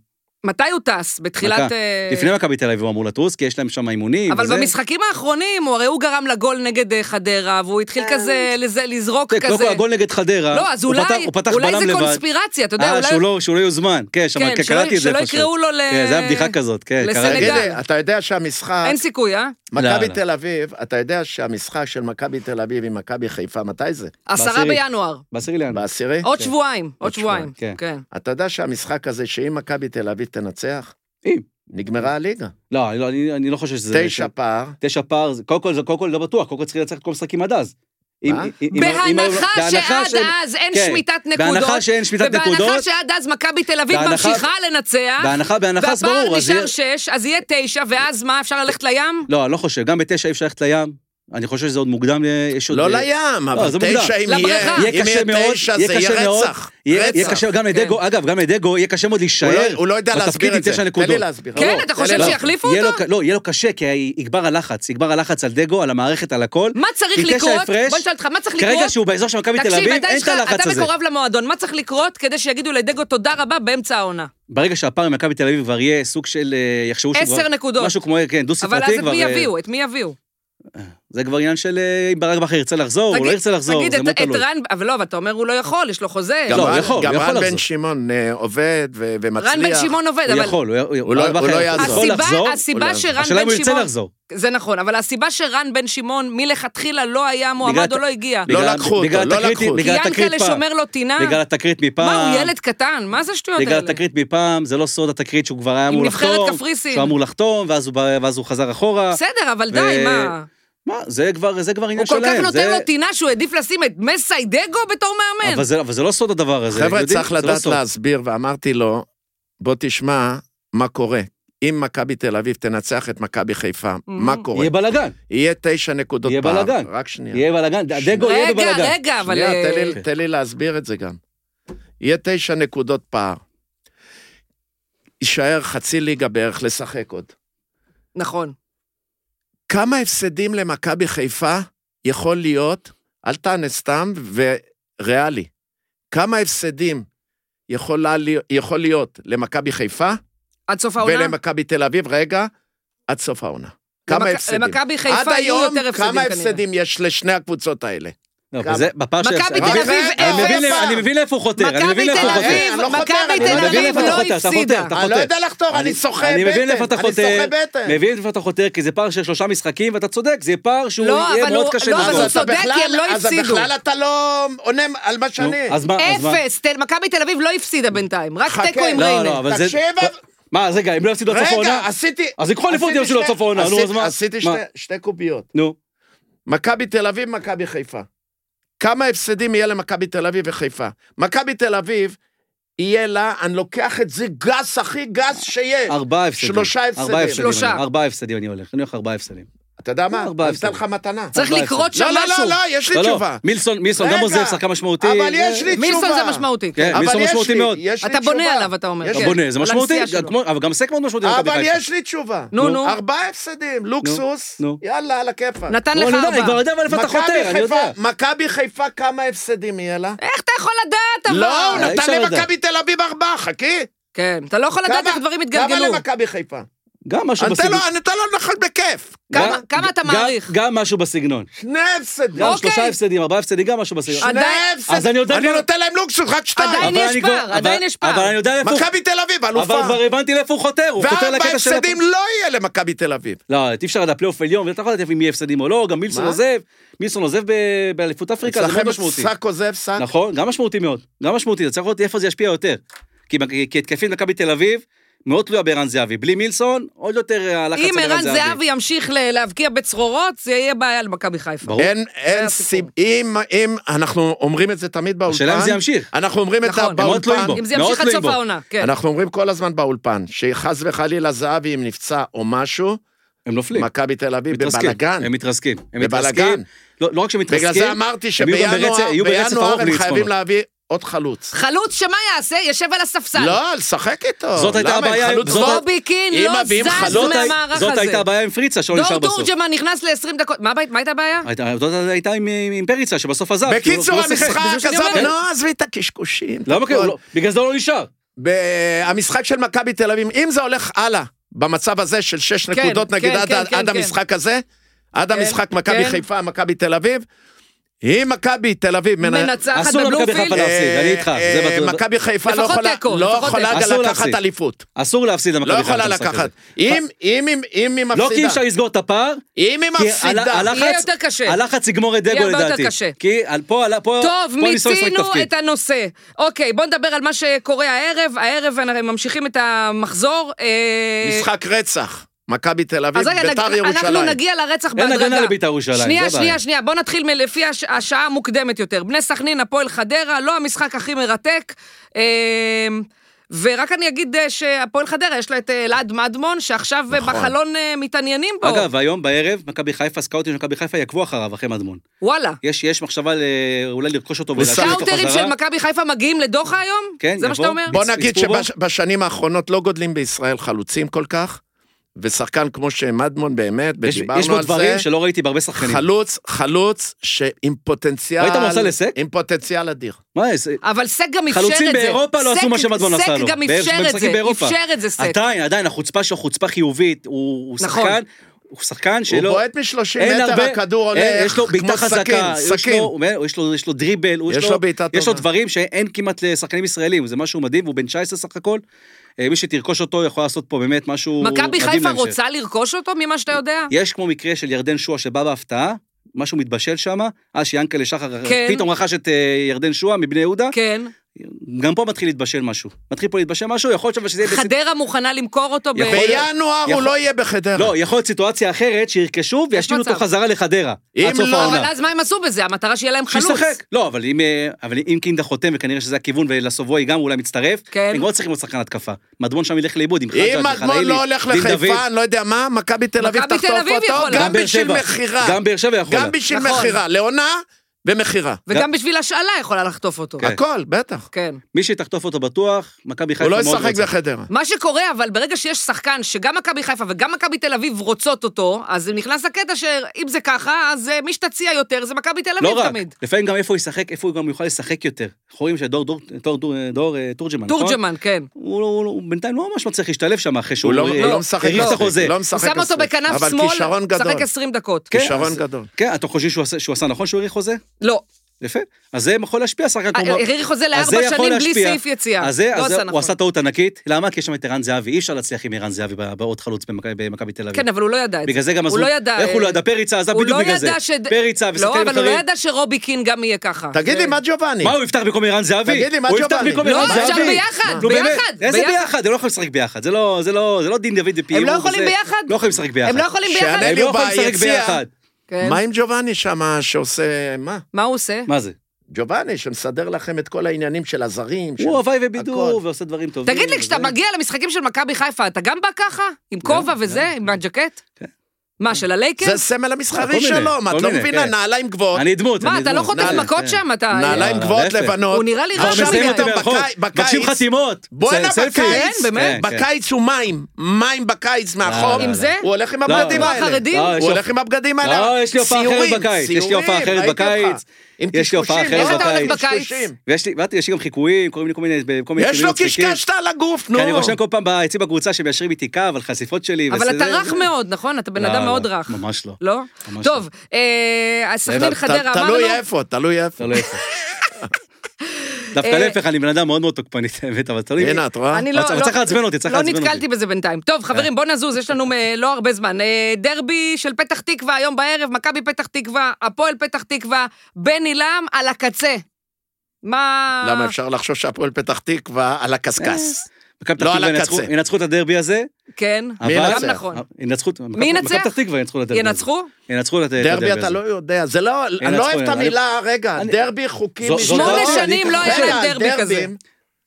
Speaker 1: מתי הוא טס? בתחילת...
Speaker 3: דקה.
Speaker 1: אה,
Speaker 3: לפני מכבי תל אביב הוא אמור לטוס, כי יש להם שם אימונים.
Speaker 1: אבל
Speaker 3: וזה.
Speaker 1: במשחקים האחרונים, הוא הרי הוא גרם לגול נגד אה, חדרה, והוא התחיל כזה לזה- לזרוק
Speaker 3: כן, קודם
Speaker 1: כזה.
Speaker 3: כל הגול נגד חדרה.
Speaker 1: לא, אז
Speaker 3: הוא
Speaker 1: אולי,
Speaker 3: פתח- הוא פתח
Speaker 1: אולי
Speaker 3: בלם
Speaker 1: זה
Speaker 3: לבד.
Speaker 1: קונספירציה, אתה יודע,
Speaker 3: אה,
Speaker 1: אולי...
Speaker 3: שהוא לא- שהוא לא יוזמן, כן, שם
Speaker 1: כן,
Speaker 3: קראתי את
Speaker 1: שלא שלא
Speaker 3: זה פשוט.
Speaker 1: יקראו לו ל...
Speaker 3: כן, זה היה בדיחה כזאת, כן,
Speaker 1: לסנגל.
Speaker 3: קראתי.
Speaker 2: תגיד לי, אתה יודע שהמשחק,
Speaker 1: אין סיכוי, אה?
Speaker 2: מכבי
Speaker 3: לא, לא.
Speaker 2: תל אביב, אתה יודע שהמשחק של מכבי תל אביב עם מכבי חיפה, מתי זה?
Speaker 1: עשרה
Speaker 3: בעשירי.
Speaker 1: בינואר.
Speaker 3: בעשירי לינואר.
Speaker 2: בעשירי?
Speaker 1: עוד שבועיים, עוד
Speaker 2: עוד
Speaker 1: שבועיים.
Speaker 2: שבועיים,
Speaker 3: כן.
Speaker 1: כן.
Speaker 2: אתה יודע שהמשחק הזה, שאם מכבי תל אביב תנצח,
Speaker 3: אם.
Speaker 2: נגמרה הליגה.
Speaker 3: לא, אני לא- אני- אני לא חושב שזה...
Speaker 2: תשע פער,
Speaker 3: תשע פער, זה- קודם כל זה קודם כל לא בטוח, קודם כל צריכים לנצח את כל המשחקים עד אז. אם-
Speaker 2: מה?
Speaker 3: אם- אם- אם-
Speaker 1: בהנחה
Speaker 3: בהנחה
Speaker 1: שעד
Speaker 3: שהם-
Speaker 1: אז אין
Speaker 3: כן,
Speaker 1: שמיטת נקודות,
Speaker 3: בהנחה שאין שמיטת
Speaker 1: ובהנחה
Speaker 3: נקודות,
Speaker 1: שעד אז מכבי תל אביב
Speaker 3: בהנחה-
Speaker 1: ממשיכה לנצח,
Speaker 3: בהנחה, בהנחה, אז
Speaker 1: והפער
Speaker 3: ברור, אז יהיה...
Speaker 1: נשאר שש, אז יהיה תשע, ואז מה, אפשר ללכת לים?
Speaker 3: לא, אני לא חושב, גם בתשע אי אפשר ללכת לים, אני חושב שזה עוד מוקדם, אה, יש עוד...
Speaker 2: לא
Speaker 3: אה,
Speaker 2: לים,
Speaker 3: לא,
Speaker 2: אבל
Speaker 3: זה מוקדם.
Speaker 2: תשע אם יהיה,
Speaker 1: לבריכה.
Speaker 2: אם
Speaker 3: יהיה קשה
Speaker 2: יהיה
Speaker 3: מאוד,
Speaker 2: תשע
Speaker 3: יהיה
Speaker 2: זה יהיה
Speaker 3: קשה מאוד.
Speaker 2: רצח.
Speaker 3: יהיה יהיה
Speaker 2: רצח.
Speaker 3: קשה גם
Speaker 1: כן.
Speaker 3: לדגו, אגב, גם לדגו יהיה קשה מאוד
Speaker 2: הוא לא-
Speaker 3: להישאר.
Speaker 2: הוא לא יודע
Speaker 3: בתפקיד
Speaker 2: להסביר
Speaker 3: עם
Speaker 2: את זה.
Speaker 3: תשע
Speaker 2: תן
Speaker 3: נקודות.
Speaker 2: לי להסביר.
Speaker 1: כן,
Speaker 2: לא,
Speaker 1: אתה
Speaker 2: תן לי
Speaker 1: חושב
Speaker 2: להסביר.
Speaker 1: שיחליפו
Speaker 3: יהיה לו
Speaker 1: אותו?
Speaker 3: ק- לא, יהיה לו קשה, כי ה- יגבר הלחץ, יגבר הלחץ על דגו, על המערכת, על הכל.
Speaker 1: מה צריך
Speaker 3: עם תשע
Speaker 1: לקרות?
Speaker 3: הפרש,
Speaker 1: בוא נשאל אותך, מה צריך לקרות?
Speaker 3: כרגע שהוא באזור של מכבי תל
Speaker 1: תקשיב,
Speaker 3: אביב,
Speaker 1: אתה
Speaker 3: אין
Speaker 1: יש
Speaker 3: את
Speaker 1: לך-
Speaker 3: הלחץ
Speaker 1: אתה
Speaker 3: הזה.
Speaker 1: מקורב למועדון, מה צריך לקרות כדי שיגידו לדגו תודה רבה באמצע העונה?
Speaker 3: ברגע שהפער עם מכבי תל אביב כבר יהיה סוג של, אה, יחשבו שהוא
Speaker 1: עשר
Speaker 3: כבר...
Speaker 1: נקודות.
Speaker 3: משהו כמו, כן, דו ספרתי
Speaker 1: אבל
Speaker 3: כבר.
Speaker 1: אז את מי
Speaker 3: אה,
Speaker 1: יביאו? את מי יביאו?
Speaker 3: זה כבר עניין של אה, אם ברק בכר ירצה לחזור, הוא לא
Speaker 1: תגיד-
Speaker 3: ירצה לחזור,
Speaker 1: תגיד,
Speaker 3: זה
Speaker 1: את-
Speaker 3: מאוד תלוי.
Speaker 1: את רן, אבל לא, אבל אתה אומר הוא לא יכול, יש לו חוזה.
Speaker 2: גם
Speaker 3: לא,
Speaker 2: רן-
Speaker 3: הוא יכול, הוא
Speaker 2: גם
Speaker 3: יכול
Speaker 2: רן בן
Speaker 3: לחזור.
Speaker 2: שמעון אה, עובד ו- ומצליח.
Speaker 1: רן בן שמעון עובד,
Speaker 3: הוא
Speaker 1: אבל...
Speaker 3: יכול,
Speaker 2: הוא לא-
Speaker 3: ברק
Speaker 2: הוא
Speaker 3: בכר
Speaker 2: לא
Speaker 3: יכול
Speaker 2: יעזוב.
Speaker 1: הסיבה-
Speaker 3: לחזור,
Speaker 1: הסיבה
Speaker 3: הוא לא יעזוב.
Speaker 1: שרן
Speaker 3: השאלה אם הוא
Speaker 1: בן
Speaker 3: ירצה
Speaker 1: שמעון-
Speaker 3: לחזור.
Speaker 1: זה נכון, אבל הסיבה שרן בן שמעון מלכתחילה לא היה מועמד
Speaker 3: בגלל-
Speaker 1: או לא הגיע.
Speaker 2: לא
Speaker 3: בגלל-
Speaker 2: לקחו אותו,
Speaker 3: בגלל
Speaker 2: לא
Speaker 3: התקרית-
Speaker 2: לקחו אותו.
Speaker 1: כי
Speaker 3: בגלל התקרית
Speaker 1: ינקלה
Speaker 3: פעם.
Speaker 1: שומר לו טינה.
Speaker 3: בגלל התקרית מפעם.
Speaker 1: מה, הוא ילד קטן? מה זה השטויות
Speaker 3: בגלל
Speaker 1: האלה?
Speaker 3: התקרית מפעם, זה לא סוד התקרית שהוא כבר היה
Speaker 1: עם
Speaker 3: אמור לחתום.
Speaker 1: נבחרת קפריסין.
Speaker 3: שהוא אמור לחתום, ואז הוא בא- ואז הוא חזר אחורה.
Speaker 1: בסדר, אבל
Speaker 3: ו-
Speaker 1: די, מה?
Speaker 3: מה, זה כבר זה כבר עניין
Speaker 1: הוא כל
Speaker 3: שלהם.
Speaker 1: כך נותן
Speaker 3: זה-
Speaker 1: לו טינה שהוא העדיף לשים את מסיידגו בתור מאמן.
Speaker 3: אבל זה אבל זה לא סוד הדבר הזה.
Speaker 2: חבר'ה,
Speaker 3: יודעים,
Speaker 2: צריך
Speaker 3: זה לא
Speaker 2: לדעת
Speaker 3: סוד.
Speaker 2: להסביר, ואמרתי לו, בוא תשמע מה קורה. אם מכבי תל אביב תנצח את מכבי חיפה, מה קורה?
Speaker 3: יהיה בלאגן,
Speaker 2: יהיה תשע נקודות
Speaker 3: יהיה
Speaker 2: פער.
Speaker 3: בלאגן.
Speaker 2: רק שנייה.
Speaker 3: יהיה בלאגן,
Speaker 2: שנייה.
Speaker 3: דגו יהיה
Speaker 1: רגע,
Speaker 3: בבלאגן.
Speaker 1: רגע, אבל...
Speaker 2: שנייה,
Speaker 1: אה,
Speaker 2: תן לי- תן לי להסביר את זה גם. יהיה תשע נקודות פער. יישאר חצי ליגה בערך לשחק עוד.
Speaker 1: נכון.
Speaker 2: כמה הפסדים למכבי חיפה יכול להיות, אל תענה סתם וריאלי, כמה הפסדים יכולה, לי- יכול להיות למכבי חיפה
Speaker 1: עד סוף העונה?
Speaker 2: ולמכבי תל אביב, רגע, עד סוף העונה. כמה
Speaker 1: למכ-
Speaker 2: הפסדים?
Speaker 1: למכבי חיפה יהיו
Speaker 2: עד
Speaker 1: יותר
Speaker 2: היום,
Speaker 1: הפסדים
Speaker 2: כמה
Speaker 1: כנראה.
Speaker 2: הפסדים יש לשני הקבוצות האלה?
Speaker 3: לא, אבל
Speaker 2: כמה?
Speaker 3: זה בפער של...
Speaker 1: מכבי אה,
Speaker 3: אני
Speaker 2: תל
Speaker 3: מבין-
Speaker 2: אביב,
Speaker 3: אני מבין-
Speaker 2: אפס.
Speaker 3: אני מבין לאיפה הוא חותר, אני
Speaker 1: מכבי
Speaker 3: מבין
Speaker 1: תל
Speaker 3: לאיפה הוא חותר.
Speaker 1: אביב,
Speaker 2: אני לא חותר,
Speaker 1: מכבי
Speaker 2: אני
Speaker 1: תל
Speaker 2: לא מבין
Speaker 1: אביב
Speaker 2: איפה אתה
Speaker 1: לא
Speaker 3: חותר, אתה
Speaker 1: הפסידה.
Speaker 3: חותר, אתה
Speaker 2: אני לא יודע לחתור,
Speaker 3: אני-
Speaker 2: אני שוחה
Speaker 3: אני מבין לאיפה אתה
Speaker 2: בטן, אני
Speaker 3: חותר,
Speaker 2: שוחה בטן.
Speaker 3: מבין איפה אתה חותר, כי זה פער של שלושה משחקים, ואתה צודק, זה פער שהוא
Speaker 1: לא,
Speaker 3: יהיה
Speaker 1: אבל
Speaker 3: מאוד
Speaker 1: הוא-
Speaker 3: קשה
Speaker 1: לא, אבל
Speaker 2: אז
Speaker 1: הוא
Speaker 2: אתה
Speaker 3: לעשות.
Speaker 1: צודק, כי
Speaker 2: בכלל-
Speaker 1: הם לא הפסידו.
Speaker 2: אז בכלל אתה לא עונה על מה
Speaker 3: נו,
Speaker 2: שאני...
Speaker 3: אז מה, אז מה?
Speaker 1: אפס, תל- מכבי תל אביב לא הפסידה בינתיים, רק
Speaker 2: חכה.
Speaker 1: תיקו עם
Speaker 2: לא,
Speaker 1: ריינה.
Speaker 3: אבל זה...
Speaker 2: תקשיב, אבל-
Speaker 3: מה, אז רגע, הם לא יפסידו עד סוף
Speaker 2: רגע,
Speaker 3: העונה?
Speaker 2: עשיתי...
Speaker 3: אז ייקחו אליפות
Speaker 2: עשיתי
Speaker 3: גם שלו עד
Speaker 2: שתי-
Speaker 3: סוף העונה, נו,
Speaker 2: עשיתי-
Speaker 3: אז מה?
Speaker 2: עשיתי
Speaker 3: מה?
Speaker 2: שתי- שתי קוביות.
Speaker 3: נו,
Speaker 2: מכבי תל אביב, מכבי חיפה. כמה הפסדים יהיה למכבי תל אביב וחיפה? מכבי תל אביב, יהיה לה, אני לוקח את זה גס, הכי גס שיש.
Speaker 3: ארבעה הפסדים.
Speaker 2: שלושה הפסדים.
Speaker 3: ארבעה הפסדים. אני
Speaker 1: שלושה.
Speaker 3: הולך, ארבעה הפסדים אני הולך, אני הולך ארבעה הפסדים.
Speaker 2: אתה יודע מה?
Speaker 3: ארבעה
Speaker 2: אני אתן
Speaker 3: הפסדים.
Speaker 2: לך מתנה.
Speaker 1: צריך
Speaker 3: ארבעה
Speaker 1: לקרות
Speaker 3: הפסדים.
Speaker 1: שם
Speaker 2: לא, לא,
Speaker 1: משהו.
Speaker 2: לא, לא, יש לי
Speaker 3: לא, לא,
Speaker 2: תשובה.
Speaker 3: מילסון, מילסון גם
Speaker 2: רגע,
Speaker 3: עוזב, שחקן משמעותי.
Speaker 2: אבל יש לי
Speaker 1: מילסון זה
Speaker 2: תשובה.
Speaker 1: משמעותי.
Speaker 3: כן,
Speaker 2: אבל
Speaker 3: מילסון
Speaker 2: יש
Speaker 3: משמעותי
Speaker 2: לי,
Speaker 3: מאוד.
Speaker 2: יש לי
Speaker 1: אתה בונה
Speaker 2: תשובה.
Speaker 1: עליו, אתה אומר.
Speaker 2: יש
Speaker 1: כן.
Speaker 2: לי-
Speaker 3: בונה, לא, זה
Speaker 1: על
Speaker 3: משמעותי,
Speaker 1: הנסיעה שלו.
Speaker 3: גם כמו- אבל גם סק מאוד משמעותי. למכבי
Speaker 2: אבל
Speaker 3: חיפה.
Speaker 2: יש לי תשובה.
Speaker 1: נו, נו.
Speaker 2: ארבעה הפסדים, לוקסוס,
Speaker 3: נו.
Speaker 2: יאללה, על הכיפאק.
Speaker 1: נתן
Speaker 3: נו,
Speaker 1: לך
Speaker 3: אני יודע, אני כבר
Speaker 1: ארבע.
Speaker 3: יודע אבל איפה אתה
Speaker 2: מכבי
Speaker 3: חותר, אני
Speaker 2: חיפה-
Speaker 3: יודע.
Speaker 2: מכבי חיפה, כמה הפסדים יהיה לה?
Speaker 1: איך אתה יכול לדעת אבל?
Speaker 2: לא, הוא
Speaker 3: אי אפשר
Speaker 2: נתן
Speaker 3: לדעת.
Speaker 2: למכבי תל אביב ארבעה, חכי.
Speaker 1: כן, אתה לא יכול לדעת איך דברים
Speaker 2: כמה
Speaker 1: יתגלגלו.
Speaker 2: למכבי חיפה?
Speaker 3: גם משהו
Speaker 2: אני אתן
Speaker 3: בסגנון.
Speaker 2: לו- אני אתן לו נחל בכיף.
Speaker 1: כמה-
Speaker 3: גם-
Speaker 1: כמה אתה
Speaker 3: גם-
Speaker 1: מעריך?
Speaker 3: גם משהו בסגנון.
Speaker 2: שני הפסדים.
Speaker 3: גם
Speaker 1: אוקיי.
Speaker 3: שלושה הפסדים, ארבעה הפסדים, גם משהו בסגנון.
Speaker 2: שני
Speaker 1: עדיין-
Speaker 2: הפסדים.
Speaker 3: אז אני יודע כבר-
Speaker 2: נותן להם לוקסוס, רק
Speaker 1: עדיין
Speaker 2: שתיים.
Speaker 3: אבל
Speaker 1: יש
Speaker 3: אני
Speaker 1: פער,
Speaker 3: כבר-
Speaker 1: עדיין
Speaker 3: אבל-
Speaker 1: יש פער.
Speaker 3: אבל אני יודע איפה הוא...
Speaker 2: מכבי תל אביב, אלופה.
Speaker 3: אבל כבר הבנתי לאיפה הוא חותר, הוא חותר
Speaker 2: וארבע
Speaker 3: לקטע של...
Speaker 2: הפסדים לא יהיה למכבי תל אביב.
Speaker 3: לא, אי אפשר לדעת פלייאוף עליון, ואתה יכול לדעת אם יהיה הפסדים או לא, גם מילסון
Speaker 2: מה?
Speaker 3: עוזב, מילסון עוזב ב- באליפות אפריקה, זה מאוד
Speaker 2: אצלכם
Speaker 3: משמעותי.
Speaker 2: שק עוזב, שק.
Speaker 3: נכון, גם משמעותי מאוד, גם משמעותי, זה צריך לראות איפה זה ישפיע יותר. כי, כי התקפית מכבי תל אביב, מאוד תלויה בערן זהבי, בלי מילסון, עוד יותר אה, הלחץ
Speaker 1: אם
Speaker 3: על
Speaker 1: ערן זהבי ימשיך ל- להבקיע בצרורות, זה יהיה בעיה למכבי חיפה.
Speaker 3: ברור.
Speaker 2: אין, אין
Speaker 1: הסיפור.
Speaker 2: סיב... אם, אם, אנחנו אומרים את זה תמיד באולפן.
Speaker 3: השאלה אם זה ימשיך. לא
Speaker 2: אנחנו אומרים את זה
Speaker 1: נכון. הם
Speaker 3: מאוד
Speaker 2: באולפן.
Speaker 3: תלויים בו.
Speaker 1: אם זה
Speaker 3: מאוד
Speaker 1: ימשיך עד
Speaker 3: תלויים
Speaker 1: סוף
Speaker 3: בו.
Speaker 1: העונה, כן.
Speaker 2: אנחנו אומרים כל הזמן באולפן, שחס וחלילה זהבי אם נפצע או משהו,
Speaker 3: הם נופלים,
Speaker 2: מכבי תל אביב
Speaker 3: מתרסקים,
Speaker 2: בבלאגן.
Speaker 3: הם מתרסקים, הם
Speaker 2: בבלגן.
Speaker 3: מתרסקים. לא לא רק שהם מתרסקים,
Speaker 2: בגלל זה אמרתי
Speaker 3: הם יהיו גם ברצף-
Speaker 2: שבינואר
Speaker 3: יהיו ברצף
Speaker 2: בינואר
Speaker 3: ארוך
Speaker 2: הם
Speaker 3: לניצחונות.
Speaker 2: חייבים להביא עוד חלוץ.
Speaker 1: חלוץ שמה יעשה? יושב על הספסל.
Speaker 2: לא, לשחק איתו.
Speaker 3: זאת הייתה
Speaker 2: למה? עם
Speaker 3: הבעיה,
Speaker 2: חלוץ
Speaker 3: זאת-
Speaker 2: טוב?
Speaker 1: בובי קין
Speaker 2: אם
Speaker 1: לא
Speaker 2: מביאים
Speaker 1: זז
Speaker 2: חלוץ-
Speaker 3: זאת, הי-
Speaker 1: מהמערך הזה.
Speaker 3: זאת הייתה הבעיה עם פריצה, שלא נשאר
Speaker 1: דור
Speaker 3: בסוף.
Speaker 1: תורג'מן נכנס ל-20 דקות, מה הבעיה- מה הייתה הבעיה?
Speaker 3: הייתה- זאת הייתה עם- עם עם פריצה, שבסוף עזב. כי הוא-
Speaker 2: בקיצור,
Speaker 3: הוא לא שיחק,
Speaker 2: המשחק
Speaker 3: בדיוק שאני
Speaker 2: עזב...
Speaker 3: אומר.
Speaker 2: לא, עזבי את הקשקושים.
Speaker 3: למה כן? הוא לא- בגלל זה הוא לא נשאר.
Speaker 2: ב- המשחק של מכבי תל אביב, אם זה הולך הלאה, במצב הזה של שש
Speaker 1: כן,
Speaker 2: נקודות, נגיד
Speaker 1: כן,
Speaker 2: עד-
Speaker 1: כן,
Speaker 2: עד-
Speaker 1: כן,
Speaker 2: עד
Speaker 1: כן.
Speaker 2: המשחק הזה, עד
Speaker 1: כן,
Speaker 2: המשחק מכבי
Speaker 1: כן.
Speaker 2: חיפה, מכבי תל אביב, אם מכבי תל אביב מנ-
Speaker 1: מנצחת
Speaker 3: אסור למכבי
Speaker 1: בבלומפילד?
Speaker 3: חיפה לא, להפסיד,
Speaker 2: אה,
Speaker 3: אני איתך, זה
Speaker 2: אה,
Speaker 3: בטוח.
Speaker 2: מכבי חיפה לא
Speaker 1: לפחות
Speaker 2: יכולה-
Speaker 1: תיקו,
Speaker 2: לא
Speaker 1: לפחות
Speaker 2: יכולה
Speaker 3: תיקו.
Speaker 2: גם
Speaker 3: אסור
Speaker 2: לקחת
Speaker 3: להפסיד.
Speaker 2: אליפות.
Speaker 3: אסור להפסיד למכבי
Speaker 2: לא
Speaker 3: חיפה.
Speaker 2: יכולה
Speaker 3: במשחק
Speaker 2: לקחת.
Speaker 3: הזה.
Speaker 2: אם אם- אם היא
Speaker 3: לא כי אי אפשר
Speaker 2: מפסידה,
Speaker 3: לסגור את הפער,
Speaker 2: אם היא
Speaker 3: כי
Speaker 2: מפסידה,
Speaker 3: הל- הלחץ-
Speaker 1: יהיה יותר קשה.
Speaker 3: הלחץ יגמור את
Speaker 1: יהיה
Speaker 3: דגו
Speaker 1: הרבה יותר
Speaker 3: לדעתי.
Speaker 1: קשה.
Speaker 3: כי על- פה עלה- פה-
Speaker 1: טוב,
Speaker 3: פה ניסו לשחק
Speaker 1: מיצינו
Speaker 3: תפקיד.
Speaker 1: את הנושא. אוקיי, בוא נדבר על מה שקורה הערב. הערב אנחנו ממשיכים את המחזור. אה,
Speaker 2: משחק רצח. מכבי תל אביב,
Speaker 1: אז רגע, נג-
Speaker 2: ביתר
Speaker 1: אנחנו
Speaker 2: ירושלים.
Speaker 1: נגיע לרצח
Speaker 3: אין
Speaker 1: בהדרגה.
Speaker 3: הגנה לבית"ר ירושלים, לא
Speaker 1: שנייה,
Speaker 3: זה הבעיה.
Speaker 1: שנייה, שנייה, בוא נתחיל מלפי הש... השעה המוקדמת יותר. בני סכנין, הפועל חדרה, לא המשחק הכי מרתק. אה, ורק אני אגיד אה, שהפועל חדרה, יש לה את אה, אלעד מדמון, שעכשיו אה,
Speaker 2: נכון.
Speaker 1: בחלון אה, מתעניינים בו.
Speaker 3: אגב, היום בערב, מכבי חיפה, סקאוטים של מכבי חיפה יעקבו אחריו, אחרי מדמון.
Speaker 1: וואלה.
Speaker 3: יש יש מחשבה ל- אולי לרכוש אותו ולהשאיר אותו
Speaker 1: סאוטרים של
Speaker 3: חזרה.
Speaker 1: מכבי חיפה מגיעים לדוחה היום?
Speaker 3: כן,
Speaker 1: זה מה
Speaker 3: יבוא.
Speaker 1: שאתה אומר?
Speaker 2: בוא
Speaker 3: יצ-
Speaker 2: נגיד
Speaker 3: יצפו בו?
Speaker 2: שבשנים האחרונות לא גודלים בישראל חלוצים כל כך, ושחקן כמו שמדמון באמת,
Speaker 3: יש- יש
Speaker 2: ודיברנו
Speaker 3: בו
Speaker 2: על
Speaker 3: דברים כן,
Speaker 2: זה,
Speaker 3: שלא ראיתי בהרבה שחקנים.
Speaker 2: חלוץ, חלוץ שעם פוטנציאל,
Speaker 3: ראית מה עושה לסק?
Speaker 2: עם פוטנציאל אדיר.
Speaker 3: מה זה?
Speaker 1: אבל סק גם אפשר את זה.
Speaker 3: חלוצים באירופה לא
Speaker 1: סק-
Speaker 3: עשו מה שמדמון עשה לו.
Speaker 1: סק גם
Speaker 3: באר-
Speaker 1: אפשר את
Speaker 3: במשחקים
Speaker 1: זה,
Speaker 3: באירופה.
Speaker 1: אפשר את זה סק.
Speaker 3: עדיין, עדיין, החוצפה שלו חוצפה חיובית, הוא הוא
Speaker 1: נכון.
Speaker 3: שחקן, הוא שחקן
Speaker 2: הוא
Speaker 3: שלא...
Speaker 2: בועט מ-30
Speaker 3: אין
Speaker 2: מטר,
Speaker 3: הרבה,
Speaker 2: הכדור
Speaker 3: אין,
Speaker 2: הולך
Speaker 3: יש לו בעיטה
Speaker 2: כמו
Speaker 3: חזקה,
Speaker 2: סכין,
Speaker 3: יש
Speaker 2: סכין.
Speaker 3: לו- הוא- יש לו- יש לו דריבל, הוא-
Speaker 2: יש לו בעיטה
Speaker 3: יש לו
Speaker 2: טובה.
Speaker 3: דברים שאין כמעט לשחקנים ישראלים, זה משהו מדהים, והוא בן 19 סך הכל. אה, מי שתרכוש אותו יכול לעשות פה באמת משהו מדהים
Speaker 1: מכבי חיפה
Speaker 3: להמשך.
Speaker 1: רוצה לרכוש אותו ממה שאתה יודע?
Speaker 3: יש כמו מקרה של ירדן שועה שבא בהפתעה, משהו מתבשל שם, אז שיאנקלה שחר
Speaker 1: כן.
Speaker 3: פתאום רכש את אה, ירדן שועה מבני יהודה,
Speaker 1: כן.
Speaker 3: גם פה מתחיל להתבשל משהו. מתחיל פה להתבשל משהו, יכול להיות שם שזה יהיה... בסיט-
Speaker 1: חדרה מוכנה למכור אותו ב...
Speaker 3: יכול-
Speaker 2: בינואר הוא
Speaker 3: יכול-
Speaker 2: לא יהיה בחדרה.
Speaker 3: לא, יכול להיות סיטואציה אחרת שירכשו וישתילו אותו
Speaker 1: מצב.
Speaker 3: חזרה לחדרה.
Speaker 2: אם
Speaker 3: עד סוף
Speaker 2: לא,
Speaker 3: העונה.
Speaker 1: אבל אז מה הם עשו בזה? המטרה שיהיה להם חלוץ.
Speaker 3: שישחק. לא, אבל אם, אה, אבל אם קינדה חותם, וכנראה שזה הכיוון, ולסובוי גם אולי מצטרף,
Speaker 1: כן.
Speaker 3: הם לא צריכים עוד שחקן התקפה. מדמון שם ילך לאיבוד עם
Speaker 2: אם
Speaker 3: חג'ג'
Speaker 2: מדמון לא הולך לחיפה, אני לא יודע מה, מכבי תל אביב
Speaker 1: מכבי תל
Speaker 2: תחטוף
Speaker 1: אביב
Speaker 2: אותו,
Speaker 1: יכולה.
Speaker 2: גם
Speaker 3: גם באר
Speaker 2: בשביל
Speaker 3: שבע.
Speaker 2: מכירה.
Speaker 3: גם באר שבע יכולה.
Speaker 2: גם בשביל
Speaker 1: נכון.
Speaker 2: מכירה, לעונה ומכירה.
Speaker 1: וגם בשביל השאלה יכולה לחטוף אותו.
Speaker 3: כן.
Speaker 2: הכל, בטח.
Speaker 1: כן.
Speaker 3: מי שתחטוף אותו בטוח, מכבי חיפה
Speaker 2: הוא לא
Speaker 3: מאוד
Speaker 2: ישחק
Speaker 3: רוצה.
Speaker 2: בחדרה.
Speaker 1: מה שקורה, אבל ברגע שיש שחקן שגם מכבי חיפה וגם מכבי תל אביב רוצות אותו, אז נכנס הקטע שאם זה ככה, אז אה, מי שתציע יותר זה מכבי תל
Speaker 3: לא
Speaker 1: אביב
Speaker 3: רק,
Speaker 1: תמיד.
Speaker 3: לפעמים גם איפה הוא ישחק, איפה הוא גם יוכל לשחק יותר. אנחנו רואים שדור דור- דור- דור- דור, אה, תורג'מן, נכון?
Speaker 1: תורג'מן, כן.
Speaker 3: הוא לא- הוא לא- הוא בינתיים לא ממש מצליח להשתלב שם אחרי שהוא
Speaker 2: הוא לא
Speaker 3: אה,
Speaker 2: הוא לא משחק
Speaker 3: האריך את
Speaker 2: מספיק,
Speaker 3: החוזה.
Speaker 2: לא
Speaker 1: הוא
Speaker 2: משחק
Speaker 1: שם אותו
Speaker 2: מספיק.
Speaker 1: בכנף
Speaker 2: אבל כישרון
Speaker 1: שמאל,
Speaker 2: גדול.
Speaker 1: שחק 20 דקות.
Speaker 3: כן,
Speaker 2: כישרון
Speaker 3: אז-
Speaker 2: גדול.
Speaker 3: כן, אתם חושבים שהוא עשה- שהוא עשה נכון שהוא האריך חוזה?
Speaker 1: לא.
Speaker 3: יפה. אז זה יכול להשפיע,
Speaker 1: אה,
Speaker 3: שחקן כמו...
Speaker 1: האריך חוזה
Speaker 3: אז זה
Speaker 1: לארבע
Speaker 3: יכול
Speaker 1: שנים בלי
Speaker 3: להשפיע.
Speaker 1: סעיף יציאה.
Speaker 3: אז זה,
Speaker 1: לא
Speaker 3: אז
Speaker 1: עשה
Speaker 3: הוא
Speaker 1: נכון.
Speaker 3: עשה טעות ענקית, למה? כי יש שם את ערן זהבי, אי אפשר להצליח עם ערן זהבי בא- בעוד חלוץ במכבי- במכבי תל אביב.
Speaker 1: כן, אבל הוא לא ידע את זה.
Speaker 3: בגלל זה גם
Speaker 1: הוא
Speaker 3: עזבו,
Speaker 1: לא ידע.
Speaker 3: איך הוא לא ידע? פריצה עזב
Speaker 1: הוא
Speaker 3: בדיוק
Speaker 1: לא
Speaker 3: בגלל זה.
Speaker 1: ידע ש-
Speaker 3: פריצה
Speaker 1: לא,
Speaker 3: ושחקנים
Speaker 1: אבל הוא לא
Speaker 3: אחרים.
Speaker 1: ידע שרובי קין גם יהיה ככה.
Speaker 2: תגיד לי,
Speaker 1: כן.
Speaker 2: מה ג'ובאני?
Speaker 3: מה, הוא יפתח במקום ערן זהבי?
Speaker 2: תגיד לי, מה
Speaker 3: הוא יפתח
Speaker 2: ג'ובאני?
Speaker 3: במקום
Speaker 2: לא,
Speaker 3: ערן
Speaker 2: אפשר
Speaker 3: זאבי?
Speaker 1: ביחד,
Speaker 3: נו, באמת,
Speaker 1: ביחד,
Speaker 3: איזה
Speaker 1: ביחד.
Speaker 3: ביחד? הם לא יכולים לשחק ביחד, זה לא- זה לא זה לא דין דוד ופיור.
Speaker 1: הם לא יכולים
Speaker 3: וזה-
Speaker 1: ביחד?
Speaker 3: לא יכולים לשחק ביחד.
Speaker 1: הם לא יכולים ביחד?
Speaker 2: שאלה-
Speaker 3: הם לא יכולים לשחק
Speaker 2: ביציע.
Speaker 3: ביחד.
Speaker 1: כן.
Speaker 2: מה עם ג'ובאני שם שעושה... מה?
Speaker 1: מה הוא עושה?
Speaker 3: מה זה?
Speaker 2: ג'ובאני שמסדר לכם את כל העניינים של הזרים. של-
Speaker 3: הוא הוואי ובידור
Speaker 2: הכל.
Speaker 3: ועושה דברים טובים.
Speaker 1: תגיד לי, כשאתה
Speaker 3: וזה.
Speaker 1: מגיע למשחקים של מכבי חיפה, אתה גם בא ככה? עם כובע וזה? עם הג'קט?
Speaker 3: כן.
Speaker 1: מה, של הלייקרס?
Speaker 2: זה סמל המסחרי
Speaker 3: כל מיני,
Speaker 2: שלו, מה,
Speaker 3: כל
Speaker 2: את לא
Speaker 3: מיני,
Speaker 2: מבינה?
Speaker 3: כן.
Speaker 2: נעליים גבוהות.
Speaker 3: אני אדמות,
Speaker 1: מה,
Speaker 3: אני
Speaker 1: אתה לא
Speaker 3: אדמות.
Speaker 1: חוטף
Speaker 2: נעליים,
Speaker 1: מכות
Speaker 3: כן.
Speaker 1: שם? אתה...
Speaker 2: נעליים
Speaker 3: לא,
Speaker 2: גבוהות
Speaker 3: להפך. נכון.
Speaker 2: לבנות.
Speaker 1: הוא נראה לי
Speaker 2: כבר
Speaker 1: רע שם
Speaker 2: מזהים
Speaker 1: מדי.
Speaker 2: אותם
Speaker 3: ברחוב.
Speaker 2: בקי-
Speaker 3: מבקשים
Speaker 2: בקיץ.
Speaker 3: חתימות.
Speaker 2: בואנה,
Speaker 3: זה- סלפי.
Speaker 2: בקיץ.
Speaker 1: כן, באמת.
Speaker 3: כן, כן.
Speaker 2: בקיץ הוא מים, מים בקיץ מהחום.
Speaker 3: לא,
Speaker 1: עם
Speaker 3: לא,
Speaker 1: זה?
Speaker 2: הוא הולך עם
Speaker 3: לא,
Speaker 2: הבגדים
Speaker 3: לא.
Speaker 1: כמו
Speaker 2: האלה.
Speaker 1: החרדים?
Speaker 3: לא, יש
Speaker 2: הוא
Speaker 3: לו-
Speaker 2: הולך עם הבגדים האלה.
Speaker 3: לא, יש לי הופעה אחרת
Speaker 2: סיורים,
Speaker 3: בקיץ, יש לי הופעה אחרת
Speaker 2: סיורים, ראיתי
Speaker 3: בקיץ.
Speaker 2: אותך. עם
Speaker 3: יש לי הופעה
Speaker 2: קשקושים,
Speaker 3: אחרת
Speaker 2: איך אתה הולך
Speaker 1: בקיץ.
Speaker 2: בקיץ?
Speaker 3: ויש לי, ואמרתי, יש לי גם חיקויים, כל מיני, כל מיני, כל מיני,
Speaker 2: יש לו
Speaker 3: כינויים מצחיקים.
Speaker 2: קשקשת על הגוף, נו.
Speaker 3: כי כן, אני רושם כל פעם אצלי בקבוצה שמיישרים איתי קו על חשיפות שלי.
Speaker 1: אבל
Speaker 3: וזה-
Speaker 1: אתה
Speaker 3: זה-
Speaker 1: רך
Speaker 3: זה-
Speaker 1: מאוד, נכון? אתה בן
Speaker 3: לא,
Speaker 1: אדם
Speaker 3: לא,
Speaker 1: מאוד רך.
Speaker 3: ממש לא.
Speaker 1: לא?
Speaker 3: ממש
Speaker 1: טוב, אה, אז סכנין
Speaker 2: ת-
Speaker 1: חדרה, אמרנו?
Speaker 2: תלוי איפה, תלוי איפה.
Speaker 3: אתה לא יפה. דווקא
Speaker 1: אה,
Speaker 3: להפך, אני בן אדם מאוד מאוד תוקפני, האמת, אבל תלוי.
Speaker 2: הנה, את רואה?
Speaker 1: אני לא...
Speaker 3: אבל
Speaker 1: לא-
Speaker 3: אה? צריך לעצבן אותי, צריך אה. לעצבן
Speaker 1: לא
Speaker 3: אותי.
Speaker 1: נתקלתי בזה בינתיים. טוב, חברים, בואו נזוז, יש לנו אה, לא הרבה זמן. אה, דרבי של פתח תקווה היום בערב, מכבי פתח תקווה, הפועל פתח תקווה, בני לם על הקצה. מה...
Speaker 2: למה אפשר לחשוב שהפועל פתח תקווה על הקשקש?
Speaker 1: אה.
Speaker 3: מכבי פתח
Speaker 2: לא
Speaker 3: תקווה
Speaker 2: על
Speaker 3: ינצחו-
Speaker 2: הקצה.
Speaker 3: ינצחו את הדרבי הזה,
Speaker 1: כן,
Speaker 3: אבל... אה,
Speaker 2: ינצח?
Speaker 1: גם נכון.
Speaker 3: ינצחו...
Speaker 1: מי ינצח?
Speaker 3: מכבי פתח תקווה ינצחו את הדרבי הזה.
Speaker 1: ינצחו?
Speaker 3: ינצחו את את הדרבי הזה.
Speaker 2: דרבי אתה לא יודע, זה לא, אני
Speaker 3: ינצחו,
Speaker 2: לא אוהב את
Speaker 3: אה. אני-
Speaker 2: המילה, רגע,
Speaker 3: אני-
Speaker 2: דרבי חוקי.
Speaker 3: זו-
Speaker 2: משפטי.
Speaker 3: זו
Speaker 1: שמונה
Speaker 3: דרבי,
Speaker 1: שנים
Speaker 3: אני-
Speaker 1: לא היה
Speaker 2: רגע,
Speaker 1: להם דרבי כזה.
Speaker 2: דרבים,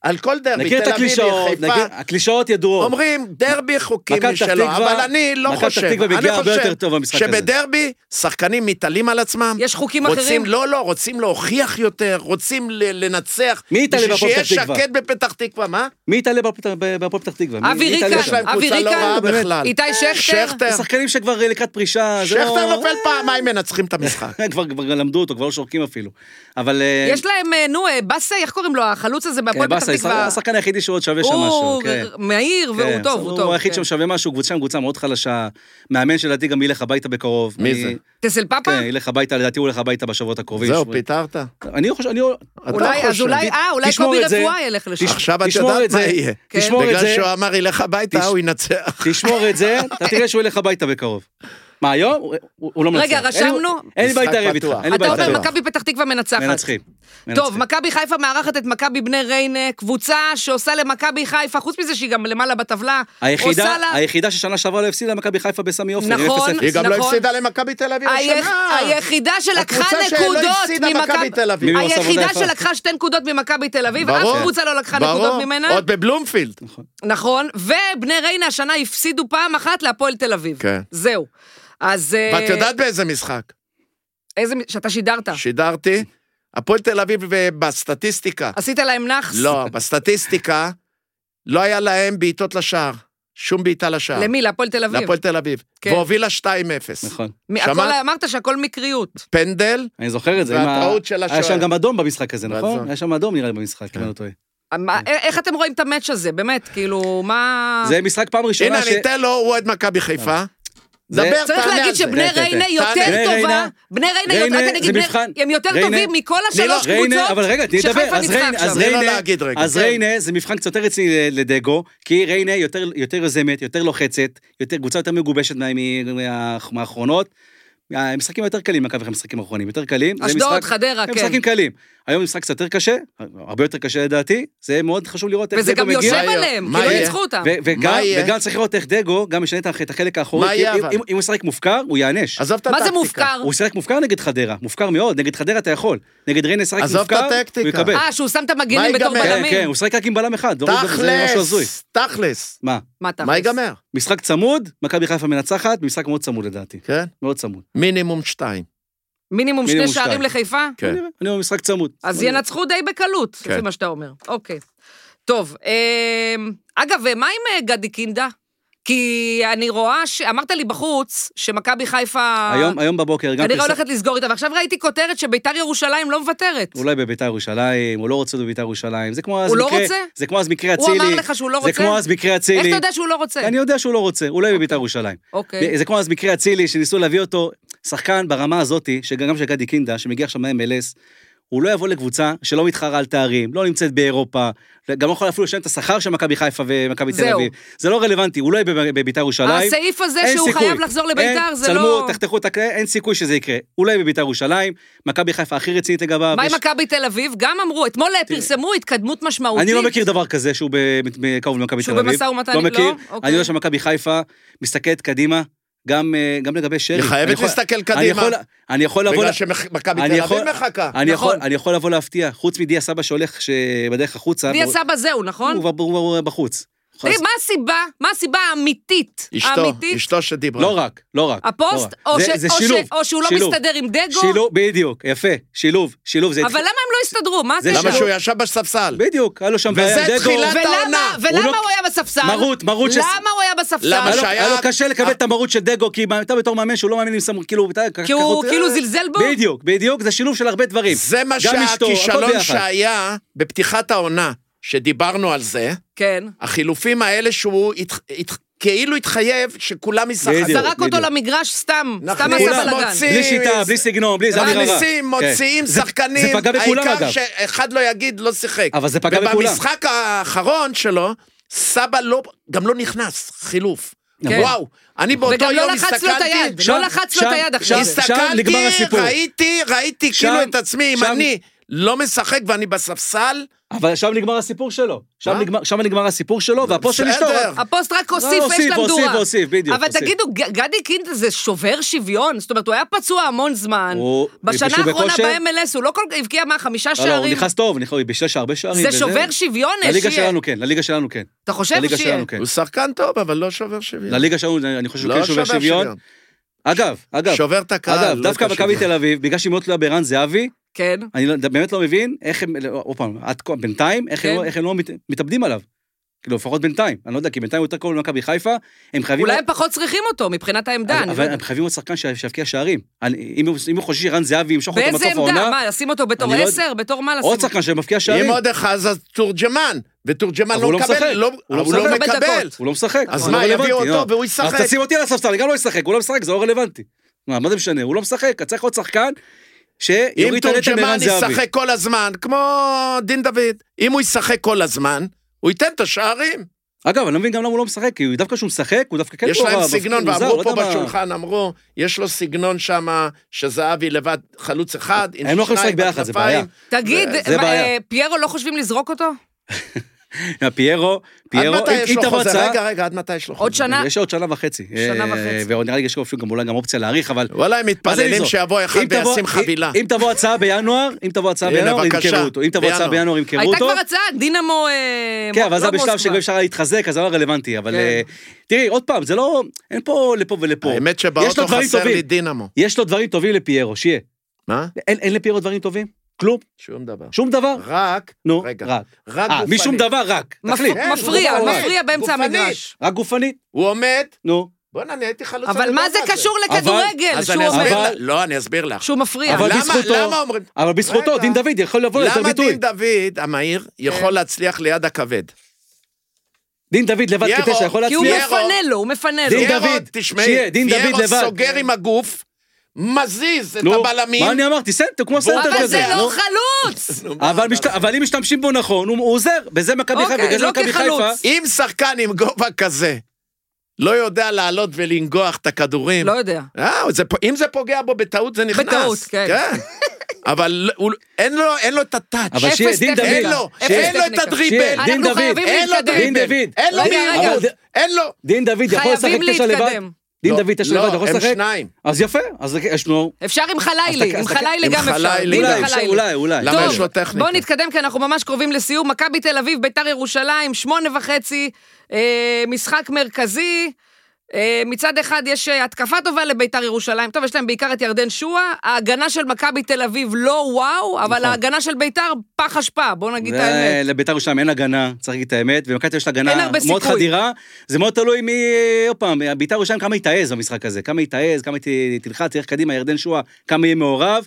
Speaker 2: על כל דרבי,
Speaker 3: נכיר את
Speaker 2: תל אביב,
Speaker 3: הקלישאות,
Speaker 2: חיפה,
Speaker 3: נכיר- הקלישאות ידועות.
Speaker 2: אומרים, דרבי חוקי
Speaker 3: מכבי פתח
Speaker 2: משלו,
Speaker 3: תקווה-
Speaker 2: אבל אני לא
Speaker 3: מכבי פתח
Speaker 2: חושב.
Speaker 3: תקווה
Speaker 2: אני
Speaker 3: מגיעה הרבה יותר
Speaker 2: חושב
Speaker 3: טוב במשחק הזה.
Speaker 2: שבדרבי שחקנים מתעלים על עצמם.
Speaker 1: יש חוקים אחרים?
Speaker 2: רוצים, לא, לא, רוצים להוכיח יותר, רוצים ל- לנצח.
Speaker 3: מי יתעלה
Speaker 2: בשביל
Speaker 3: בהפועל פתח
Speaker 2: שיהיה
Speaker 3: תקווה?
Speaker 2: שקט בפתח תקווה, מה?
Speaker 3: מי יתעלה בפת- בהפועל פתח תקווה? מי- מי
Speaker 1: אבי
Speaker 3: יתעלה
Speaker 1: ריקן,
Speaker 2: יש
Speaker 3: שם?
Speaker 2: להם
Speaker 1: אבי
Speaker 2: קבוצה לא
Speaker 1: ריקן,
Speaker 2: רעה
Speaker 1: באמת.
Speaker 2: בכלל.
Speaker 1: איתי שכטר?
Speaker 2: שכטר,
Speaker 3: שחקנים שכבר אה, לקראת פרישה, זה לא...
Speaker 2: שכטר נופל פעמיים, מנצחים את המשחק.
Speaker 3: כבר כבר למדו אותו, כבר לא שורקים אפילו. אבל... אה,
Speaker 1: יש להם, אה, נו, אה, באסה, איך קוראים לו, החלוץ הזה
Speaker 3: כן,
Speaker 1: בהפועל פתח
Speaker 3: באסה,
Speaker 1: תקווה?
Speaker 3: השחקן היחידי שעוד שווה שם משהו.
Speaker 1: הוא
Speaker 3: כן.
Speaker 1: מהיר
Speaker 3: כן,
Speaker 1: והוא טוב,
Speaker 3: בסדר,
Speaker 1: הוא
Speaker 3: הוא
Speaker 1: טוב.
Speaker 3: היחיד
Speaker 1: כן.
Speaker 3: ששווה משהו, קבוצה קבוצה מאוד חלשה. מאמן שלדעתי גם ילך הביתה בקרוב.
Speaker 2: מי
Speaker 3: אני-
Speaker 2: זה?
Speaker 1: טסל פאפה?
Speaker 3: כן, ילך הביתה, לדעתי הוא ילך הביתה בשבועות הקרובים.
Speaker 2: זהו,
Speaker 3: שבוע-
Speaker 2: פיטרת?
Speaker 3: אני חושב, אני...
Speaker 1: אולי, אז אולי, אה, אולי
Speaker 3: לא תשמור
Speaker 1: קובי
Speaker 3: את זה.
Speaker 1: רפואה ילך לשם.
Speaker 3: תשמור
Speaker 2: עכשיו את
Speaker 3: תשמור את
Speaker 2: יודעת
Speaker 3: זה.
Speaker 2: מה יהיה.
Speaker 1: כן.
Speaker 3: תשמור את
Speaker 2: בגלל
Speaker 3: זה,
Speaker 2: שהוא אמר, ילך הביתה,
Speaker 3: תש-
Speaker 2: הוא ינצח.
Speaker 3: תשמור את זה, אתה תראה שהוא ילך הביתה בקרוב. מה, היום? הוא- הוא הוא לא מנצח.
Speaker 1: רגע,
Speaker 3: אין לי-
Speaker 1: רשמנו?
Speaker 3: אין לי בעיה
Speaker 2: משחק
Speaker 3: להתערב איתך.
Speaker 2: פתוח.
Speaker 3: אין לי
Speaker 1: אתה
Speaker 3: בעיה
Speaker 2: בטוח.
Speaker 1: אומר,
Speaker 3: להתערב.
Speaker 1: מכבי פתח תקווה מנצחת.
Speaker 3: מנצחים.
Speaker 1: טוב,
Speaker 3: מנצחים.
Speaker 1: מכבי חיפה מארחת את מכבי בני ריינה, קבוצה שעושה למכבי חיפה, חוץ מזה שהיא גם למעלה בטבלה,
Speaker 3: היחידה,
Speaker 1: עושה לה...
Speaker 3: היחידה ששנה שעברה לא הפסידה למכבי חיפה בסמי עופר.
Speaker 1: נכון.
Speaker 3: 0-0.
Speaker 2: היא גם לא
Speaker 1: נכון.
Speaker 2: הפסידה למכבי תל אביב
Speaker 1: היח-
Speaker 2: השנה.
Speaker 1: היחידה שלקחה
Speaker 2: הקבוצה שלא
Speaker 1: נקודות
Speaker 2: הפסידה מכבי תל אביב.
Speaker 3: מי עושה עבודה
Speaker 1: היחידה
Speaker 3: יפה?
Speaker 1: שלקחה שתי נקודות ממכבי תל אביב, אף
Speaker 2: ברור.
Speaker 1: קבוצה לא לקחה
Speaker 2: ברור,
Speaker 1: נקודות ממנה.
Speaker 2: עוד בבלומפילד.
Speaker 1: נכון, ובני ריינה השנה הפסידו פעם אחת להפועל תל אביב.
Speaker 2: כן.
Speaker 1: זהו. אז... אה,
Speaker 2: ואת יודעת באיזה משחק?
Speaker 1: איזה... מ- שאתה שידרת.
Speaker 2: שידרתי. הפועל תל אביב אה, בסטטיסטיקה.
Speaker 1: עשית להם נאחס?
Speaker 2: לא, בסטטיסטיקה לא היה להם בעיטות לשער. שום בעיטה לשער.
Speaker 1: למי? להפועל תל אביב.
Speaker 2: להפועל תל אביב.
Speaker 1: כן.
Speaker 2: והובילה 2-0.
Speaker 3: נכון.
Speaker 1: מ-
Speaker 2: שמעת?
Speaker 1: הכל- אמרת שהכל מקריות.
Speaker 2: פנדל,
Speaker 3: אני זוכר את זה. עם ה-
Speaker 2: והטעות של
Speaker 3: היה
Speaker 2: השוער.
Speaker 3: שם גם אדום במשחק הזה, נכון?
Speaker 2: והזון.
Speaker 3: היה שם אדום נראה לי במשחק,
Speaker 1: אה.
Speaker 3: אם אני לא טועה.
Speaker 1: מה- א- איך אתם רואים את המאץ' הזה? באמת, כאילו, מה...
Speaker 3: זה משחק פעם ראשונה
Speaker 2: הנה,
Speaker 3: ש... לא.
Speaker 2: אני אתן לו, הוא אוהד מכבי חיפה. דבר,
Speaker 1: צריך
Speaker 2: תענה
Speaker 1: להגיד
Speaker 2: על זה.
Speaker 1: שבני
Speaker 3: כן, כן,
Speaker 1: ריינה
Speaker 3: כן.
Speaker 1: יותר
Speaker 2: תענה.
Speaker 1: טובה,
Speaker 3: ריינה-
Speaker 1: בני ריינה
Speaker 3: ריינה
Speaker 1: יותר- רק אני
Speaker 3: זה
Speaker 1: אגיד, בני-
Speaker 3: מבחן.
Speaker 1: הם יותר
Speaker 3: ריינה- לא,
Speaker 1: טובים מכל השלוש
Speaker 3: ריינה, אבל רגע, תני
Speaker 1: קבוצות
Speaker 3: לדבר.
Speaker 1: שחיפה
Speaker 3: אז
Speaker 1: ניצחה
Speaker 3: ריינה, אז
Speaker 1: עכשיו.
Speaker 2: זה לא
Speaker 3: ריינה,
Speaker 2: להגיד רגע.
Speaker 3: אז
Speaker 2: כן.
Speaker 3: ריינה זה מבחן קצת יותר רציני לדגו, כי ריינה יותר- יותר יוזמת, יותר לוחצת, יותר- קבוצה יותר מגובשת מה- מה- מה- מהאחרונות. המשחקים היותר קלים, מכבי חיפה משחקים אחרונים, יותר קלים. זה
Speaker 1: אשדוד,
Speaker 3: משחק-
Speaker 1: חדרה,
Speaker 3: הם
Speaker 1: כן.
Speaker 3: משחקים קלים. היום משחק קצת יותר קשה, הרבה יותר קשה לדעתי, זה מאוד חשוב לראות איך
Speaker 1: וזה גם
Speaker 3: דגו מגיע.
Speaker 1: יושב
Speaker 2: מה יהיה?
Speaker 1: עליהם,
Speaker 2: מה
Speaker 1: כי לא
Speaker 2: יהיה?
Speaker 1: ניצחו אותם.
Speaker 3: ו- וגם,
Speaker 2: מה יהיה?
Speaker 3: וגם צריך לראות איך דגו גם משנה את הח- את החלק האחורי,
Speaker 2: מה
Speaker 3: כי
Speaker 2: יהיה
Speaker 3: אם-
Speaker 2: אבל?
Speaker 3: אם- אם הוא ישחק מופקר, הוא ייענש.
Speaker 2: עזוב את
Speaker 1: מה
Speaker 2: הטקטיקה.
Speaker 1: זה מופקר?
Speaker 3: הוא שיחק מופקר נגד חדרה, מופקר מאוד, נגד חדרה אתה יכול. נגד ריינה שיחק
Speaker 2: עזוב את
Speaker 3: מופקר, הוא
Speaker 2: הטקטיקה.
Speaker 3: יקבל.
Speaker 1: אה, שהוא שם את המגנים
Speaker 2: מה
Speaker 1: בתור
Speaker 2: ייגמר?
Speaker 3: כן, כן,
Speaker 1: בלמים.
Speaker 3: הוא שיחק רק עם בלם אחד, דורון גב- זה משהו הזוי.
Speaker 2: תכלס, תכלס.
Speaker 3: מה,
Speaker 1: מה תכלס?
Speaker 2: מה ייגמר?
Speaker 3: משחק צמוד, מכבי חיפה מנצחת, משחק מאוד צמוד לדעתי,
Speaker 2: כן?
Speaker 3: מאוד צמוד.
Speaker 2: מינימום שתיים.
Speaker 1: מינימום שני
Speaker 3: מינימום
Speaker 1: שערים
Speaker 3: שתיים.
Speaker 1: לחיפה?
Speaker 2: כן.
Speaker 3: אני- אני אומר משחק צמוד.
Speaker 1: אז
Speaker 3: אני-
Speaker 1: ינצחו די בקלות,
Speaker 2: כן.
Speaker 1: לפי מה שאתה אומר. אוקיי. טוב, אמ, אגב, מה עם אה, גדי קינדה? כי אני רואה ש... אמרת לי בחוץ שמכבי חיפה...
Speaker 3: היום- היום בבוקר גם
Speaker 1: כנראה
Speaker 3: פרסם-
Speaker 1: לא הולכת לסגור איתה, ועכשיו ראיתי כותרת שביתר ירושלים לא מוותרת.
Speaker 3: אולי בביתר ירושלים, הוא לא רוצה בביתר ירושלים, זה כמו אז
Speaker 1: הוא לא
Speaker 3: מקרה...
Speaker 1: רוצה?
Speaker 3: זה כמו אז מקרה
Speaker 1: הוא
Speaker 3: אצילי.
Speaker 1: אמר לך שהוא לא רוצה?
Speaker 3: זה כמו אז מקרה אצילי.
Speaker 1: איך אתה יודע שהוא לא רוצה?
Speaker 3: אני יודע שהוא לא רוצה, הוא לא יהיה בביתר ירושלים.
Speaker 1: אוקיי.
Speaker 3: זה כמו אז מקרה אצילי, שניסו להביא אותו, שחקן ברמה הזאתי, שגם של גדי קינדה, שמגיע עכשיו מה-MLS, הוא לא יבוא לקבוצה שלא מתחרה על תארים, לא נמצאת באירופה, גם לא יכול אפילו לשלם את השכר של מכבי חיפה ומכבי תל
Speaker 1: זהו.
Speaker 3: אביב. זה לא רלוונטי, הוא לא יהיה בב- בביתר ירושלים.
Speaker 1: הסעיף הזה
Speaker 3: אין
Speaker 1: שהוא
Speaker 3: סיכוי.
Speaker 1: חייב לחזור לביתר,
Speaker 3: אין,
Speaker 1: זה לא...
Speaker 3: צלמו, תחתכו את הקרן, אין סיכוי שזה יקרה. הוא לא יהיה בביתר ירושלים, מכבי חיפה הכי רצינית לגביו.
Speaker 1: מה עם
Speaker 3: יש-
Speaker 1: מכבי תל אביב? גם אמרו, אתמול אה, פרסמו התקדמות משמעותית.
Speaker 3: אני לא מכיר דבר כזה שהוא ב- ב- קרוב למכבי תל
Speaker 1: שהוא
Speaker 3: אביב.
Speaker 1: במשא ומתן,
Speaker 3: לא
Speaker 1: לא?
Speaker 3: מכיר.
Speaker 1: אוקיי.
Speaker 3: אני יודע שמכבי חיפה מסתכלת קדימה, גם אה, גם לגבי שרי.
Speaker 2: היא
Speaker 3: אני
Speaker 2: חייבת
Speaker 3: יכול-
Speaker 2: להסתכל
Speaker 3: אני
Speaker 2: קדימה.
Speaker 3: יכול- אני יכול לבוא...
Speaker 2: בגלל שמכבי
Speaker 3: אני
Speaker 2: תל
Speaker 3: יכול-
Speaker 2: אביב מחכה.
Speaker 3: אני יכול,
Speaker 1: נכון.
Speaker 3: אני יכול לבוא להפתיע, חוץ מדיה סבא שהולך ש- בדרך החוצה.
Speaker 1: דיה
Speaker 3: הוא-
Speaker 1: סבא זהו, נכון?
Speaker 3: הוא כבר- הוא כבר בחוץ.
Speaker 1: תגיד, מה הסיבה? מה הסיבה האמיתית?
Speaker 2: אשתו,
Speaker 1: האמיתית?
Speaker 2: אשתו שדיברה.
Speaker 3: לא רק, לא רק.
Speaker 1: הפוסט?
Speaker 3: לא רק.
Speaker 1: או,
Speaker 3: זה-
Speaker 1: ש...
Speaker 3: זה
Speaker 1: או,
Speaker 3: שילוב,
Speaker 1: ש... או שהוא לא
Speaker 3: שילוב.
Speaker 1: מסתדר עם דגו?
Speaker 3: שילוב, בדיוק, יפה, שילוב, שילוב. זה
Speaker 1: אבל
Speaker 3: התחיל-
Speaker 1: למה הם לא הסתדרו? מה
Speaker 3: זה
Speaker 1: הקשר?
Speaker 2: למה
Speaker 3: שלו.
Speaker 2: שהוא ישב בספסל?
Speaker 3: בדיוק, היה לו שם בעיה עם
Speaker 2: וזה
Speaker 3: דגו.
Speaker 2: תחילת
Speaker 1: ולמה,
Speaker 2: העונה.
Speaker 1: ולמה
Speaker 3: הוא
Speaker 1: הוא,
Speaker 3: לא-
Speaker 1: היה בספסל?
Speaker 3: מרות, מרות ש-
Speaker 1: למה הוא היה בספסל?
Speaker 2: למה
Speaker 3: היה לו-
Speaker 2: שהיה-
Speaker 3: היה לו קשה לקבל את המרות של דגו, כי מה- אתה בתור מאמן שהוא לא מאמין עם סמור, כאילו... אתה-
Speaker 1: כי הוא
Speaker 3: ככה-
Speaker 1: כאילו זלזל בו?
Speaker 3: בדיוק, בדיוק, זה שילוב של הרבה דברים.
Speaker 2: זה מה
Speaker 3: גם אשתו, הכל
Speaker 2: שהכישלון
Speaker 3: ביחד.
Speaker 2: שהיה בפתיחת העונה, שדיברנו על זה,
Speaker 1: כן.
Speaker 2: החילופים האלה שהוא הת- הת- כאילו התחייב שכולם ישחקו.
Speaker 3: בדיוק.
Speaker 1: זרק אותו
Speaker 3: בדיוק.
Speaker 1: למגרש סתם,
Speaker 2: אנחנו
Speaker 1: סתם עשה
Speaker 3: כולם
Speaker 1: בלאגן.
Speaker 2: מוציא-
Speaker 3: בלי שיטה, בלי סגנון, בלי... זה אמירה רע.
Speaker 2: מכניסים, מוציאים
Speaker 3: זה-
Speaker 2: שחקנים,
Speaker 3: זה פגע בכולם
Speaker 2: העיקר
Speaker 3: אגב.
Speaker 2: שאחד לא יגיד, לא שיחק.
Speaker 3: אבל זה פגע בכולם.
Speaker 2: ובמשחק האחרון שלו, סבא לא, גם לא נכנס, חילוף.
Speaker 3: נכון.
Speaker 1: כן.
Speaker 2: וואו, אני באותו
Speaker 1: וגם
Speaker 2: יום
Speaker 1: לא לחץ לו את
Speaker 2: הסתכלתי,
Speaker 1: היד. לא לחץ לו את היד אחרי
Speaker 3: שם-
Speaker 1: זה.
Speaker 3: שם נגמר
Speaker 2: הסתכלתי,
Speaker 3: הסיפור.
Speaker 2: ראיתי, ראיתי
Speaker 3: שם-
Speaker 2: כאילו את עצמי, אם
Speaker 3: שם-
Speaker 2: אני לא משחק ואני בספסל,
Speaker 3: אבל שם נגמר הסיפור שלו. שם
Speaker 2: מה?
Speaker 3: נגמר- שם נגמר הסיפור שלו, והפוסט של אשתו...
Speaker 2: בסדר.
Speaker 1: הפוסט רק
Speaker 3: לא,
Speaker 1: הוסיף אש
Speaker 3: הוסיף,
Speaker 1: למדורה.
Speaker 3: הוסיף, הוסיף, בדיוק,
Speaker 1: אבל
Speaker 3: הוסיף.
Speaker 1: תגידו, ג- גדי קינדה זה שובר שוויון? זאת אומרת, הוא היה פצוע המון זמן.
Speaker 3: הוא-
Speaker 1: בשנה
Speaker 3: ושהוא
Speaker 1: האחרונה
Speaker 3: בכושר-
Speaker 1: ב-MLS הוא לא כל כך הבקיע מה, חמישה
Speaker 3: לא, לא, הוא
Speaker 1: שערים?
Speaker 3: נכנס טוב, נכנס- הוא בשש הרבה שערים.
Speaker 1: זה
Speaker 3: וזה-
Speaker 1: שובר שוויון,
Speaker 3: לליגה
Speaker 1: שיהיה.
Speaker 3: שלנו כן, לליגה שלנו כן.
Speaker 1: אתה חושב
Speaker 3: לליגה
Speaker 1: שיהיה?
Speaker 3: שלנו כן.
Speaker 2: הוא שחקן טוב, אבל לא שובר שוויון.
Speaker 3: לליגה שלנו אני חושב שהוא
Speaker 2: לא
Speaker 3: כן שובר שוויון. אגב, אגב,
Speaker 2: שובר את הקהל.
Speaker 3: אגב,
Speaker 2: לא
Speaker 3: דווקא
Speaker 2: את
Speaker 3: מכבי
Speaker 2: השוויון.
Speaker 3: תל אביב, בגלל שהיא מאוד תלויה בערן זהבי,
Speaker 1: כן.
Speaker 3: אני לא- באמת לא מבין איך הם, עוד פעם, עד כה, בינתיים, איך הם
Speaker 1: כן.
Speaker 3: לא- איך הם לא מת- מתאבדים עליו. כאילו, לפחות בינתיים. אני לא יודע, כי בינתיים הוא יותר קרוב למכבי חיפה, הם חייבים...
Speaker 1: אולי הם פחות צריכים אותו מבחינת העמדה.
Speaker 3: לא- אבל-
Speaker 1: אני לא
Speaker 3: אבל
Speaker 1: יודעת.
Speaker 3: הם חייבים עוד שחקן ש- שיבקיע שערים. אני- אם הוא- אם הוא חושב שרן זהבי ימשוך אותו
Speaker 1: באיזה
Speaker 3: בסוף
Speaker 1: עמדה?
Speaker 3: העונה,
Speaker 1: מה, לשים אותו בתור
Speaker 3: אני לא-
Speaker 1: עשר? בתור מה לשים
Speaker 3: עוד
Speaker 1: אותו?
Speaker 3: שחקן שמבקיע שערים.
Speaker 2: אם עוד אחד, אז תורג'מן, ותורג'מן
Speaker 3: אבל הוא
Speaker 2: לא
Speaker 3: לא משחק.
Speaker 2: מקבל, לא-
Speaker 3: הוא לא
Speaker 2: הוא לא
Speaker 3: משחק.
Speaker 1: הרבה
Speaker 2: מקבל.
Speaker 1: דקות.
Speaker 3: הוא לא משחק.
Speaker 2: אז
Speaker 3: הוא לא
Speaker 2: מה, יביאו
Speaker 3: רלוונטי,
Speaker 2: אותו
Speaker 3: לא.
Speaker 2: והוא ישחק.
Speaker 3: אז תשים אותי על הספסל, אני גם לא אשחק, הוא לא משחק, זה לא רלוונטי. מה, מה זה משנה? הוא לא משחק, אז צריך עוד שחקן
Speaker 2: אם
Speaker 3: שיוריד את הנטל
Speaker 2: תורג'מן
Speaker 3: מערן זהבי.
Speaker 2: ישחק כל הזמן, כמו דין דוד, אם הוא ישחק כל הזמן, הוא ייתן את השערים.
Speaker 3: אגב, אני לא מבין גם למה הוא לא משחק, כי הוא- דווקא כשהוא משחק, הוא דווקא כן
Speaker 2: יש
Speaker 3: מעורב,
Speaker 2: להם
Speaker 3: אבל
Speaker 2: סגנון,
Speaker 3: הוא מוזר,
Speaker 2: ואמרו
Speaker 3: לא
Speaker 2: פה
Speaker 3: יודע מה.
Speaker 2: בשולחן, אמרו, יש לו סגנון שם, שזהבי לבד חלוץ אחד, עם
Speaker 3: הם לא יכולים
Speaker 2: שניים
Speaker 3: לשחק ביחד, זה
Speaker 2: בכנפיים.
Speaker 1: תגיד,
Speaker 3: זה- זה
Speaker 1: מה,
Speaker 3: בעיה.
Speaker 1: אה, פיירו לא חושבים לזרוק אותו?
Speaker 3: לא, פיירו, פיירו,
Speaker 2: עד מתי יש
Speaker 3: אם
Speaker 2: לו
Speaker 3: תבוא
Speaker 2: חוזה?
Speaker 3: הצעה...
Speaker 2: רגע, רגע, עד מתי יש לו חוזה?
Speaker 1: עוד שנה?
Speaker 3: יש עוד שנה וחצי.
Speaker 1: שנה
Speaker 3: אה,
Speaker 1: וחצי.
Speaker 3: ונראה לי יש אפילו גם אולי גם אופציה להאריך, אבל...
Speaker 2: וואלה, הם
Speaker 3: מה זה
Speaker 2: מתפללים
Speaker 3: לזרוק?
Speaker 2: שיבוא אחד
Speaker 3: אם תבוא-
Speaker 2: וישים
Speaker 3: אם-
Speaker 2: חבילה.
Speaker 3: אם תבוא הצעה בינואר, אם תבוא הצעה
Speaker 2: הנה,
Speaker 3: בינואר,
Speaker 2: בבקשה,
Speaker 3: ימכרו אותו. אם תבוא הצעה
Speaker 2: בינואר.
Speaker 3: בינואר, ימכרו
Speaker 1: הייתה
Speaker 3: אותו.
Speaker 1: כבר הצעה, דינמו... אה,
Speaker 3: כן,
Speaker 1: מ-
Speaker 3: אבל זה
Speaker 1: לא
Speaker 3: בשלב
Speaker 1: מוסקבה.
Speaker 3: שגם אפשר היה להתחזק, אז זה לא רלוונטי, אבל
Speaker 1: כן.
Speaker 3: אה, תראי, עוד פעם, זה לא, אין פה לפה ולפה.
Speaker 2: האמת
Speaker 3: יש לו
Speaker 2: שבאוטו
Speaker 3: דברים
Speaker 2: חסר
Speaker 3: טובים.
Speaker 2: לי דינמו.
Speaker 3: יש לו דברים טובים לפיירו, שיהיה.
Speaker 2: מה?
Speaker 3: אין אין לפיירו דברים טובים? כלום?
Speaker 2: שום דבר.
Speaker 3: שום דבר?
Speaker 2: רק,
Speaker 3: נו,
Speaker 2: רגע.
Speaker 3: רק.
Speaker 2: רק
Speaker 3: אה,
Speaker 2: גופני.
Speaker 3: משום דבר רק.
Speaker 1: מפ-
Speaker 3: תחליט.
Speaker 2: כן,
Speaker 1: מפריע,
Speaker 2: הוא גופני.
Speaker 1: מפריע באמצע
Speaker 2: גופני.
Speaker 1: המגרש.
Speaker 3: רק גופני,
Speaker 2: הוא עומד,
Speaker 3: נו.
Speaker 2: בואנה, אני הייתי חלוץ.
Speaker 1: אבל מה
Speaker 2: הלבן
Speaker 1: זה
Speaker 2: הזה.
Speaker 1: קשור
Speaker 3: אבל-
Speaker 1: לכדורגל?
Speaker 2: אז
Speaker 1: שהוא
Speaker 2: אני אסביר
Speaker 1: אומר...
Speaker 2: לך.
Speaker 3: אבל-
Speaker 2: לא, אני אסביר לך.
Speaker 1: שהוא מפריע.
Speaker 3: אבל
Speaker 2: למה-
Speaker 3: בזכותו-
Speaker 2: למה אומרים...
Speaker 3: אבל בזכותו,
Speaker 2: רגע.
Speaker 3: דין דוד יכול לבוא ליותר
Speaker 2: למה
Speaker 3: ביטוי.
Speaker 2: דין דוד המהיר יכול
Speaker 1: כן.
Speaker 2: להצליח ליד הכבד?
Speaker 3: דין דוד לבד
Speaker 2: פיירו,
Speaker 3: כתשע יכול
Speaker 1: כי הוא
Speaker 3: להצליח.
Speaker 2: פיירו-
Speaker 1: מפנה לו, הוא מפנה לו.
Speaker 3: דין
Speaker 2: פיירו,
Speaker 3: דוד,
Speaker 2: תשמעי,
Speaker 3: שיהיה, דין דוד לבד.
Speaker 2: פיירו סוגר עם הגוף, מזיז את
Speaker 3: נו,
Speaker 2: הבלמים.
Speaker 3: מה אני אמרתי? סנטר, כמו סנטר
Speaker 1: אבל
Speaker 3: כזה.
Speaker 1: זה
Speaker 3: נו.
Speaker 1: לא חלוץ!
Speaker 2: נו, מה,
Speaker 3: אבל,
Speaker 2: מה?
Speaker 3: משת... אבל אם משתמשים בו נכון, הוא, הוא עוזר, בזה מכבי חיפה,
Speaker 1: אוקיי,
Speaker 3: בגלל זה
Speaker 1: לא
Speaker 3: מכבי
Speaker 1: כחלוץ.
Speaker 3: חיפה.
Speaker 2: אם שחקן עם גובה כזה לא יודע לעלות ולנגוח את הכדורים,
Speaker 1: לא יודע.
Speaker 2: אה, זה, פ- אם זה פוגע בו בטעות זה נכנס.
Speaker 1: בטעות, כן.
Speaker 2: אבל לא- הוא, אין, לו, אין לו את הטאץ'.
Speaker 3: אבל
Speaker 1: אפס
Speaker 3: שיהיה, דין
Speaker 1: טכניקה.
Speaker 2: אין
Speaker 3: דוד,
Speaker 2: לו,
Speaker 1: אפס
Speaker 2: אין לו את
Speaker 1: טכניקה.
Speaker 2: הדריבל.
Speaker 3: שיהיה, דין
Speaker 1: אנחנו
Speaker 3: דוד.
Speaker 1: חייבים
Speaker 2: אין לו
Speaker 1: להתקדם.
Speaker 3: דין
Speaker 2: דריבל.
Speaker 3: דוד.
Speaker 2: אין לו
Speaker 1: רגע,
Speaker 2: מהירות.
Speaker 3: רגע.
Speaker 2: אין לו.
Speaker 3: דין דוד יכול לשחק
Speaker 1: חייבים
Speaker 3: תשע לבד?
Speaker 1: להתקדם.
Speaker 3: דין
Speaker 2: לא,
Speaker 3: דוד תשע לבד יכול
Speaker 2: לא, הם
Speaker 3: לשחק?
Speaker 2: שניים.
Speaker 3: אז יפה, אז יש לנו...
Speaker 1: אפשר עם חלילי, עם
Speaker 3: אז תק- אז תק-
Speaker 1: חלילי
Speaker 2: עם
Speaker 1: גם אפשר.
Speaker 2: חלילי.
Speaker 1: בלי
Speaker 3: אולי,
Speaker 1: חלילי.
Speaker 3: אולי, אולי.
Speaker 2: למה
Speaker 1: טוב,
Speaker 2: יש לו טכניקה?
Speaker 1: בואו נתקדם כי אנחנו ממש קרובים לסיום. מכבי תל אביב, ביתר ירושלים, שמונה וחצי, אה, משחק מרכזי. אה, מצד אחד יש אה, התקפה טובה לביתר ירושלים, טוב, יש להם בעיקר את ירדן שואה, ההגנה של מכבי תל אביב לא וואו, אבל
Speaker 3: נכון.
Speaker 1: ההגנה של ביתר פח אשפה, בואו נגיד את
Speaker 2: אה,
Speaker 3: זה-
Speaker 2: לא
Speaker 1: האמת.
Speaker 3: לביתר ירושלים אין הגנה, צריך להגיד את האמת, ומכבי יש לה
Speaker 1: אין
Speaker 3: הגנה
Speaker 1: הרבה
Speaker 3: מאוד
Speaker 1: סיכוי.
Speaker 3: חדירה, זה מאוד תלוי מי, עוד פעם, ביתר ירושלים כמה היא תעז במשחק הזה, כמה היא תעז, כמה היא ת- תלחץ, תלך קדימה, ירדן שואה, כמה יהיה מעורב,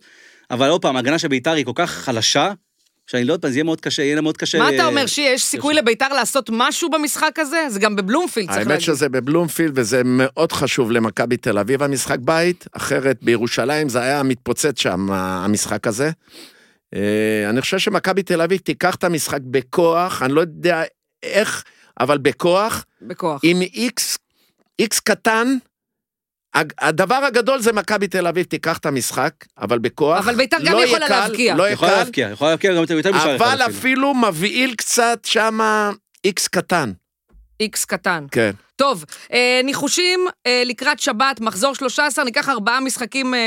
Speaker 3: אבל עוד פעם, ההגנה של ביתר היא כל כך חלשה, שאני לא יודע, זה יהיה מאוד קשה, יהיה לה מאוד קשה.
Speaker 1: מה
Speaker 3: אה,
Speaker 1: אתה אומר, שיש סיכוי לביתר לעשות משהו במשחק הזה? זה גם בבלומפילד, צריך
Speaker 2: האמת
Speaker 1: להגיד.
Speaker 2: שזה בבלומפילד, וזה מאוד חשוב למכבי תל אביב, המשחק בית, אחרת בירושלים זה היה מתפוצץ שם, המשחק הזה. אה, אני חושב שמכבי תל אביב תיקח את המשחק בכוח, אני לא יודע איך, אבל בכוח,
Speaker 1: בכוח.
Speaker 2: עם איקס, איקס קטן. הג- הדבר הגדול זה מכבי תל אביב תיקח את המשחק, אבל בכוח.
Speaker 1: אבל בית"ר גם
Speaker 2: לא יהיה
Speaker 1: יכולה
Speaker 2: קל,
Speaker 1: להבקיע.
Speaker 2: לא יהיה
Speaker 3: יכולה
Speaker 2: קל,
Speaker 3: להבקיע, לא יכולה להבקיע גם יותר משער אחד.
Speaker 2: אבל אפילו מבהיל קצת שמה איקס קטן.
Speaker 1: איקס קטן.
Speaker 2: כן.
Speaker 1: טוב, אה, ניחושים אה, לקראת שבת, מחזור 13, ניקח ארבעה משחקים אה,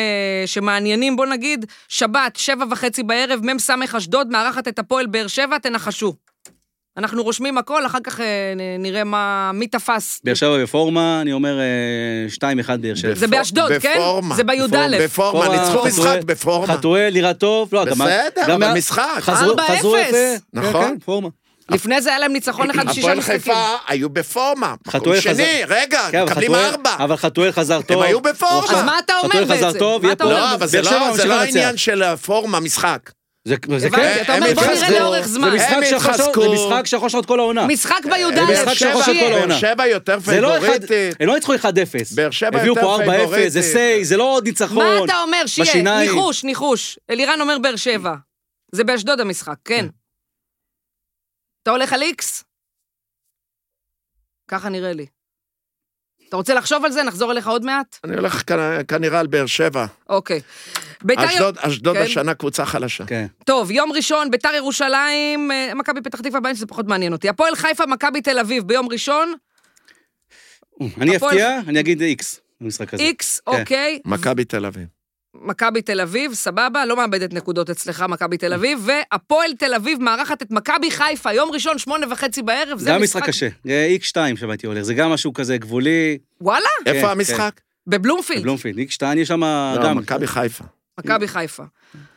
Speaker 1: שמעניינים, בוא נגיד, שבת, שבע וחצי בערב, מ"ס אשדוד, מארחת את הפועל באר שבע, תנחשו. אנחנו רושמים הכל, אחר כך אה, נ- נראה מה, מי תפס.
Speaker 3: באר שבע בפורמה, אני אומר אה, 2-1 באר שבע.
Speaker 1: זה באשדוד, כן?
Speaker 2: בפורמה.
Speaker 1: זה בי"א.
Speaker 2: בפורמה, ניצחו
Speaker 3: חתואל-
Speaker 2: משחק בפורמה.
Speaker 3: חתואל נראה טוב, לא, גם...
Speaker 2: בסדר,
Speaker 3: גם
Speaker 2: אבל
Speaker 3: היה-
Speaker 2: משחק.
Speaker 3: חזרו-
Speaker 1: 4-0.
Speaker 3: חזרו יפה.
Speaker 2: נכון.
Speaker 3: כן, כן, פורמה.
Speaker 1: לפני זה היה להם ניצחון אה, אחד בשישה
Speaker 2: הפועל
Speaker 1: משחקים.
Speaker 2: חיפה היו בפורמה.
Speaker 3: חתואל
Speaker 2: מקום שני,
Speaker 3: חזר-
Speaker 2: רגע,
Speaker 3: כן, אבל
Speaker 2: אה, מקבלים
Speaker 3: חתואל-
Speaker 2: ארבע.
Speaker 3: אבל חתואל חזר טוב.
Speaker 2: היו בפורמה.
Speaker 1: אז מה אתה אומר
Speaker 3: חתואל
Speaker 1: בעצם?
Speaker 3: חזר טוב,
Speaker 1: מה
Speaker 3: יהיה
Speaker 1: אתה
Speaker 3: פה-
Speaker 1: אומר?
Speaker 2: לא, אבל זה
Speaker 3: באר שבע
Speaker 2: לא זה
Speaker 3: ממשיכה
Speaker 2: לא
Speaker 3: לנצח.
Speaker 2: העניין של הפורמה, משחק.
Speaker 3: זה זה
Speaker 1: הבנתי,
Speaker 3: כן.
Speaker 1: אתה אומר,
Speaker 2: הם
Speaker 1: בוא נראה
Speaker 2: התחזקו.
Speaker 1: לאורך זמן.
Speaker 3: זה משחק
Speaker 2: הם
Speaker 3: שיכול להיות-
Speaker 2: התחזקו.
Speaker 3: זה משחק שיכול להיות כל העונה.
Speaker 1: משחק
Speaker 2: אה,
Speaker 1: בי"א,
Speaker 3: משחק שיכול לעשות כל
Speaker 1: שיהיה.
Speaker 3: העונה.
Speaker 2: באר שבע יותר
Speaker 3: זה לא אחד,
Speaker 2: פייבוריטית.
Speaker 3: הם לא ניצחו 1-0.
Speaker 2: באר שבע
Speaker 3: הביאו
Speaker 2: יותר
Speaker 3: פה 4-0, זה
Speaker 2: פייבוריטית.
Speaker 3: סיי, זה לא עוד ניצחון.
Speaker 1: מה אתה אומר שיהיה?
Speaker 3: בשיניים.
Speaker 1: ניחוש, ניחוש. אלירן אומר באר שבע. זה באשדוד המשחק, כן. אתה הולך על איקס? ככה נראה לי. אתה רוצה לחשוב על זה? נחזור אליך עוד מעט?
Speaker 2: אני הולך כ- כנראה על באר שבע.
Speaker 1: אוקיי. ביתר... ירושלים-
Speaker 2: אשדוד, אשדוד
Speaker 1: כן.
Speaker 2: השנה קבוצה חלשה.
Speaker 3: כן.
Speaker 1: טוב, יום ראשון, ביתר ירושלים, אה, מכבי פתח תקווה, בעניין שזה פחות מעניין אותי. הפועל חיפה, מכבי תל אביב, ביום ראשון, הפועל-
Speaker 3: אני אפתיע, אני אגיד איקס במשחק הזה.
Speaker 1: איקס, אוקיי,
Speaker 3: כן.
Speaker 2: מכבי תל אביב.
Speaker 1: מכבי תל אביב, סבבה, לא מאבדת נקודות אצלך, מכבי תל אביב, והפועל תל אביב מארחת את מכבי חיפה, יום ראשון, שמונה וחצי בערב, זה
Speaker 3: גם משחק קשה. איקס 2 שם הייתי הולך, זה גם משהו כזה גבולי,
Speaker 1: וואלה,
Speaker 3: כן.
Speaker 2: איפה המשחק?
Speaker 1: בבלומפילד,
Speaker 3: בלומפילד, איקס 2 יש שם
Speaker 2: לא,
Speaker 3: גם.
Speaker 2: מכבי חיפה.
Speaker 1: מכבי חיפה.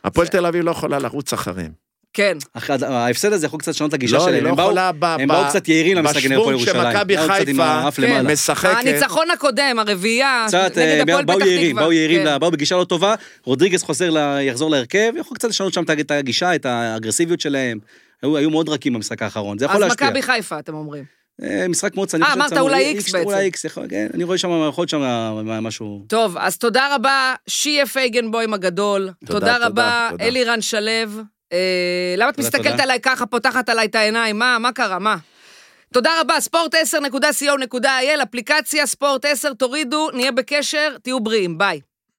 Speaker 2: הפועל תל אביב לא יכולה לרוץ אחריהם.
Speaker 1: כן,
Speaker 3: אחרי- ההפסד הזה יכול קצת לשנות את הגישה
Speaker 2: לא,
Speaker 3: שלהם.
Speaker 2: היא לא
Speaker 3: הם באו-
Speaker 2: יכולה ב-
Speaker 3: הם
Speaker 2: ב-
Speaker 3: באו קצת יהירים למשחק נגד הפועל
Speaker 2: בשוונג
Speaker 3: ירושלים.
Speaker 2: שמכבי
Speaker 3: באו קצת עם
Speaker 2: חיפה כן,
Speaker 3: האף למעלה.
Speaker 2: משחקת.
Speaker 1: הניצחון הקודם, הרביעייה,
Speaker 3: קצת,
Speaker 1: נגד
Speaker 3: אה,
Speaker 1: הפועל
Speaker 3: באו
Speaker 1: פתח
Speaker 3: יהירים,
Speaker 1: תקווה,
Speaker 3: באו יהירים,
Speaker 1: כן.
Speaker 3: לה- באו בגישה לא טובה, רודריגז חוזר, ל- יחזור להרכב, יכול קצת לשנות שם את ה- את הגישה, את האגרסיביות שלהם. היו היו מאוד רכים במשחק האחרון, זה יכול
Speaker 1: אז
Speaker 3: להשפיע.
Speaker 1: מכבי חיפה, אתם אומרים.
Speaker 3: אה, משחק מאוד צנוע.
Speaker 1: אה, אמרת אולי איקס בעצם.
Speaker 3: אולי איקס, יכול- כן, אני רואה שם, יכול להיות שם אה, משהו...
Speaker 1: טוב, אז תודה רבה, שיה פייגנבוים הגדול. תודה,
Speaker 2: תודה,
Speaker 1: תודה
Speaker 2: תודה,
Speaker 1: רבה,
Speaker 2: תודה.
Speaker 1: אלירן שלו. אה, למה את
Speaker 3: תודה,
Speaker 1: מסתכלת
Speaker 3: תודה.
Speaker 1: עליי ככה, פותחת עליי את העיניים? מה, מה קרה? מה? תודה רבה, sport10.co.il, אפליקציה ספורט 10, תורידו, נהיה בקשר, תהיו בריאים, ביי.